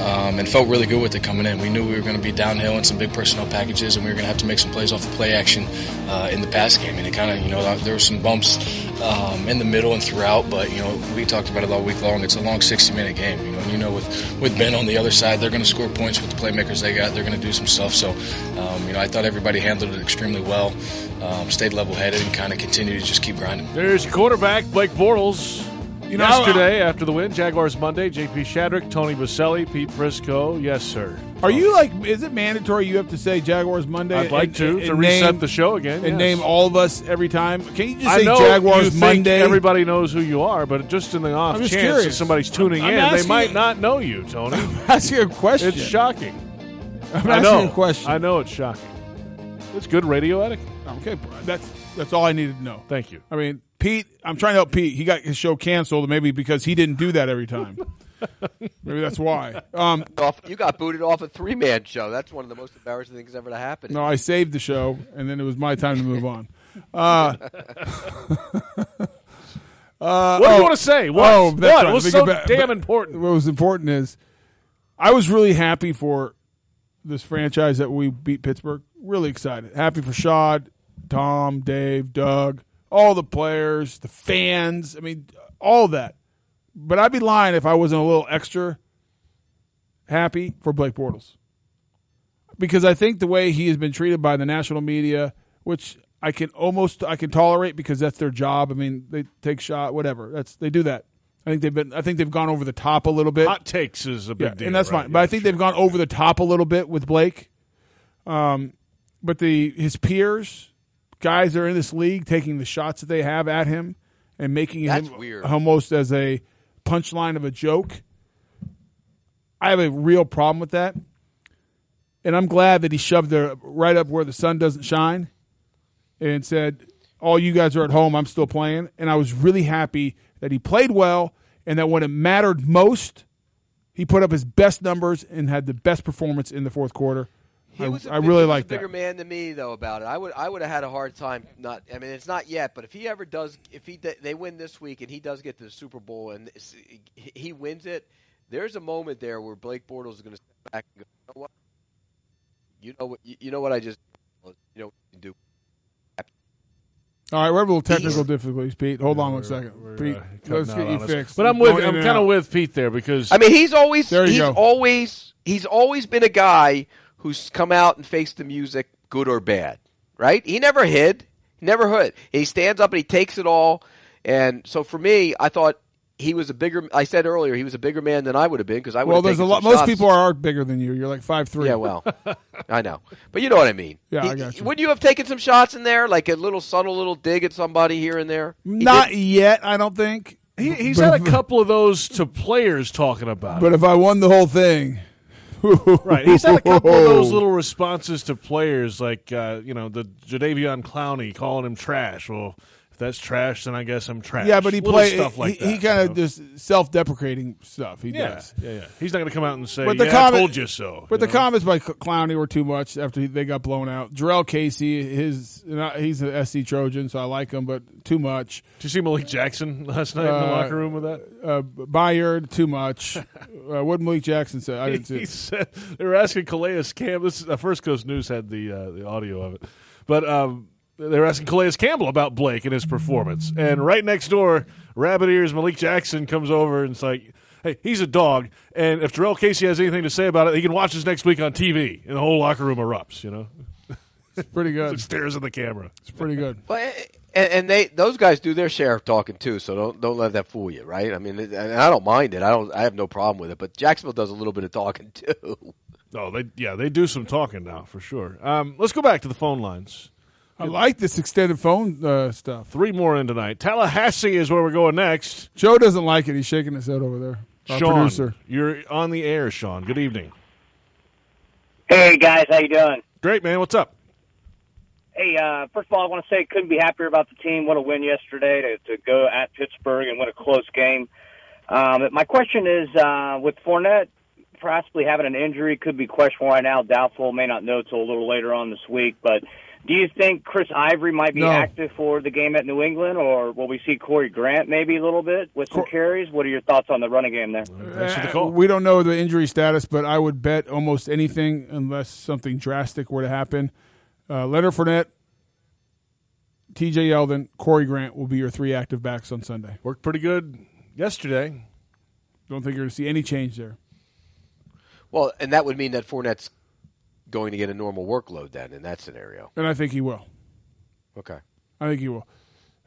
Speaker 20: um, and felt really good with it coming in. We knew we were going to be downhill in some big personnel packages and we were going to have to make some plays off the play action uh, in the pass game. And it kind of, you know, there were some bumps um, in the middle and throughout, but, you know, we talked about it all week long. It's a long 60 minute game. You know, and you know with, with Ben on the other side, they're going to score points with the playmakers they got. They're going to do some stuff. So, um, you know, I thought everybody handled it extremely well, um, stayed level headed, and kind of continued to just keep grinding.
Speaker 4: There's your quarterback Blake Bortles.
Speaker 20: You know,
Speaker 4: Yesterday, after the win, Jaguars Monday, JP Shadrick, Tony Baselli, Pete Briscoe. Yes, sir.
Speaker 3: Are you like? Is it mandatory? You have to say Jaguars Monday.
Speaker 4: I'd like
Speaker 3: and-
Speaker 4: to,
Speaker 3: and
Speaker 4: to reset
Speaker 3: name-
Speaker 4: the show again,
Speaker 3: and
Speaker 4: yes.
Speaker 3: name all of us every time. Can you just
Speaker 4: I
Speaker 3: say
Speaker 4: know you
Speaker 3: Jaguars
Speaker 4: think
Speaker 3: Monday?
Speaker 4: Everybody knows who you are, but just in the off
Speaker 3: I'm
Speaker 4: chance
Speaker 3: just
Speaker 4: that
Speaker 3: curious.
Speaker 4: somebody's tuning
Speaker 3: I'm
Speaker 4: in, they
Speaker 3: asking-
Speaker 4: might not know you,
Speaker 3: [LAUGHS]
Speaker 4: Tony.
Speaker 3: That's your question.
Speaker 4: It's shocking.
Speaker 3: I'm
Speaker 4: I
Speaker 3: asking
Speaker 4: know.
Speaker 3: a question.
Speaker 4: I know it's shocking. It's good radio etiquette.
Speaker 3: Okay, that's that's all I needed to know.
Speaker 4: Thank you.
Speaker 3: I mean, Pete, I'm trying to help Pete. He got his show canceled, maybe because he didn't do that every
Speaker 4: [LAUGHS]
Speaker 3: time. [LAUGHS] maybe that's why. Um,
Speaker 5: Off- you got booted off a three man show. That's one of the most embarrassing things ever to happen.
Speaker 3: No, I saved the show, and then it was my time to move on.
Speaker 4: [LAUGHS]
Speaker 3: Uh, uh,
Speaker 4: What do you
Speaker 3: oh,
Speaker 4: wanna say? What?
Speaker 3: Oh, that's
Speaker 4: What
Speaker 3: right.
Speaker 4: was
Speaker 3: Think
Speaker 4: so
Speaker 3: about-
Speaker 4: damn
Speaker 3: but
Speaker 4: important?
Speaker 3: What was important is I was really happy for this franchise that we beat Pittsburgh. Really excited. Happy for Shad, Tom, Dave, Doug, all the players, the fans. I mean, all that. But I'd be lying if I wasn't a little extra happy for Blake Bortles because I think the way he has been treated by the national media, which I can almost I can tolerate because that's their job. I mean, they take shot, whatever. That's they do that. I think they've been I think they've gone over the top a little bit.
Speaker 4: Hot takes is a big
Speaker 3: Yeah,
Speaker 4: deal.
Speaker 3: and that's
Speaker 4: right?
Speaker 3: fine. But I think they've gone over the top a little bit with Blake. Um, but the his peers, guys that are in this league, taking the shots that they have at him and making
Speaker 5: That's
Speaker 3: him
Speaker 5: weird.
Speaker 3: almost as a punchline of a joke. I have a real problem with that, and I'm glad that he shoved it right up where the sun doesn't shine, and said, "All you guys are at home. I'm still playing." And I was really happy that he played well, and that when it mattered most, he He put up his best numbers and had the best performance in the fourth quarter. I, I really like
Speaker 5: bigger
Speaker 3: that.
Speaker 5: man than me though about it. I would I would have had a hard time not. I mean, it's not yet, but if he ever does, if he they win this week and he does get to the Super Bowl and s- he wins it, there's a moment there where Blake Bortles is going to step back and go, you know what, you know what, you you know what I just, you know, what you do.
Speaker 3: All right, we're having a little technical difficulties, Pete. Hold on one second. Pete,
Speaker 4: uh, cutting
Speaker 3: let's
Speaker 4: out
Speaker 3: get you
Speaker 4: on us.
Speaker 3: fixed.
Speaker 4: But I'm
Speaker 3: You're
Speaker 4: with-
Speaker 3: going
Speaker 4: I'm
Speaker 3: in and
Speaker 4: kinda
Speaker 3: out.
Speaker 4: with Pete there because-
Speaker 5: I mean, he's always
Speaker 4: There you
Speaker 5: he's
Speaker 4: go.
Speaker 5: always he's always been a guy who's come out and faced the music, good or bad. Right? He never hid, never hid. He stands up and he takes it all. And so for me, I thought he was a bigger. I said earlier he was a bigger man than I would have been because I would.
Speaker 3: Well,
Speaker 5: have
Speaker 3: there's a
Speaker 5: taken
Speaker 3: lot.
Speaker 5: some
Speaker 3: Most
Speaker 5: shots.
Speaker 3: people are bigger than you. You're like five three.
Speaker 5: Yeah, well, I know, but you know what I mean.
Speaker 3: Yeah,
Speaker 5: He-
Speaker 3: I got you.
Speaker 5: Would you have taken some shots in there, like a little subtle little dig at somebody here and there? He
Speaker 3: Not
Speaker 5: didn't.
Speaker 3: yet, I don't think.
Speaker 4: He, he's had [LAUGHS] a couple of those to players talking about.
Speaker 3: But
Speaker 4: it.
Speaker 3: if I won the whole thing,
Speaker 4: [LAUGHS] Right. He's had a couple of
Speaker 3: [LAUGHS]
Speaker 4: those little responses to players, like uh, you know the Jadavion Clowney calling him trash. Well, if that's trash, then I guess I'm trash.
Speaker 3: Yeah, but he
Speaker 4: Little
Speaker 3: played.
Speaker 4: stuff like
Speaker 3: he,
Speaker 4: that.
Speaker 3: he kind of just self-deprecating stuff. He
Speaker 4: yeah,
Speaker 3: does.
Speaker 4: yeah, yeah. He's not going to come out and say,
Speaker 3: But the
Speaker 4: "Yeah,
Speaker 3: comment-
Speaker 4: I told you so."
Speaker 3: But the comments by Cl- Clowney were too much after they got blown out. Jarrell Casey, his and I- he's an SC Trojan, so I like him, but too much.
Speaker 4: Did you see Malik Jackson last night in the locker room with that?
Speaker 3: Uh, Bayard, too
Speaker 4: [LAUGHS]
Speaker 3: much. uh, what did Malik Jackson say? I didn't see.
Speaker 4: he
Speaker 3: it.
Speaker 4: said they were asking Calais Campbell. This is, uh, First Coast News had the uh, the audio of it, but um, they were asking Calais Campbell about Blake and his performance. And right next door, rabbit ears Malik Jackson comes over and it's like, "Hey, he's a dog." And if Jarrell Casey has anything to say about it, he can watch us next week on TV. And the whole locker room erupts. You know,
Speaker 3: it's pretty
Speaker 4: [LAUGHS]
Speaker 3: good.
Speaker 4: stares at the camera. It's
Speaker 3: pretty good.
Speaker 5: Well, and, and they those guys do their share of talking too, so don't don't let that fool you, right? I mean, and I don't mind it. I don't. I have no problem with it. But Jacksonville does a little bit of talking [LAUGHS] too.
Speaker 4: No, Oh, they yeah they do some talking now for sure. Um, let's go back to the phone lines.
Speaker 3: I like this extended phone uh, stuff.
Speaker 4: Three more in tonight. Tallahassee is where we're going next.
Speaker 3: Joe doesn't like it. He's shaking his head over there. Our
Speaker 4: Sean,
Speaker 3: Uh, producer.
Speaker 4: you're on the air, Sean. Good evening.
Speaker 21: Hey guys, how you doing?
Speaker 4: Great man, what's up?
Speaker 21: Hey, uh, first of all, I want to say couldn't be happier about the team. What a win yesterday to, to go at Pittsburgh and win a close game. Um, but my question is, uh, with Fournette possibly having an injury, could be questionable right now, doubtful, may not know till a little later on this week. But do you think Chris Ivory might be
Speaker 3: No.
Speaker 21: active for the game at New England, or will we see Corey Grant maybe a little bit with some carries? What are your thoughts on the running game there?
Speaker 3: Uh, We don't know the injury status, but I would bet almost anything unless something drastic were to happen. Uh, Leonard Fournette, T.J. Yeldon, Corey Grant will be your three active backs on Sunday.
Speaker 4: Worked pretty good yesterday.
Speaker 3: Don't think you're going to see any change there.
Speaker 5: Well, and that would mean that Fournette's going to get a normal workload then in that scenario.
Speaker 3: And I think he will.
Speaker 5: Okay.
Speaker 3: I think he will.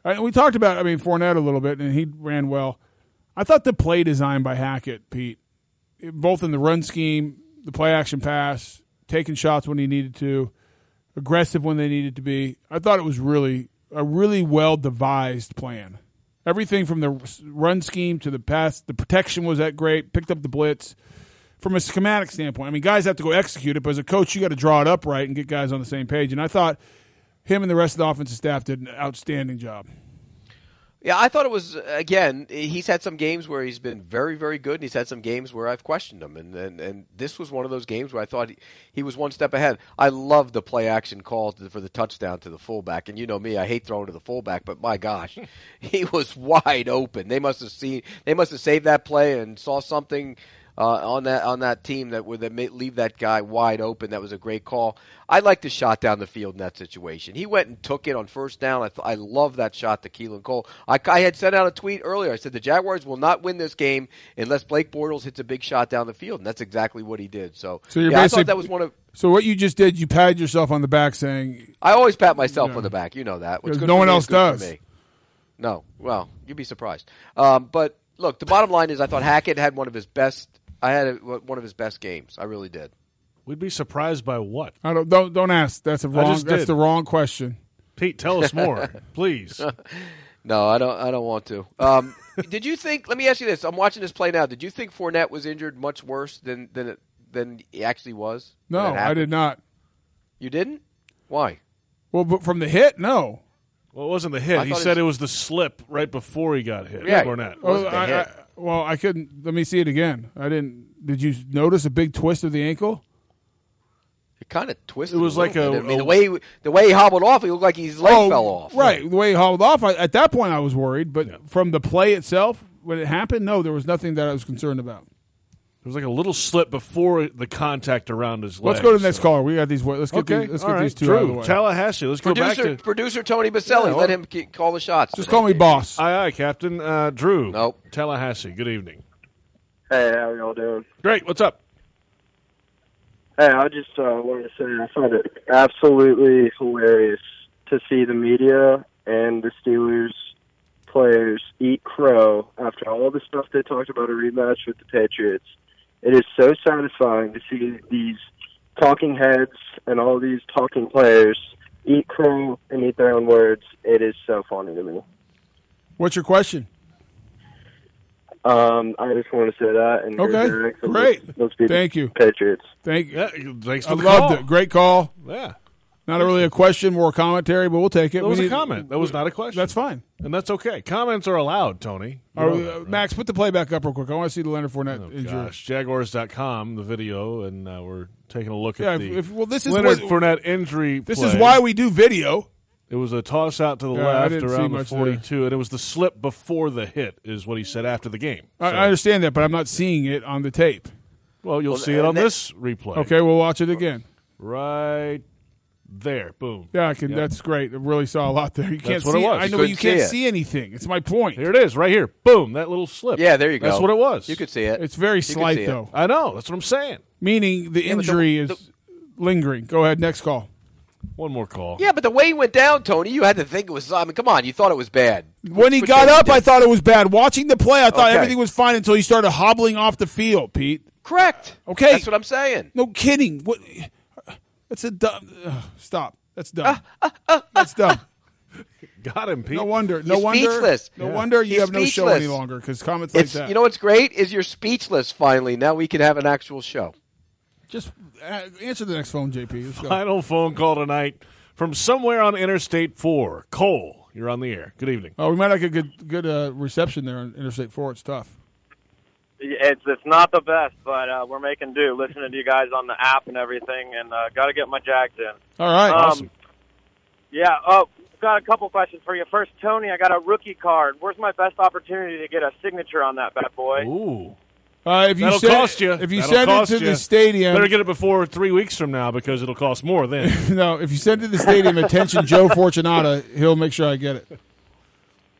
Speaker 3: I, we talked about, I mean, Fournette a little bit, and he ran well. I thought the play design by Hackett, Pete, it- both in the run scheme, the play action pass, taking shots when he needed to, aggressive when they needed to be. I thought it was really a really well devised plan. Everything from the s- run scheme to the pass, the protection was that great. Picked up the blitz. From a schematic standpoint, I mean, guys have to go execute it, but as a coach, you got to draw it up right and get guys on the same page. And I thought him and the rest of the offensive staff did an outstanding job.
Speaker 5: Yeah, I thought it was again. He's had some games where he's been very, very good, and he's had some games where I've questioned him, and and, and this was one of those games where I thought he, he was one step ahead. I love the play action call to, for the touchdown to the fullback, and you know me, I hate throwing to the fullback, but my gosh, [LAUGHS] he was wide open. They must have seen, they must have saved that play and saw something. Uh, on that on that team that would that may leave that guy wide open. That was a great call. I like the shot down the field in that situation. He went and took it on first down. I, th- I love that shot to Keelan Cole. I, I had sent out a tweet earlier. I said the Jaguars will not win this game unless Blake Bortles hits a big shot down the field, and that's exactly what he did. So,
Speaker 3: So you're
Speaker 5: yeah, I
Speaker 3: basically
Speaker 5: thought that was one of.
Speaker 3: So what you just did, you patted yourself on the back saying
Speaker 5: I always pat myself on the back. You know that. What's
Speaker 3: Because
Speaker 5: good
Speaker 3: no
Speaker 5: for
Speaker 3: one
Speaker 5: me is
Speaker 3: else
Speaker 5: good for
Speaker 3: does.
Speaker 5: me. No. Well, you'd be surprised. Um, but look, the bottom line is, I thought Hackett had one of his best. I had a, one of his best games. I really did.
Speaker 4: We'd be surprised by what?
Speaker 3: I don't don't don't ask. That's a
Speaker 4: I
Speaker 3: wrong
Speaker 4: just
Speaker 3: that's
Speaker 4: did.
Speaker 3: the wrong question.
Speaker 4: Pete, tell
Speaker 5: [LAUGHS]
Speaker 4: us more, please.
Speaker 5: No, I don't. I don't want to. Um, [LAUGHS] did you think? Let me ask you this. I'm watching this play now. Did you think Fournette was injured much worse than than it, than he actually was?
Speaker 3: No,
Speaker 5: When that
Speaker 3: I
Speaker 5: happened?
Speaker 3: did not.
Speaker 5: You didn't? Why?
Speaker 3: Well, but from the hit, no.
Speaker 4: Well, it wasn't the hit.
Speaker 5: I
Speaker 4: He
Speaker 5: thought
Speaker 4: said
Speaker 5: it
Speaker 4: it was the slip right before he got hit.
Speaker 5: Yeah.
Speaker 4: Fournette.
Speaker 5: It wasn't the hit.
Speaker 3: Well, I couldn't. Let me see it again. I didn't. Did you notice a big twist of the ankle?
Speaker 5: It kind of twisted.
Speaker 3: It was
Speaker 5: a
Speaker 3: like
Speaker 5: little bit.
Speaker 3: a-
Speaker 5: I mean,
Speaker 3: a-
Speaker 5: the way he, the way he hobbled off, he looked like his leg
Speaker 3: Oh,
Speaker 5: fell off.
Speaker 3: Right, the way he hobbled off. I, at that point, I was worried, but from the play itself, when it happened, no, there was nothing that I was concerned about.
Speaker 4: There was like a little slip before the contact around his leg.
Speaker 3: Let's go to the next caller. We got these. wa- Let's get
Speaker 4: Okay,
Speaker 3: these, let's
Speaker 4: all
Speaker 3: get
Speaker 4: right,
Speaker 3: these two
Speaker 4: Drew,
Speaker 3: out of the way.
Speaker 4: Tallahassee. Let's go back
Speaker 5: producer,
Speaker 4: to
Speaker 5: producer Tony Baselli.
Speaker 4: Yeah, well-
Speaker 5: Let him ke- call the shots.
Speaker 4: Just
Speaker 5: today.
Speaker 4: call me boss. Aye, aye, Captain. Uh, Drew.
Speaker 5: Nope.
Speaker 4: Tallahassee. Good evening.
Speaker 1: Hey, how y'all doing?
Speaker 4: Great. What's up?
Speaker 1: Hey, I just uh, wanted to say I found it absolutely hilarious to see the media and the Steelers players eat crow after all the stuff they talked about a rematch with the Patriots. It is so satisfying to see these talking heads and all these talking players eat crow and eat their own words. It is so funny to me.
Speaker 3: What's your question?
Speaker 1: Um, I just want to say that. And go
Speaker 3: Okay,
Speaker 1: Jags, and
Speaker 3: great.
Speaker 1: Let's, let's beat
Speaker 3: Thank
Speaker 1: the
Speaker 3: you.
Speaker 1: Patriots.
Speaker 3: Thank.
Speaker 4: thanks
Speaker 3: I
Speaker 4: for the
Speaker 3: loved
Speaker 4: call.
Speaker 3: it. Great call.
Speaker 4: Yeah.
Speaker 3: Not really a question or a commentary, but we'll take it.
Speaker 4: That
Speaker 3: We
Speaker 4: was a
Speaker 3: need-
Speaker 4: comment. That was not a question.
Speaker 3: That's fine.
Speaker 4: And that's okay. Comments are allowed, Tony. You
Speaker 3: Are
Speaker 4: know
Speaker 3: we-
Speaker 4: that,
Speaker 3: uh,
Speaker 4: right?
Speaker 3: Max, put the play back up real quick. I want to see the Leonard Fournette injury.
Speaker 4: Oh, Gosh, Jaguars.com, the video, and uh, we're taking a look
Speaker 3: Yeah,
Speaker 4: at the
Speaker 3: if- well, this is
Speaker 4: Leonard
Speaker 3: what-
Speaker 4: Fournette injury.
Speaker 3: This
Speaker 4: play.
Speaker 3: is why we do video.
Speaker 4: It was a toss out to the
Speaker 3: Yeah, I
Speaker 4: left
Speaker 3: didn't see
Speaker 4: around the
Speaker 3: much there.
Speaker 4: 42, and it was the slip before the hit, is what he said after the game.
Speaker 3: I, I understand that, but I'm not seeing it on the tape.
Speaker 4: Well, you'll see it on this replay.
Speaker 3: Okay, we'll watch it again.
Speaker 4: Right there. Boom.
Speaker 3: Yeah, I can.
Speaker 4: Yep.
Speaker 3: That's great. I really saw a lot there. You can't
Speaker 4: That's what
Speaker 3: see.
Speaker 4: it was.
Speaker 3: I
Speaker 4: You
Speaker 3: know but
Speaker 4: couldn't
Speaker 3: you can't
Speaker 4: see it.
Speaker 3: see anything. It's my point.
Speaker 4: Here it is, right here. Boom, that little slip.
Speaker 5: Yeah, there you go.
Speaker 4: That's what it was.
Speaker 5: You could see it.
Speaker 3: It's very
Speaker 5: You could see
Speaker 3: slight
Speaker 5: it.
Speaker 3: though.
Speaker 4: I know. That's what I'm saying.
Speaker 3: Meaning the
Speaker 5: Yeah, but the-
Speaker 3: injury is lingering. Go ahead. Next call.
Speaker 4: One more call.
Speaker 5: Yeah, but the way he went down, Tony, you had to think it was. I mean, come on, you thought it was bad.
Speaker 3: When he got up, I thought it was bad. Watching the play, I thought
Speaker 5: Okay.
Speaker 3: everything was fine until he started hobbling off the field. Pete.
Speaker 5: Correct.
Speaker 3: Okay.
Speaker 5: That's what I'm saying.
Speaker 3: No kidding. What? That's a dumb. ugh, stop. That's
Speaker 5: Uh,
Speaker 3: dumb. That's dumb.
Speaker 4: Got him, Pete.
Speaker 3: No wonder. No
Speaker 5: He's
Speaker 3: wonder.
Speaker 5: speechless.
Speaker 3: No
Speaker 5: Yeah.
Speaker 3: wonder you
Speaker 5: He's
Speaker 3: have no show any
Speaker 5: speechless.
Speaker 3: longer because comments
Speaker 5: It's
Speaker 3: like that.
Speaker 5: you know what's great is you're speechless. Finally, now we can have an actual show.
Speaker 3: Just uh, answer the next phone, JP. Let's go.
Speaker 4: Final phone call tonight from somewhere on Interstate 4. Cole, you're on the air. Good evening.
Speaker 3: Oh, we might not get good good uh, reception there on Interstate Four. It's tough.
Speaker 22: It's it's not the best, but uh, we're making do. Listening to you guys on the app and everything, and uh, got to get my Jags in.
Speaker 3: All right.
Speaker 22: Um, Yeah. Oh, got a couple questions for you. First, Tony, I got a rookie card. Where's my best opportunity to get a signature on that bad boy?
Speaker 4: Ooh.
Speaker 3: Uh, if you
Speaker 4: That'll
Speaker 3: send,
Speaker 4: cost you.
Speaker 3: If you
Speaker 4: That'll
Speaker 3: send it
Speaker 4: cost
Speaker 3: to
Speaker 4: you.
Speaker 3: the stadium,
Speaker 4: better get it before three weeks from now because it'll cost more
Speaker 3: [LAUGHS]
Speaker 4: then.
Speaker 3: no. If you send it to the stadium, attention, Joe Fortunata, he'll make sure I get it.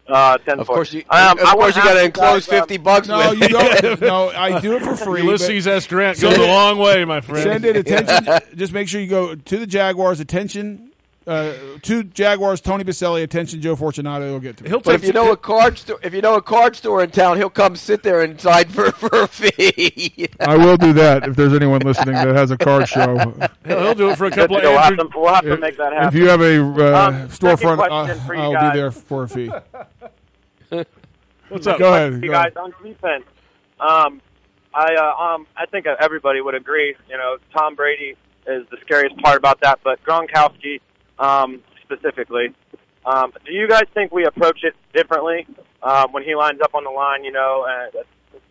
Speaker 22: Uh, ten
Speaker 5: Of course, you,
Speaker 22: Um,
Speaker 5: of
Speaker 22: I
Speaker 5: course, you
Speaker 22: wanna
Speaker 5: got to
Speaker 22: ask
Speaker 5: enclose
Speaker 22: guys, um,
Speaker 5: fifty bucks.
Speaker 3: No,
Speaker 5: with
Speaker 3: you
Speaker 22: [LAUGHS]
Speaker 5: it.
Speaker 3: don't. no, I do it for free. but-
Speaker 4: Ulysses S. Grant
Speaker 3: Send
Speaker 4: goes a
Speaker 3: it-
Speaker 4: long way, my friend.
Speaker 3: Send
Speaker 22: [LAUGHS]
Speaker 3: it attention. just make sure you go to the Jaguars. Attention. Uh, to Jaguars, Tony Baselli. Attention, Joe Fortunato. He'll get to me.
Speaker 4: He'll
Speaker 5: But if you know a card store, if you know a card store in town, he'll come sit there and sign for, [LAUGHS] for a fee.
Speaker 4: [LAUGHS]
Speaker 3: I will do that if there's anyone listening that has a card show.
Speaker 4: He'll, he'll do it for a
Speaker 22: Good
Speaker 4: couple
Speaker 22: to
Speaker 4: of
Speaker 22: go. We'll have
Speaker 4: Andrew-
Speaker 22: to- we'll have to make that
Speaker 3: If
Speaker 22: happen.
Speaker 3: you have a uh,
Speaker 22: Um, second
Speaker 3: storefront,
Speaker 22: question
Speaker 3: uh,
Speaker 22: for you
Speaker 3: I'll
Speaker 22: guys.
Speaker 3: be there for a
Speaker 22: [LAUGHS]
Speaker 3: fee.
Speaker 22: What's
Speaker 3: up? Go ahead,
Speaker 22: You
Speaker 3: go
Speaker 22: guys on defense. Um, I uh, um, I think everybody would agree. You know, Tom Brady is the scariest part about that, but Gronkowski um, specifically. Um, do you guys think we approach it differently um, when he lines up on the line? You know, uh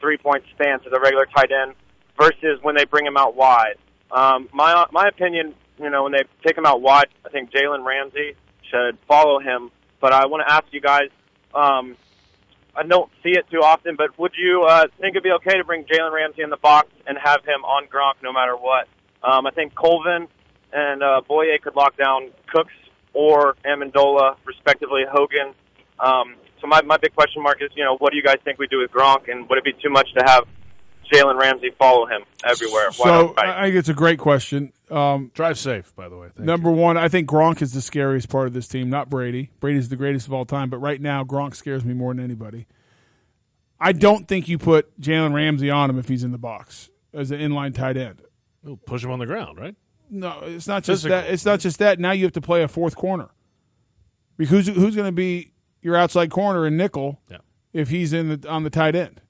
Speaker 22: three point stance as a regular tight end versus when they bring him out wide. Um, my my opinion, you know, when they take him out wide, I think Jalen Ramsey should follow him. But I want to ask you guys. Um, I don't see it too often, but would you uh, think it'd be okay to bring Jalen Ramsey in the box and have him on Gronk no matter what? Um, I think Colvin and uh, Boye could lock down Cooks or Amendola, respectively, Hogan. Um, so my, my big question mark is, you know, what do you guys think we do with Gronk, and would it be too much to have Jalen Ramsey follow him everywhere? Why
Speaker 3: So
Speaker 22: not?
Speaker 3: I I think it's a great question. Um,
Speaker 4: Drive safe, by the way.
Speaker 3: number one, I think Gronk is the scariest part of this team, not Brady. Brady's the greatest of all time, but right now Gronk scares me more than anybody. I don't think you put Jalen Ramsey on him if he's in the box as an inline tight end.
Speaker 4: He'll push him on the ground, right?
Speaker 3: No, it's not just
Speaker 4: Physical.
Speaker 3: that. It's not just that. Now you have to play a fourth corner because who's, who's going to be your outside corner and nickel if he's in the on the tight end.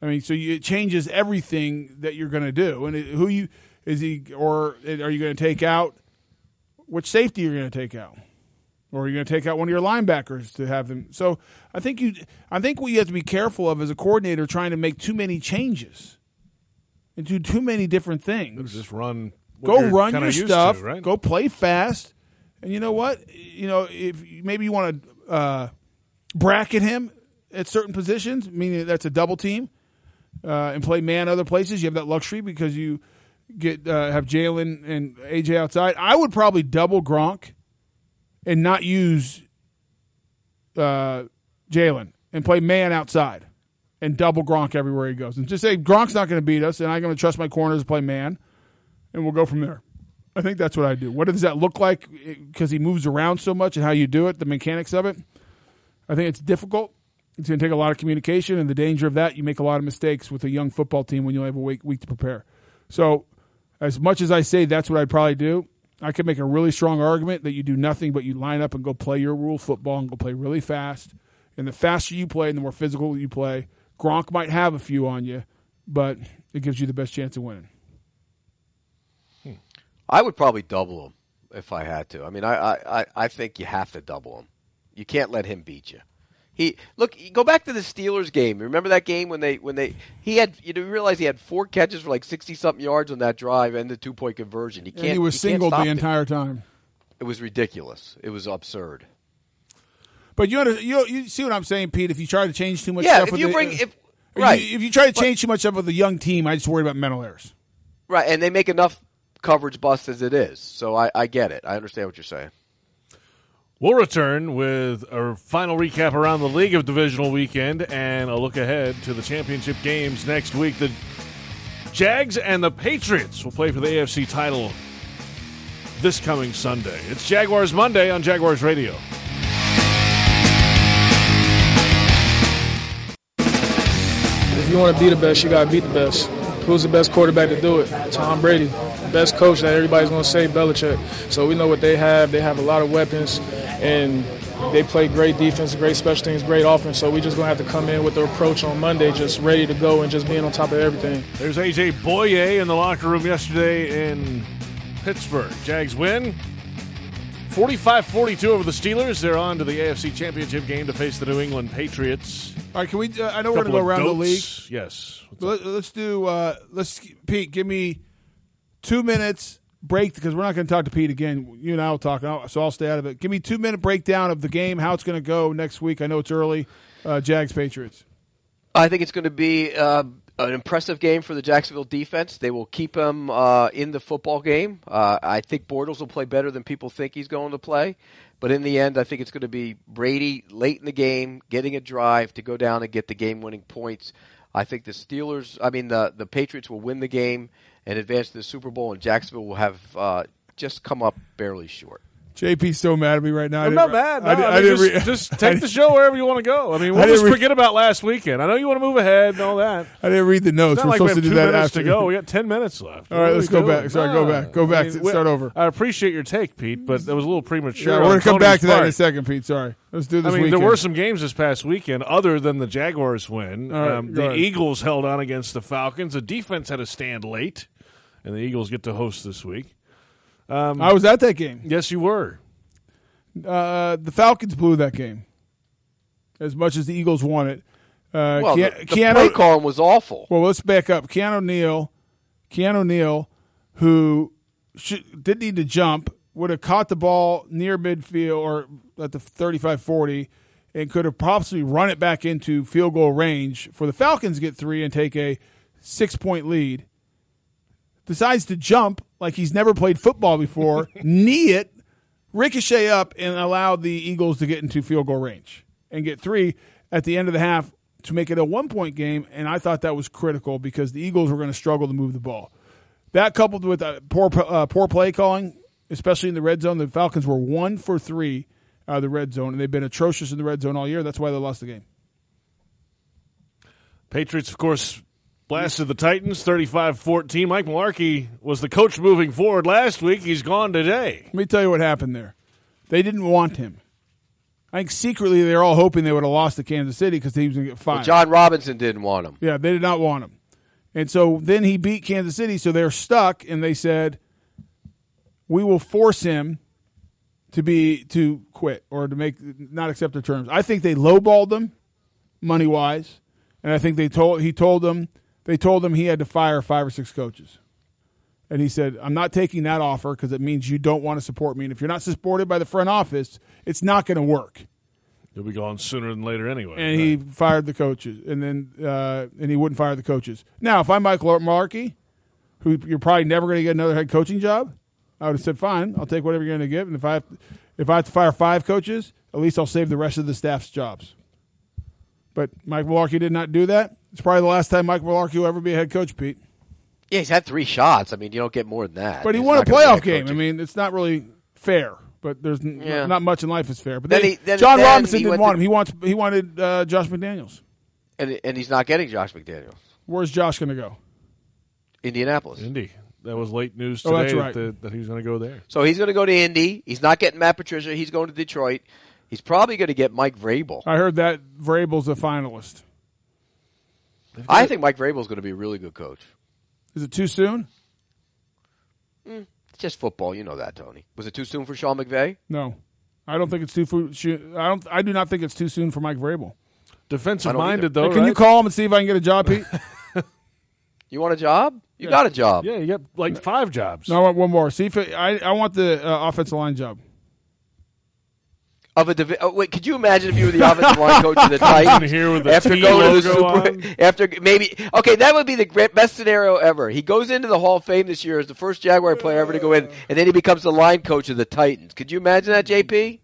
Speaker 3: I mean, so you, it changes everything that you're going to do, and it, who you is he or are you going to take out? Which safety you're going to take out? or you're going to take out one of your linebackers to have them. So I think you, I think what you have to be careful of as a coordinator trying to make too many changes and do too many different things.
Speaker 4: Just run. what
Speaker 3: Go
Speaker 4: you're
Speaker 3: run
Speaker 4: kinda
Speaker 3: your
Speaker 4: used
Speaker 3: stuff.
Speaker 4: to, right?
Speaker 3: Go play fast. And you know what? You know if maybe you want to uh, bracket him at certain positions, meaning that's a double team, uh, and play man other places. You have that luxury because you get uh, have Jalen and AJ outside. I would probably double Gronk and not use uh, Jalen and play man outside and double Gronk everywhere he goes and just say Gronk's not going to beat us and I'm going to trust my corners to play man and we'll go from there. I think that's what I do. What does that look like because he moves around so much and how you do it, the mechanics of it? I think it's difficult. It's going to take a lot of communication, and the danger of that, you make a lot of mistakes with a young football team when you only have a week, week to prepare. So, as much as I say that's what I'd probably do, I could make a really strong argument that you do nothing but you line up and go play your rule football and go play really fast. And the faster you play and the more physical you play, Gronk might have a few on you, but it gives you the best chance of winning.
Speaker 5: I would probably double him if I had to. I mean, I, I, I- I think you have to double him. You can't let him beat you. He look. Go back to the Steelers game. Remember that game when they when they he had you know you realize he had four catches for like sixty something yards on that drive and the two point conversion. You can't.
Speaker 3: And he was
Speaker 5: you can't
Speaker 3: singled
Speaker 5: stop
Speaker 3: the
Speaker 5: him.
Speaker 3: entire time.
Speaker 5: It was ridiculous. It was absurd.
Speaker 3: But you, under, you you see what I'm saying, Pete? If you try to change too much
Speaker 5: Yeah,
Speaker 3: stuff,
Speaker 5: if
Speaker 3: with
Speaker 5: you
Speaker 3: the-
Speaker 5: bring-
Speaker 3: uh,
Speaker 5: if- right.
Speaker 3: you, if you try to change too much stuff with a young team, I just worry about mental errors.
Speaker 5: Right, and they make enough coverage busts as it is. So I, I get it. I understand what you're saying.
Speaker 4: We'll return with a final recap around the league of divisional weekend and a look ahead to the championship games next week. The Jags and the Patriots will play for the AFC title this coming Sunday. It's Jaguars Monday on Jaguars Radio.
Speaker 2: If you want to be the best, you got to beat the best. Who's the best quarterback to do it? Tom Brady. Best coach that everybody's going to say, Belichick. So we know what they have. They have a lot of weapons, and they play great defense, great special teams, great offense. So we just going to have to come in with the approach on Monday, just ready to go and just being on top of everything.
Speaker 4: There's AJ Boye in the locker room yesterday in Pittsburgh. Jags win 45 42 over the Steelers. They're on to the AFC championship game to face the New England Patriots.
Speaker 3: All right, can we? Uh, I know we're going to
Speaker 4: Couple
Speaker 3: go
Speaker 4: of
Speaker 3: around the league.
Speaker 4: goats. Yes.
Speaker 3: Let, us do. Uh, let's Pete, give me two minutes break because we're not going to talk to Pete again. You and I will talk, and I'll- so I'll stay out of it. Give me two minute breakdown of the game, how it's going to go next week. I know it's early. Uh, Jags Patriots.
Speaker 5: I think it's going to be uh, an impressive game for the Jacksonville defense. They will keep him uh, in the football game. Uh, I think Bortles will play better than people think he's going to play. But in the end, I think it's going to be Brady late in the game getting a drive to go down and get the game winning points. I think the Steelers, I mean, the, the Patriots will win the game and advance to the Super Bowl, and Jacksonville will have uh, just come up barely short.
Speaker 3: JP's so mad at me right now. I
Speaker 4: I'm
Speaker 3: didn't
Speaker 4: not
Speaker 3: re-
Speaker 4: mad. No,
Speaker 3: I, di-
Speaker 4: I
Speaker 3: I
Speaker 4: mean,
Speaker 3: didn't
Speaker 4: just,
Speaker 3: re- [LAUGHS]
Speaker 4: just
Speaker 3: I
Speaker 4: take the
Speaker 3: didn't-
Speaker 4: show wherever you want to go. I mean,
Speaker 3: I
Speaker 4: we'll
Speaker 3: didn't
Speaker 4: just
Speaker 3: re-
Speaker 4: forget about last weekend. I know you want to move ahead and all that.
Speaker 3: I didn't read the notes.
Speaker 4: It's not
Speaker 3: We're
Speaker 4: like we
Speaker 3: supposed to
Speaker 4: have two
Speaker 3: do that
Speaker 4: minutes
Speaker 3: after.
Speaker 4: to go. We got ten minutes left.
Speaker 3: All right,
Speaker 4: What are
Speaker 3: let's
Speaker 4: we
Speaker 3: go
Speaker 4: doing?
Speaker 3: back. Sorry, go back. Go back.
Speaker 4: we-
Speaker 3: Start over.
Speaker 4: I appreciate your take, Pete, but that was a little premature.
Speaker 3: Yeah, we're
Speaker 4: on
Speaker 3: gonna come
Speaker 4: Tony's
Speaker 3: back to that in
Speaker 4: part.
Speaker 3: a second, Pete. Sorry. Let's do
Speaker 4: I
Speaker 3: this
Speaker 4: mean, there
Speaker 3: weekend.
Speaker 4: were some games this past weekend other than the Jaguars win.
Speaker 3: All right,
Speaker 4: um,
Speaker 3: go
Speaker 4: the
Speaker 3: ahead.
Speaker 4: Eagles held on against the Falcons. The defense had a stand late, and the Eagles get to host this week. Um,
Speaker 3: I was at that game.
Speaker 4: Yes, you were.
Speaker 3: Uh, the Falcons blew that game. As much as the Eagles won it, uh,
Speaker 5: Well,
Speaker 3: Ke-
Speaker 5: the- the play calling was awful.
Speaker 3: Well, let's back up. Keanu Neal, Keanu Neal, who sh- did need to jump, would have caught the ball near midfield or at the 35-40 and could have possibly run it back into field goal range for the Falcons to get three and take a six point lead decides to jump like he's never played
Speaker 5: [LAUGHS]
Speaker 3: football before, knee it, ricochet up, and allow the Eagles to get into field goal range and get three at the end of the half to make it a one point game. And I thought that was critical because the Eagles were going to struggle to move the ball. That coupled with uh, poor uh, poor play calling, especially in the red zone, the Falcons were one for three out of the red zone, and they've been atrocious in the red zone all year. That's why they lost the game.
Speaker 4: Patriots, of course, blasted the Titans 35 14. Mike Malarkey was the coach moving forward last week. He's gone today.
Speaker 3: Let me tell you what happened there. They didn't want him. I think secretly they're all hoping they would have lost to Kansas City because he was going to get fired.
Speaker 5: Well, John Robinson didn't want him.
Speaker 3: Yeah, they did not want him. And so then he beat Kansas City, so they're stuck, and they said, We will force him to be to quit or to make not accept the terms. I think they lowballed them money wise, and I think they told he told them they told him he had to fire five or six coaches. And he said, "I'm not taking that offer because it means you don't want to support me. And if you're not supported by the front office, it's not going to work."
Speaker 4: You'll be gone sooner than later anyway.
Speaker 3: And he fired the coaches, and then uh, and he wouldn't fire the coaches. Now, if I'm Mike Malarkey, who you're probably never going to get another head coaching job, I would have said, "Fine, I'll take whatever you're going to give." And if I have, if I have to fire five coaches, at least I'll save the rest of the staff's jobs. But Mike Malarkey did not do that. It's probably the last time Mike Malarkey will ever be a head coach, Pete.
Speaker 5: Yeah, he's had three shots. I mean, you don't get more than that.
Speaker 3: But he
Speaker 5: Uh, He's
Speaker 3: won a
Speaker 5: not gonna be
Speaker 3: playoff
Speaker 5: head
Speaker 3: game.
Speaker 5: coach.
Speaker 3: I mean, it's not really fair. But there's n-
Speaker 5: Yeah.
Speaker 3: not much in life is fair. But
Speaker 5: Then
Speaker 3: they,
Speaker 5: he- then-
Speaker 3: John
Speaker 5: then
Speaker 3: Robinson
Speaker 5: he
Speaker 3: didn't
Speaker 5: went
Speaker 3: want
Speaker 5: to-
Speaker 3: him. He wants he wanted uh, Josh McDaniels.
Speaker 5: And, and he's not getting Josh McDaniel.
Speaker 3: Where's Josh going to go?
Speaker 5: Indianapolis.
Speaker 4: Indy. That was late news
Speaker 3: Oh,
Speaker 4: today
Speaker 3: that's
Speaker 4: that,
Speaker 3: right.
Speaker 4: the- that he was going to go there.
Speaker 5: So he's going to go to Indy. He's not getting Matt Patricia. He's going to Detroit. He's probably going to get Mike Vrabel.
Speaker 3: I heard that Vrabel's a finalist.
Speaker 5: I think Mike Vrabel's going to be a really good coach.
Speaker 3: Is it too soon?
Speaker 5: It's just football. You know that, Tony. Was it too soon for Sean McVay?
Speaker 3: No, I don't think it's too. Fu- shoo- I don't. I do not think it's too soon for Mike Vrabel.
Speaker 4: Defensive minded, though.
Speaker 3: Hey, can you
Speaker 4: right?
Speaker 3: call him and see if I can get a job,
Speaker 4: [LAUGHS]
Speaker 3: Pete?
Speaker 5: You want a job? You
Speaker 3: Yeah.
Speaker 5: got a job.
Speaker 4: Yeah, you got like five jobs.
Speaker 3: no, I want one more. See if it, I. I want the uh, offensive line job.
Speaker 5: Of a divi- oh, wait, could you imagine if you were the offensive line coach
Speaker 3: [LAUGHS]
Speaker 5: of the Titans
Speaker 4: Here with the
Speaker 5: after
Speaker 4: T
Speaker 5: going to the
Speaker 4: logo
Speaker 5: Super [LAUGHS] after maybe okay that would be the great, best scenario ever. He goes into the Hall of Fame this year as the first Jaguar player ever to go in, and then he becomes the line coach of the Titans. Could you imagine that, JP?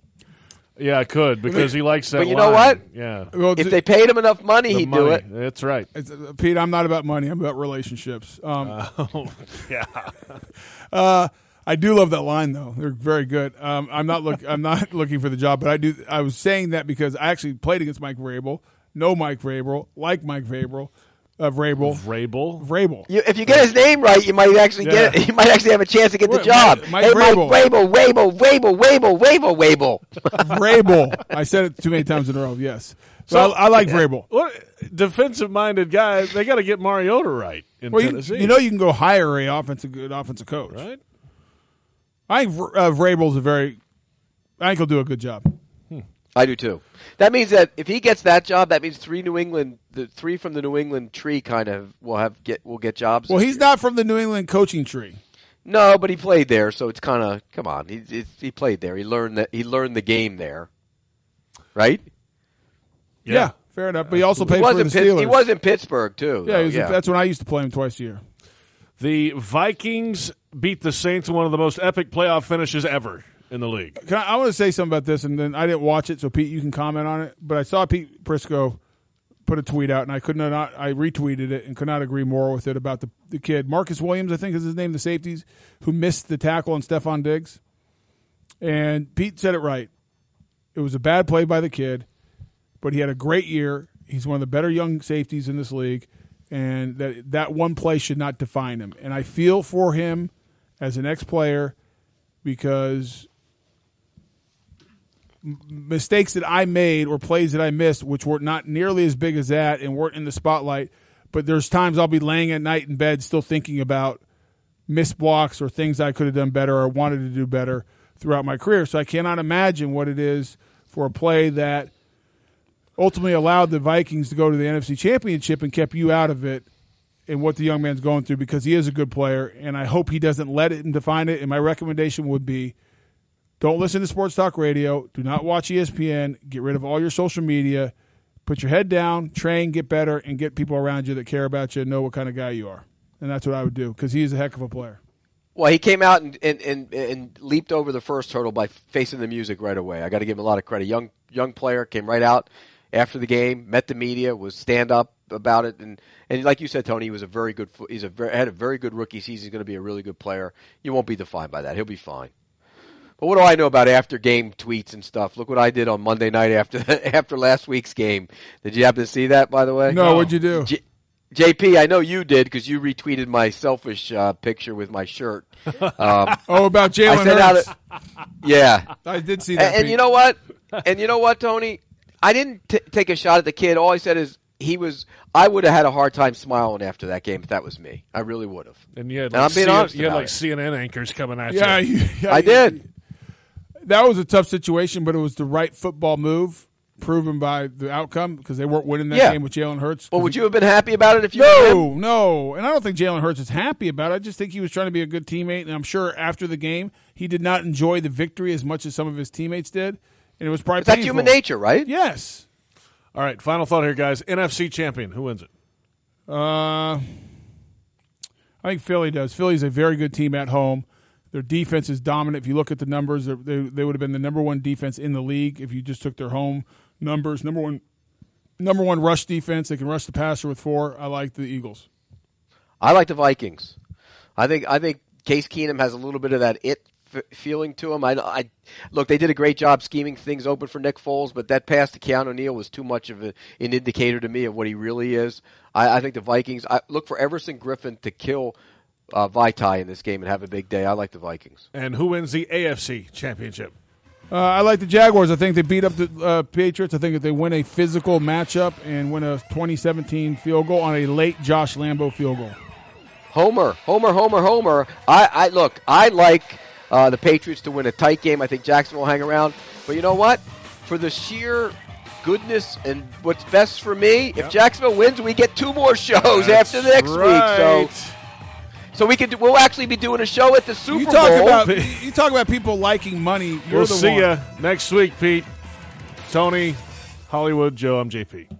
Speaker 4: Yeah, I could because he likes that.
Speaker 5: But you know
Speaker 4: line.
Speaker 5: what?
Speaker 4: Yeah.
Speaker 3: Well,
Speaker 5: if
Speaker 3: d-
Speaker 5: they paid him enough money,
Speaker 4: The
Speaker 5: he'd do
Speaker 4: money.
Speaker 5: it.
Speaker 4: That's right.
Speaker 3: It's, uh, Pete, I'm not about money. I'm about relationships. Um,
Speaker 4: Oh, [LAUGHS] yeah.
Speaker 3: [LAUGHS] uh, I do love that line though. They're very good. Um, I'm not look. I'm
Speaker 4: [LAUGHS]
Speaker 3: not looking for the job, but I do. I was saying that because I actually played against Mike Vrabel. Know Mike Vrabel. Like Mike Vrabel. Uh, Vrabel.
Speaker 4: Vrabel.
Speaker 3: Vrabel.
Speaker 5: You, if you get his name right, you might actually get
Speaker 3: Yeah.
Speaker 5: it. [LAUGHS] You might actually have a chance to get the
Speaker 3: Wait,
Speaker 5: job.
Speaker 3: Mike- Mike
Speaker 5: hey,
Speaker 3: Vrabel.
Speaker 5: Mike Vrabel, Vrabel, Vrabel, Vrabel, Vrabel, Vrabel.
Speaker 3: Vrabel. I said it too many times in a row. Yes. So I, I like Vrabel.
Speaker 4: [LAUGHS] What defensive minded guy? They got to get Mariota right in
Speaker 3: Well, you,
Speaker 4: Tennessee.
Speaker 3: you know you can go hire a offensive good offensive coach,
Speaker 4: right?
Speaker 3: I think Vr- uh, Vrabel's a very. I think he'll do a good job.
Speaker 4: Hmm.
Speaker 5: I do too. That means that if he gets that job, that means three New England, the three from the New England tree, kind of will have get will get jobs.
Speaker 3: Well, he's not from the New England coaching tree.
Speaker 5: no, but he played there, so it's kind of come on. He, he he played there. He learned that he learned the game there, right?
Speaker 3: Yeah, fair enough. But he also
Speaker 5: He
Speaker 3: played
Speaker 5: was,
Speaker 3: for the
Speaker 5: in Pitts-
Speaker 3: Steelers.
Speaker 5: he was in Pittsburgh too.
Speaker 4: Oh,
Speaker 3: Yeah,
Speaker 5: though,
Speaker 3: he was
Speaker 5: yeah.
Speaker 3: that's when I used to play him twice a year.
Speaker 4: The Vikings beat the Saints in one of the most epic playoff finishes ever in the league.
Speaker 3: Can I, I want to say something about this, and then I didn't watch it, so Pete, you can comment on it. But I saw Pete Prisco put a tweet out, and I could not. I retweeted it and could not agree more with it about the the kid Marcus Williams, I think is his name, the safeties who missed the tackle on Stephon Diggs. And Pete said it right. It was a bad play by the kid, but he had a great year. He's one of the better young safeties in this league, and that that one play should not define him. And I feel for him as an ex-player because m- mistakes that I made or plays that I missed, which were not nearly as big as that and weren't in the spotlight. But there's times I'll be laying at night in bed still thinking about missed blocks or things I could have done better or wanted to do better throughout my career. So I cannot imagine what it is for a play that ultimately allowed the Vikings to go to the NFC Championship and kept you out of it and what the young man's going through because he is a good player and I hope he doesn't let it and define it. And my recommendation would be don't listen to sports talk radio. Do not watch E ESPN. Get rid of all your social media. Put your head down, train, get better, and get people around you that care about you and know what kind of guy you are. And that's what I would do because he is a heck of a player.
Speaker 5: Well, he came out and, and, and, and leaped over the first hurdle by facing the music right away. I got to give him a lot of credit. Young young player came right out after the game, met the media, was stand up about it, and, and like you said, Tony, he was a very good. fo- He's a very, had a very good rookie season. He's going to be a really good player. You won't be defined by that. He'll be fine. But what do I know about after game tweets and stuff? Look what I did on Monday night after [LAUGHS] after last week's game. Did you happen to see that, by the way?
Speaker 3: No, what'd you do?
Speaker 5: J- JP, I know you did because you retweeted my selfish uh, picture with my
Speaker 3: [LAUGHS]
Speaker 5: shirt. Um,
Speaker 3: Oh, about Jalen
Speaker 5: I sent out
Speaker 3: Hurts.
Speaker 5: a- yeah,
Speaker 3: [LAUGHS] I did see
Speaker 5: And-
Speaker 3: that.
Speaker 5: And, you know what? And you know what, Tony? I didn't t- take a shot at the kid. All I said is he was. I would have had a hard time smiling after that game if that was me. I really would have.
Speaker 4: And you had
Speaker 5: And
Speaker 4: like,
Speaker 5: I'm being
Speaker 4: CNN
Speaker 5: honest
Speaker 4: you had
Speaker 5: about
Speaker 4: like
Speaker 5: it.
Speaker 4: [LAUGHS] CNN anchors coming at
Speaker 3: Yeah, [LAUGHS]
Speaker 4: you.
Speaker 3: you- yeah,
Speaker 5: I
Speaker 3: you-
Speaker 5: did.
Speaker 3: that was a tough situation, but it was the right football move, proven by the outcome because they weren't winning that
Speaker 5: Yeah.
Speaker 3: game with Jalen Hurts.
Speaker 5: Well, would you have been happy about it if you were
Speaker 3: No,
Speaker 5: him?
Speaker 3: no, and I don't think Jalen Hurts is happy about it. I just think he was trying to be a good teammate, and I'm sure after the game he did not enjoy the victory as much as some of his teammates did, and it was probably
Speaker 4: That's
Speaker 3: painful.
Speaker 4: human nature,
Speaker 5: right?
Speaker 3: Yes.
Speaker 4: All right, final thought here, guys. NFC champion, who wins it?
Speaker 3: Uh, I think Philly does. Philly's a very good team at home. Their defense is dominant. If you look at the numbers, they're- they, they would have been the number one defense in the league if you just took their home numbers. Number one, number one rush defense. They can rush the passer with four. I like the Eagles.
Speaker 5: I like the Vikings. I think I think Case Keenum has a little bit of that it f- feeling to him. I, I look, they did a great job scheming things open for Nick Foles, but that pass to Keanu Neal was too much of a, an indicator to me of what he really is. I, I think the Vikings. I look for Everson Griffin to kill uh, Vitae in this game and have a big day. I like the Vikings.
Speaker 4: And who wins the AFC championship?
Speaker 3: Uh, I like the Jaguars. I think they beat up the uh, Patriots. I think if they win a physical matchup and win a 2017 field goal on a late Josh Lambo field goal.
Speaker 5: Homer, Homer, Homer, Homer. I, I look. I like uh, the Patriots to win a tight game. I think Jackson will hang around. But you know what? For the sheer goodness and what's best for me, if Jacksonville wins, we get two more shows
Speaker 4: That's
Speaker 5: after next
Speaker 4: right.
Speaker 5: week. So, so we can do, we'll actually be doing a show at the Super
Speaker 3: You talk
Speaker 5: Bowl.
Speaker 3: [LAUGHS] about you talk about people liking money. You're
Speaker 4: we'll
Speaker 3: the
Speaker 4: see
Speaker 3: one.
Speaker 4: ya next week, Pete, Tony, Hollywood, Joe. I'm JP.